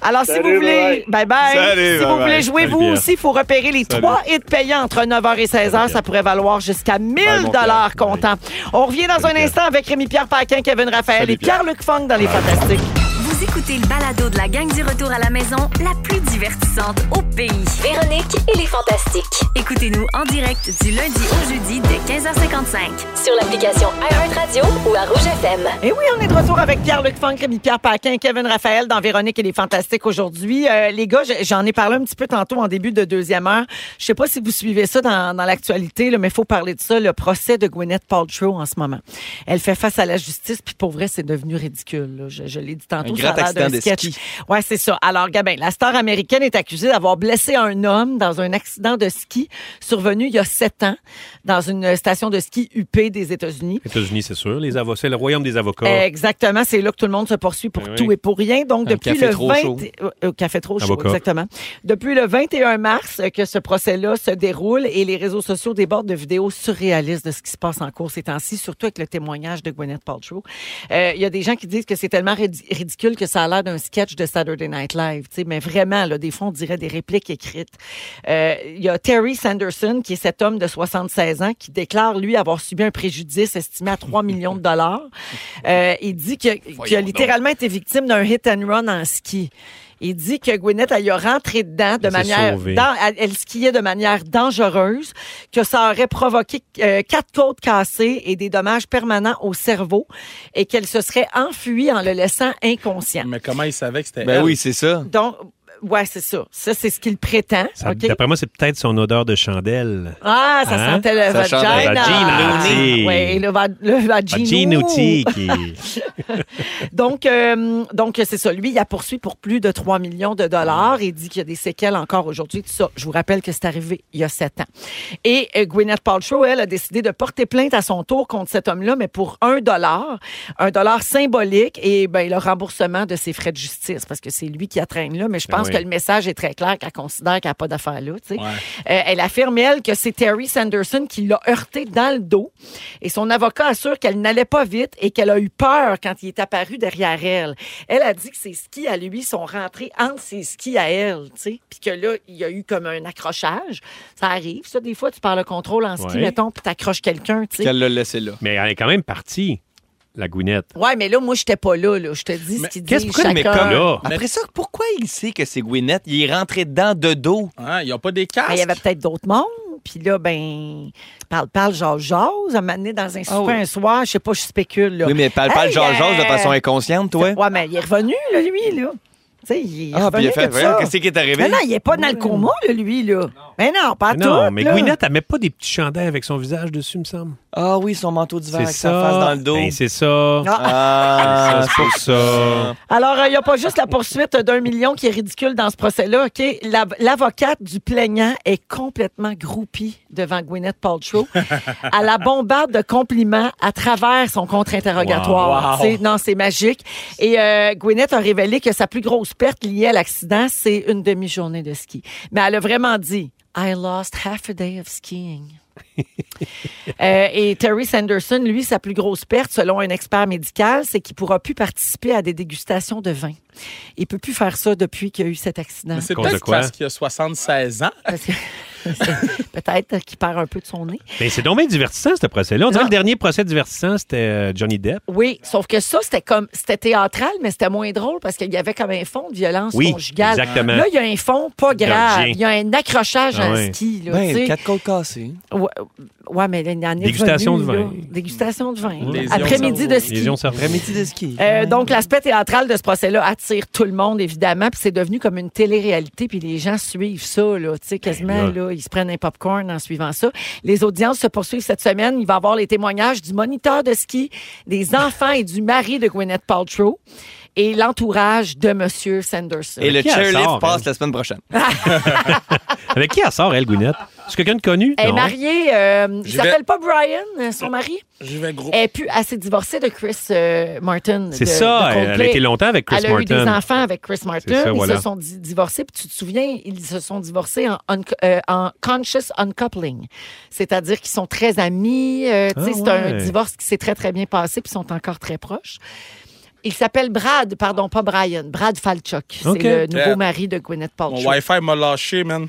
S6: Alors, si
S14: Salut,
S6: vous voulez...
S14: bye-bye.
S6: Bye-bye.
S14: Salut,
S6: Si vous
S14: bye-bye.
S6: voulez jouer,
S14: Salut,
S6: vous
S14: Pierre.
S6: aussi, il faut repérer les
S14: Salut.
S6: trois hits payants entre 9h et 16h. Ça pourrait valoir jusqu'à 1000
S17: Bye, mon Pierre.
S6: dollars comptant. On revient dans un instant avec Rémi-Pierre Paquin, Kevin Raphaël
S10: Salut,
S6: et Pierre-Luc Funk dans les Fantastiques.
S10: Vous écoutez le balado de la gang du retour à la maison, la plus divertissante au pays. Véronique et les Fantastiques. Écoutez-nous en direct du lundi au jeudi dès 15h55 sur l'application iHeartRadio ou à Rouge FM.
S6: Et Eh oui, on est de retour avec Pierre-Luc Funk, Rémi-Pierre Paquin, Kevin Raphaël dans Véronique et les Fantastiques aujourd'hui. Euh, les gars, j- j'en ai parlé un petit peu tantôt en début de deuxième heure. Je sais pas si vous suivez ça dans, dans l'actualité, là, mais il faut parler de ça, le procès de Gwyneth Paltrow en ce moment. Elle fait face à la justice, puis pour vrai, c'est devenu ridicule. là. Je, je l'ai dit tantôt,
S8: Un
S6: ça a
S8: grand
S6: l'air d'un
S8: accident de
S6: sketch.
S8: ski.
S6: Ouais, c'est ça. Alors, Gabin, la star américaine est accusée d'avoir blessé un homme dans un accident de ski survenu il y a sept ans dans une station de ski huppée des États-Unis.
S7: États-Unis, c'est sûr. Les avocats, c'est le royaume des avocats.
S6: Euh, Exactement, c'est là que tout le monde se poursuit pour
S7: Ben
S6: tout
S7: oui.
S6: et pour rien. Donc,
S7: Un
S6: depuis
S7: café
S6: le
S7: trop
S6: 20...
S7: chaud.
S6: euh, euh, café trop chaud,
S7: Avocat.
S6: exactement. Depuis le 21 mars euh, que ce procès-là se déroule et les réseaux sociaux débordent de vidéos surréalistes de ce qui se passe en cours ces temps-ci, surtout avec le témoignage de Gwyneth Paltrow. Euh, Il y a des gens qui disent que c'est tellement ridi- ridicule que ça a l'air d'un sketch de Saturday Night Live. tu sais, Mais vraiment, là, des fois, on dirait des répliques écrites. Euh, Il y a Terry Sanderson, qui est cet homme de 76 ans, qui déclare, lui, avoir subi un préjudice estimé à 3 millions de dollars. Euh, il dit que- qu'il a
S18: Voyons
S6: littéralement été victime d'un hit and run en ski. Il dit que Gwyneth, elle y a rentré dedans de
S18: Elle s'est
S6: manière...
S18: sauvée.
S6: dans- elle, elle skiait de manière dangereuse, que ça aurait provoqué euh, quatre côtes cassées et des dommages permanents au cerveau et qu'elle se serait enfuie en le laissant inconscient.
S9: Mais comment il savait que c'était
S7: Ben
S9: elle?
S7: oui, c'est ça.
S6: Donc, ouais, c'est ça. Ça, c'est ce qu'il prétend.
S7: Ça-
S6: OK?
S7: D'après moi, c'est peut-être son odeur de chandelle.
S6: Ah, ça
S7: Hein?
S6: sentait le
S7: Ça
S6: vagina.
S7: sentait le vagina, oui.
S6: Oui, le, va- le vagino.
S7: Vaginouti Ah, qui-
S6: donc, euh, donc c'est ça. Lui, il a poursuivi pour plus de 3 millions de dollars et dit qu'il y a des séquelles encore aujourd'hui. Tout ça, je vous rappelle que c'est arrivé il y a 7 ans. Et euh, Gwyneth Paltrow, elle, a décidé de porter plainte à son tour contre cet homme-là, mais pour un dollar, un dollar symbolique et ben, le remboursement de ses frais de justice parce que c'est lui qui la traîne là. Mais je
S18: Ben
S6: pense
S18: oui.
S6: que le message est très clair qu'elle considère qu'elle n'a pas d'affaires là. tu sais.
S18: Ouais.
S6: Euh, elle affirme, elle, que c'est Terry Sanderson qui l'a heurté dans le dos. Et son avocat assure qu'elle n'allait pas vite et qu'elle a eu peur quand il est apparu derrière elle. Elle a dit que ses skis à lui sont rentrés entre ses skis à elle, tu sais. Puis que là, il y a eu comme un accrochage. Ça arrive, ça, des fois, tu perds le contrôle en ski,
S7: Ouais.
S6: mettons, puis t'accroches quelqu'un, tu sais.
S7: l'a laissé là. Mais elle est quand même partie, la Gouinette.
S6: Ouais, mais là, moi, j'étais pas là, là. Je te dis ce qu'il dit. chacun.
S8: mais comme
S7: Là.
S8: Après ça, pourquoi il sait que c'est Gwyneth? Il est rentré dedans de dos.
S9: il n'y a pas des
S6: Ah, Il y avait peut-être d'autres mondes. Puis là, ben, parle, parle, jase, jase. M'amener dans un souper
S8: Ah oui.
S6: un soir, je sais pas, je spécule. Là.
S8: Oui, mais parle pas de
S6: Hey,
S8: genre
S6: euh,
S8: de façon inconsciente, toi.
S6: Ouais, mais il est revenu, là, lui, là. Tu sais, il est
S8: Ah, puis
S6: revenu
S8: il a fait,
S6: de
S8: voyons,
S6: ça.
S8: qu'est-ce qui est arrivé?
S6: Mais non, il est pas dans
S8: Mm.
S6: le coma, là, lui, là. Mais non, pas
S7: non,
S6: tout,
S7: mais
S6: là.
S7: Gwyneth, elle met pas des petits chandails avec son visage dessus, me semble.
S8: Ah oui, son manteau d'hiver
S7: C'est
S8: avec sa
S7: ça.
S8: face dans le dos.
S7: Ben, c'est ça.
S8: Ah.
S7: C'est ça, c'est pour ça.
S6: Alors, euh, il n'y a pas juste la poursuite d'un million qui est ridicule dans ce procès-là, OK? L'av- L'avocate du plaignant est complètement groupie devant Gwyneth Paltrow. à la bombarde de compliments à travers son contre-interrogatoire.
S18: Wow.
S6: Tu sais, Non, c'est magique. Et euh, Gwyneth a révélé que sa plus grosse perte liée à l'accident, c'est une demi-journée de ski. Mais elle a vraiment dit « I lost half a day of skiing ». Euh, et Terry Sanderson, lui, sa plus grosse perte, selon un expert médical, c'est qu'il pourra plus participer à des dégustations de vin. Il peut plus faire ça depuis qu'il y a eu cet accident.
S9: Mais c'est peut-être parce qu'il a 76 ans.
S6: Peut-être qu'il perd un peu de son nez.
S7: Ben, c'est donc bien divertissant, ce procès-là. On dirait que le dernier procès divertissant, c'était euh, Johnny Depp.
S6: Oui, sauf que ça, c'était comme c'était théâtral, mais c'était moins drôle parce qu'il y avait comme un fond de violence
S7: Oui,
S6: conjugale.
S7: exactement.
S6: Là, il y a un fond pas grave.
S7: Gardien.
S6: Il y a un accrochage
S7: Ah
S6: en
S7: ouais.
S6: ski. Là,
S8: Ben,
S6: tu sais.
S8: quatre côtes cassées.
S6: Ouais, ouais, mais là, il y en est
S7: Dégustation
S6: revenu,
S7: de
S6: là.
S7: vin.
S6: Dégustation de vin.
S7: Lésion
S6: Après-midi de
S7: cerveau.
S6: ski.
S7: Lésion cerveau. Après-midi
S8: de ski.
S6: Euh, donc, l'aspect théâtral de ce procès-là attire tout le monde, évidemment, puis c'est devenu comme une télé-réalité, puis les gens suivent ça, là, tu sais, quasiment,
S18: Ben,
S6: là, ils se prennent un popcorn en suivant ça. Les audiences se poursuivent cette semaine. Il va y avoir les témoignages du moniteur de ski, des enfants et du mari de Gwyneth Paltrow et l'entourage de M. Sanderson.
S8: Et le
S7: Qui elle
S8: chairlift
S7: sort, hein?
S8: passe la semaine prochaine.
S7: Avec qui elle sort, elle, Gwyneth? C'est quelqu'un de connu?
S17: Elle est
S7: Non.
S17: mariée. euh, il
S7: Je vais-
S17: s'appelle pas Brian, euh, son mari.
S9: Je vais gros.
S17: Elle, est plus- elle s'est divorcée de Chris euh, Martin.
S7: C'est
S17: de-
S7: ça,
S17: de
S7: elle- elle a
S17: Coldplay.
S7: été longtemps avec Chris
S17: elle Elle a eu
S7: Martin.
S17: des enfants avec Chris Martin.
S7: ça,
S17: ils
S7: voilà.
S17: se sont di- divorcés. Puis tu te souviens, ils se sont divorcés en, unco- euh, en conscious uncoupling. C'est-à-dire qu'ils sont très amis. euh, tu sais,
S18: Ah
S17: c'est un
S18: ouais.
S17: divorce qui s'est très, très bien passé. Puis ils sont encore très proches. Il s'appelle Brad, pardon, pas Brian. Brad Falchuk.
S9: Ok.
S17: C'est le nouveau
S9: Yeah.
S17: mari de Gwyneth Paltrow.
S9: Mon Wi-Fi m'a lâché, man.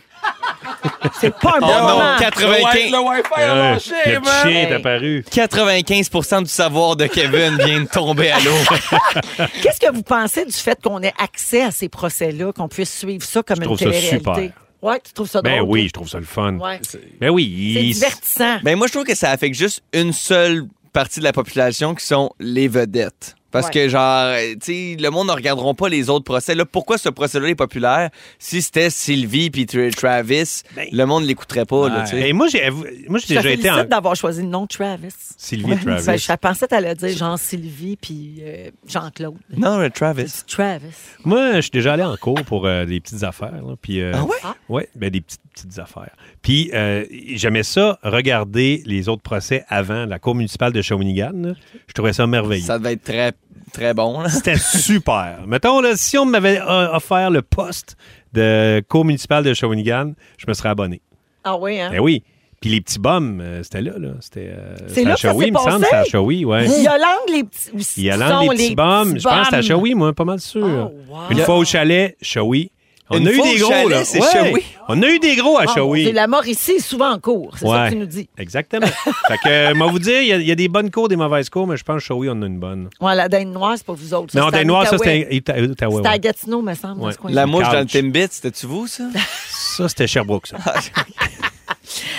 S17: C'est pas
S8: un
S7: Oh
S8: bon Oh non, moment. 95.
S9: Le Wi-Fi a
S8: Ouais,
S9: lâché,
S8: le
S9: man.
S8: chien est
S7: apparu.
S8: 95 du savoir de Kevin vient de tomber à l'eau.
S6: Qu'est-ce que vous pensez du fait qu'on ait accès à ces procès-là, qu'on puisse suivre ça comme
S7: Je
S6: une
S7: trouve ça
S6: télé-réalité?
S7: super.
S6: Ouais, tu trouves ça drôle?
S7: Ben
S6: toi?
S7: oui, je trouve ça le fun.
S6: Ouais.
S7: Ben oui. il-
S6: divertissant.
S8: Ben moi, je trouve que ça affecte juste une seule partie de la population qui sont les vedettes. Parce
S7: Ouais.
S8: que, genre, euh, tu sais, le monde ne regarderont pas les autres procès. Là, pourquoi ce procès-là est populaire? Si c'était Sylvie puis Tra- Travis, le monde ne l'écouterait pas, là,
S7: Ben, Ouais.
S8: tu sais.
S7: Ben, moi, j'ai avou- moi, j'ai
S6: Je te
S7: déjà été
S6: félicite
S7: en...
S6: d'avoir choisi le nom de Travis.
S7: Sylvie Travis.
S17: Ben,
S6: Ça, Je pensais que t'allais dire Jean-Sylvie puis euh, Jean-Claude.
S8: Non, euh, Travis.
S6: Travis.
S7: Moi, je suis déjà allé en cours pour euh, des petites affaires. là, puis, euh,
S6: Ah ouais?
S7: Ouais, ben, des petites, petites affaires. Puis euh, j'aimais ça, regarder les autres procès avant la cour municipale de Shawinigan. là. Je trouvais ça merveilleux.
S8: Ça devait être très, très bon, là.
S7: C'était super. Mettons, là, si on m'avait euh, offert le poste de cour municipale de Shawinigan, je me serais abonné.
S6: Ah oui, hein?
S7: Ben oui. Puis les petits bums, euh, c'était là. là. C'était euh,
S6: C'est là que ça
S7: Shawi,
S6: s'est
S7: il me semble.
S6: passé?
S7: C'était à Shawi, ouais.
S6: Il y a l'angle, les petits... ou
S7: Il y a
S6: sont
S7: l'un des petits bombes. Je pense que c'était à
S6: bums. Oh,
S7: Shawi, moi, pas mal sûr. Une fois au chalet, Shawi. On
S8: Une
S7: a eu
S8: fois
S7: des
S8: au
S7: gros,
S8: chalet,
S7: là.
S8: c'est Shawi.
S7: On a eu des gros à
S6: Ah,
S7: Shawi.
S6: mon Dieu, La mort ici est souvent en cours, c'est ça
S7: Ouais.
S6: que tu nous dis.
S7: Exactement. fait que, euh, moi, vous dire, il y a- il y, a des bonnes cours, des mauvaises cours, mais je pense que Shawi, on en a une bonne.
S6: Ouais, la dinde noire, c'est pas vous autres.
S7: non,
S6: c'est
S7: des
S6: à
S7: noirs, ça,
S6: Outaouais.
S7: c'était Ita- Outaouais, ouais.
S6: C'était à Gatineau, me semble, dans
S7: Ouais.
S6: ce coin-là.
S8: La mouche
S7: Couch.
S8: dans le Timbit, c'était-tu vous, ça?
S7: Ça, c'était Sherbrooke, ça.
S6: Ah.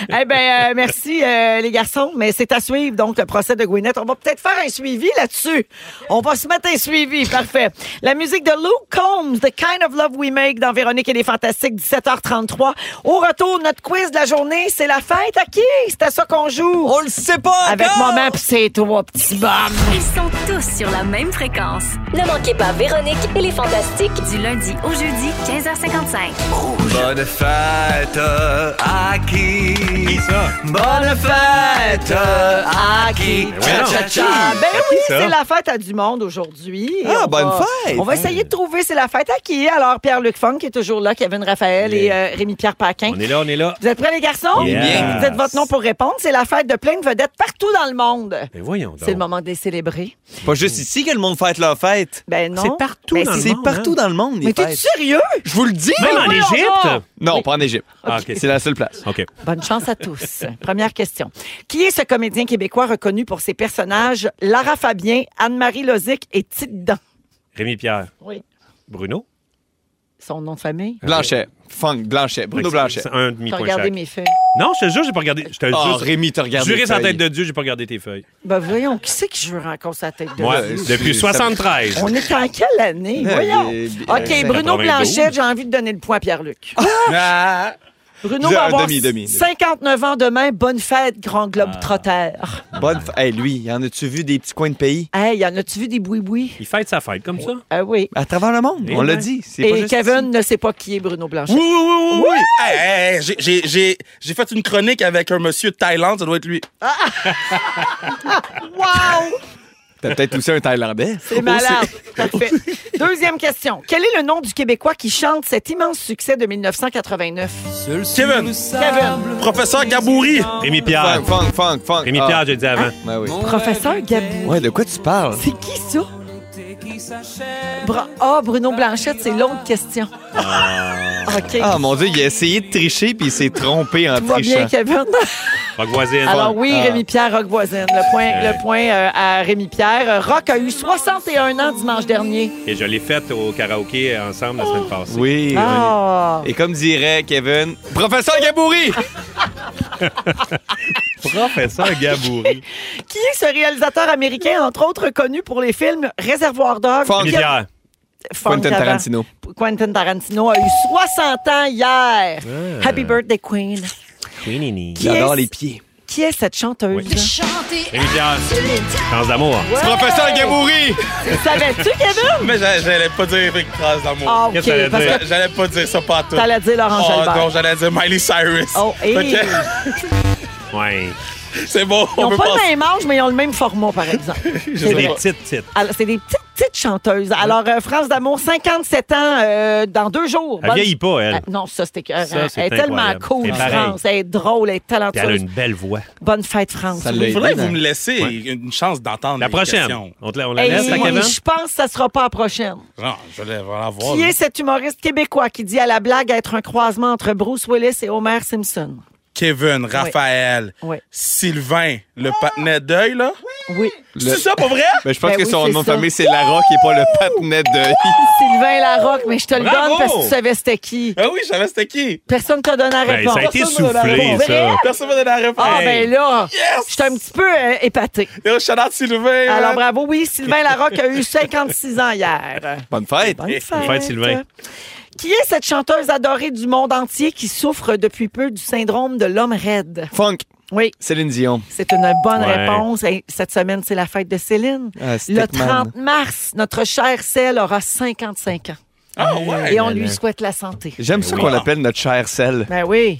S6: Eh bien, merci, euh, les garçons. Mais c'est à suivre, donc, le procès de Gwyneth. On va peut-être faire un suivi là-dessus. On va se mettre un suivi. Parfait. La musique de Luke Combs, The Kind of Love We Make, dans Véronique et les Fantastiques, 17h33. Au retour, notre quiz de la journée, c'est la fête à qui? C'est à ça qu'on joue. On
S8: le sait pas
S6: Avec maman pis c'est toi, petit bam.
S10: Ils sont tous sur la même fréquence. Ne manquez pas Véronique et les Fantastiques du lundi au jeudi 15h55.
S19: Bonne fête à qui?
S6: Hein?
S8: Bonne fête à qui?
S6: Ah, ben oui,
S8: ça?
S6: c'est la fête à du monde aujourd'hui. Et
S8: Ah,
S6: on
S8: bonne
S6: va-
S8: fête!
S6: On va essayer de trouver c'est la fête à qui. Alors, Pierre-Luc Funk qui est toujours là, Kevin Raphaël et euh, Rémi-Pierre Paquin.
S7: On est là, on est là.
S6: Vous êtes prêts, les garçons?
S7: Yes. Bien.
S6: Vous dites votre nom pour répondre. C'est la fête de plein de vedettes partout dans le monde.
S7: Mais voyons donc.
S6: C'est le moment de les célébrer.
S8: Pas juste ici que le monde fête leur fête.
S6: Ben non.
S8: C'est partout
S6: Ben,
S8: dans le
S6: c'est
S8: monde. hein. C'est partout dans le monde, les
S6: Mais t'es
S8: fêtes.
S6: sérieux?
S8: Je vous le dis!
S6: Même en Voyons Égypte? donc.
S8: Non, pas en Égypte. Ah, C'est la seule place.
S7: OK.
S6: Bonne chance à tous. Première question. Qui est ce comédien québécois reconnu pour ses personnages Lara Fabien, Anne-Marie Lozic et Tite Dan?
S7: Rémi Pierre.
S6: Oui.
S7: Bruno.
S6: Son nom de famille?
S8: Blanchet. Funk, Blanchet. Bruno Blanchet.
S7: C'est un
S6: T'as
S7: demi-point
S6: regardé
S7: chaque.
S6: mes feuilles.
S7: Non, je te jure, j'ai pas regardé. Je te
S8: Ah,
S7: jure.
S8: Rémi, t'as regardé
S7: Juré
S8: les
S7: sans tête
S8: feuilles.
S7: de Dieu, j'ai pas regardé tes feuilles.
S6: Ben voyons, qui c'est que je rencontre sa tête de
S7: Moi,
S6: l'œuf?
S7: depuis 73.
S6: On est en quelle année?
S7: Euh,
S6: Voyons.
S7: euh,
S6: OK, Bruno
S7: 92.
S6: Blanchet, j'ai envie de donner le point à Pierre-Luc. Bruno
S8: Dis-
S6: va
S8: Ah! un
S6: avoir
S8: demi, demi, Ah. demi.
S6: 59 ans demain. Bonne fête, Grand Globe Trotteur.
S8: Bonne f- Hey, lui, y en a-tu vu des petits coins de pays?
S6: Hey, y en a-tu vu des boui-boui?
S7: Il fête sa fête comme ça.
S6: Ah oui.
S8: À travers le monde, on l'a dit. C'est
S6: Et
S8: pas juste
S6: Kevin ne sait pas qui est Bruno Blanchet.
S9: Oui, oui, oui, oui, oui. Hey, hey, hey, j'ai- j'ai- j'ai- J'ai fait une chronique avec un monsieur de Thaïlande, ça doit être lui.
S6: wow!
S8: T'as peut-être aussi un Thaïlandais.
S6: C'est malade. Parfait. Deuxième question. Quel est le nom du Québécois qui chante cet immense succès de 1989?
S9: Kevin.
S6: Kevin.
S9: Professeur Gabouri.
S7: Rémi Pierre.
S8: Funk, funk, funk.
S7: Ah. Rémi
S8: Ah.
S7: Pierre, j'ai dit avant.
S8: Ben oui.
S6: Professeur Gabouri.
S8: Ouais, de quoi tu parles?
S6: C'est qui ça? Bra- Ah, Bruno Blanchette, c'est l'autre question. OK.
S8: Ah, mon Dieu, il a essayé de tricher puis il s'est trompé en
S6: Tout va bien,
S8: trichant.
S6: Kevin?
S7: Rock voisine.
S6: Alors oui,
S8: Ah.
S6: Rémi-Pierre Rock voisine. Le point, le point euh, à Rémi-Pierre. Euh, Rock a eu 61 ans dimanche dernier.
S7: Et je l'ai faite au karaoké ensemble la
S6: Oh.
S7: semaine passée.
S8: Oui.
S6: Ah.
S8: Et comme dirait Kevin, Professeur Gabouri!
S7: Professeur Gabouri.
S6: Qui est ce réalisateur américain, entre autres, connu pour les films Réservoir d'or?
S8: Funk. Rémi Pierre.
S6: Funk
S8: Quentin
S6: avant.
S8: Tarantino.
S6: Quentin Tarantino a eu 60 ans hier.
S7: Ah.
S8: Ah.
S6: Happy birthday, Queen.
S7: Queenini.
S6: Qui J'adore est- les
S8: pieds.
S6: qui est cette chanteuse?
S7: Rémi-Pierre. Chance d'amour.
S6: Ouais.
S9: C'est professeur Gabouri!
S6: Savais-tu, Kevin?
S9: Mais Ben, j'a- j'allais pas dire Eric Prince d'amour.
S6: Ah, ok, Qu'est-ce que t'allais parce dire? que-
S9: J'allais pas dire ça pas tout.
S6: T'allais Ah, dire Laurent
S7: Ah,
S9: oh,
S6: Jalbert.
S9: non, j'allais dire Miley Cyrus.
S6: Oh, hey.
S9: Fait que- C'est bon,
S6: Ils
S9: on
S6: n'ont
S9: peut
S6: pas
S9: passer.
S6: le même âge, mais ils ont le même format, par exemple.
S7: C'est des
S6: vrai.
S7: petites, petites.
S6: Alors, C'est des petites, petites chanteuses. Alors, euh, France d'amour, 57 ans euh, dans deux jours.
S7: Elle vieillit pas, elle.
S6: Ah, non, ça, c'était écœurant.
S7: Ça, c'est
S6: Elle est tellement
S7: incroyable.
S6: cool,
S7: C'est pareil.
S6: France. Elle est drôle, elle est
S7: Puis elle a
S6: talentueuse.
S7: une belle voix.
S6: Bonne fête, France.
S9: Il faudrait que vous me laissiez une chance d'entendre
S7: La
S9: les
S7: prochaine.
S9: questions.
S7: On, te la, on la
S6: Hey,
S7: laisse, la cabane?
S6: je pense que ça sera pas la prochaine.
S9: Non, je vais vraiment voir.
S7: Oh,
S6: Qui est cet humoriste québécois qui dit à la blague être un croisement entre Bruce Willis et Homer Simpson?
S9: Kevin, Raphaël,
S6: Oui.
S9: Sylvain, le patinet d'œil, là.
S6: Oui.
S9: C'est ça, pas vrai?
S8: Ben, je pense
S6: Ben
S8: que
S6: oui,
S8: son
S6: c'est
S8: nom de
S6: ça.
S8: famille, c'est Lara, qui est pas le patinet de.
S6: Sylvain Larocque, mais je te le
S8: Bravo!
S6: donne parce que tu savais c'était qui.
S9: Ah oui, je savais c'était qui.
S6: Personne t'a donné la
S9: Ben,
S6: réponse.
S9: ça a été
S6: Personne m'a donné la
S9: soufflé,
S6: réponse.
S9: ça.
S6: Vrai?
S9: Personne m'a donné la réponse.
S6: Ah,
S9: Hey.
S6: ben là, je suis un petit peu euh, épatée.
S9: Yo, shout out
S8: Euh.
S9: Sylvain.
S6: Alors,
S9: man.
S6: bravo, oui, Sylvain Larocque a eu 56 ans hier.
S8: Bonne fête.
S6: Bonne fête.
S7: Bonne fête, Sylvain.
S6: Qui est cette chanteuse adorée du monde entier qui souffre depuis peu du syndrome de l'homme raide?
S8: Funk.
S6: Oui.
S8: Céline Dion.
S6: C'est une bonne
S8: Ouais.
S6: réponse. Et cette semaine, c'est la fête de Céline.
S8: Ah,
S6: Le
S8: Stickman.
S6: 30 mars, notre chère Celle aura 55 ans.
S9: Ah ouais.
S6: Et on
S8: Ben,
S6: lui
S8: ben.
S6: souhaite la santé.
S8: J'aime
S9: Ben
S8: ça
S6: Oui.
S8: qu'on l'appelle notre chère Celle.
S6: Ben oui.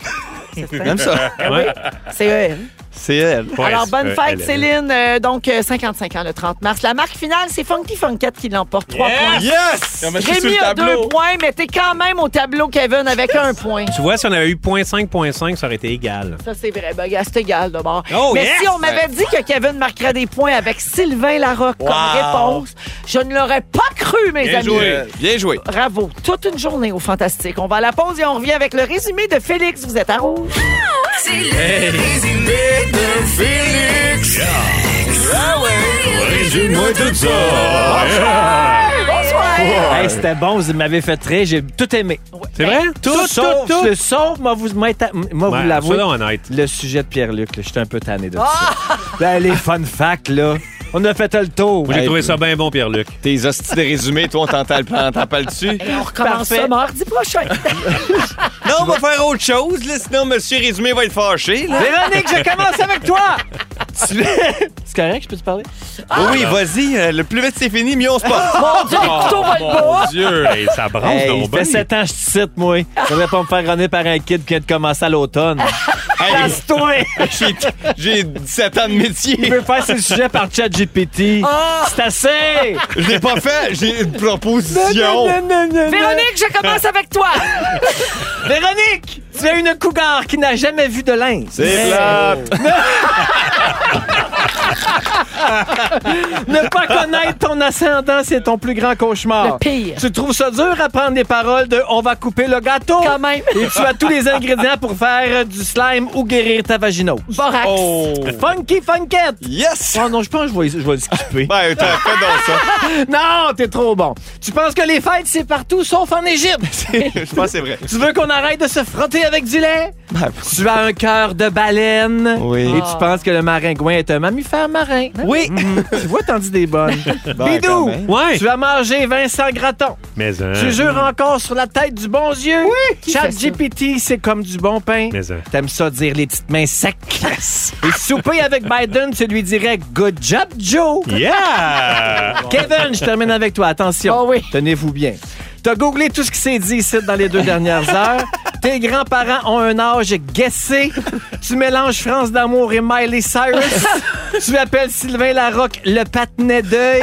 S6: C'est
S8: J'aime ça.
S6: Ben oui. C'est elle.
S8: C'est elle.
S6: Alors, bonne fête, Céline. Euh, donc, euh, 55 ans le 30 mars. La marque finale, c'est Funky Funkette qui l'emporte. 3 points.
S7: Yes! Comment je suis
S6: Rémi
S7: sur le
S6: a
S7: tableau?
S6: 2 points, mais t'es quand même au tableau, Kevin, avec un point.
S7: Tu vois, si on avait eu 0.5, 0.5, ça aurait été égal.
S6: Ça, c'est vrai. Ben, gars, c'est égal, d'abord.
S7: Oh,
S6: Mais
S7: yes!
S6: si on m'avait dit que Kevin marquerait des points avec Sylvain Larocque
S7: Wow.
S6: comme réponse, je ne l'aurais pas cru, mes
S8: Bien
S6: amis.
S8: joué. Bien joué.
S6: Bravo. Toute une journée au Fantastique. On va à la pause et on revient avec le résumé de Félix. Vous êtes à rouge.
S13: C'est le résumé de Félix. Ah ouais. Résume-moi tout ça.
S6: Bonsoir.
S18: Hey, c'était bon, vous m'avez fait très, j'ai tout aimé.
S7: C'est vrai?
S18: Tout,
S7: Tout,
S18: tout,
S7: tout,
S18: sauf,
S7: tout.
S18: Le sauf, moi, vous, m'inta- moi,
S7: Ouais,
S18: vous l'avouez.
S7: soyons honnêtes.
S18: Le sujet de Pierre-Luc, là, j'étais un peu tanné de
S6: Ah.
S18: ça. Ben, les fun facts, là. On a fait le tour.
S7: Moi, j'ai trouvé ça bien bon, Pierre-Luc.
S8: Tes hosties de résumé, toi, on t'entend le plan, t'en parle dessus.
S6: Et on recommence ça mardi prochain.
S8: Non, on va faire autre chose, là, sinon Monsieur Résumé va être fâché. là.
S18: Véronique, je commence avec toi. Tu- C'est correct, je peux te parler?
S8: Oui,
S18: Ah,
S8: oui, vas-y, euh, le plus vite c'est fini, mieux on se passe.
S18: Mon Dieu, les couteaux volent pas. Mon Dieu, hey,
S7: ça
S18: Hey, il fait 7 ans que je te cite, moi. Je devrais pas me faire runner par un kid qui vient de commencer à l'automne. Casse-toi!
S8: J'ai- J'ai 17 ans de métier.
S18: Il veut faire ses sujets par chat GPT.
S6: Ah!
S18: C'est assez!
S8: Je l'ai pas fait, j'ai une proposition.
S6: Véronique, je commence avec toi.
S18: Véronique, tu es une cougar qui n'a jamais vu de linge.
S8: C'est
S18: plate. ne pas connaître ton ascendant, c'est ton plus grand cauchemar.
S7: Ah.
S6: Le pire.
S18: Tu trouves ça dur à prendre des paroles de on va couper le gâteau.
S6: Quand même.
S18: Et tu as tous les ingrédients pour faire euh, du slime ou guérir ta vaginose.
S6: Borax.
S7: Oh.
S6: Oh.
S18: Funky Funkette.
S8: Yes.
S18: Oh non, je pense que je vais, je vais le skipper.
S8: ben, t'as fait dans ça.
S18: non, t'es trop bon. Tu penses que les fêtes, c'est partout sauf en Égypte.
S8: Je pense que c'est vrai.
S18: Tu veux qu'on arrête de se frotter avec du lait? Tu as un cœur de baleine.
S8: Oui.
S18: Et
S8: Ah.
S18: tu penses que le maringouin est un mammifère marin.
S6: Ben
S18: Oui. tu vois, t'en dis des bonnes.
S7: Ben, quand
S18: Bidou.
S7: même. Ouais.
S18: Tu as mangé Vincent Gratton.
S7: Mais hein.
S18: Tu jures encore sur la tête du bon Dieu.
S7: Qui
S18: Oui. Chat
S7: fait ça?
S18: GPT, c'est comme du bon pain.
S7: Mais hein.
S18: T'aimes ça dire les petites mains secs. Et souper avec Biden, tu lui dirais Good job, Joe.
S7: Yeah!
S18: Kevin, je termine avec toi. Attention. Tenez-vous bien. T'as googlé tout ce qui s'est dit ici dans les deux dernières heures. Tes grands-parents ont un âge guessé. Tu mélanges France d'amour et Miley Cyrus. tu appelles Sylvain Larocque le patinet d'œil.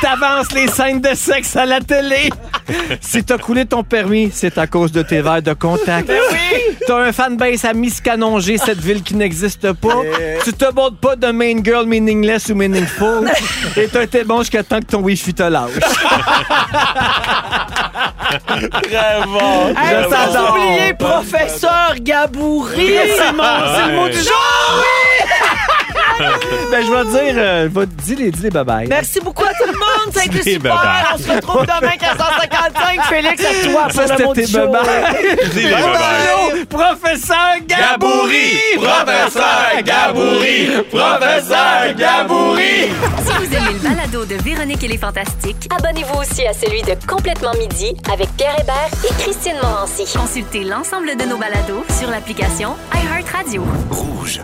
S18: T'avances les scènes de sexe à la télé. Si t'as coulé ton permis, c'est à cause de tes verres de contact.
S6: Ben
S18: T'as un fanbase à miscanonger cette ville qui n'existe pas.
S6: Eh.
S18: Tu te bordes pas de main girl meaningless ou meaningful. Et t'as été bon jusqu'à temps que ton wifi te lâche.
S9: Vraiment.
S6: Hey,
S18: Je
S6: sans
S18: t'adore.
S6: oublier professeur Gabouri.
S18: C'est mon- c'est le mot du jour. ben, je vais te dire, euh, va- dis-les, dis-les bye-bye.
S6: Merci beaucoup à tout le monde. Ça a été
S18: Des
S6: super.
S18: babas.
S6: On se retrouve demain 15h55. Félix, à toi
S18: Ça,
S6: pour le
S18: c'était
S6: mot du
S18: tes
S6: jour.
S18: babas.
S7: Dis-les bye-bye.
S18: Allô, Professeur Gabouri!
S13: Professeur Gabouri! Professeur Gabouri!
S11: Si vous aimez le balado de Véronique et les Fantastiques, abonnez-vous aussi à celui de Complètement Midi avec Pierre Hébert et Christine Morancy. Consultez l'ensemble de nos balados sur l'application iHeartRadio.
S13: Rouge.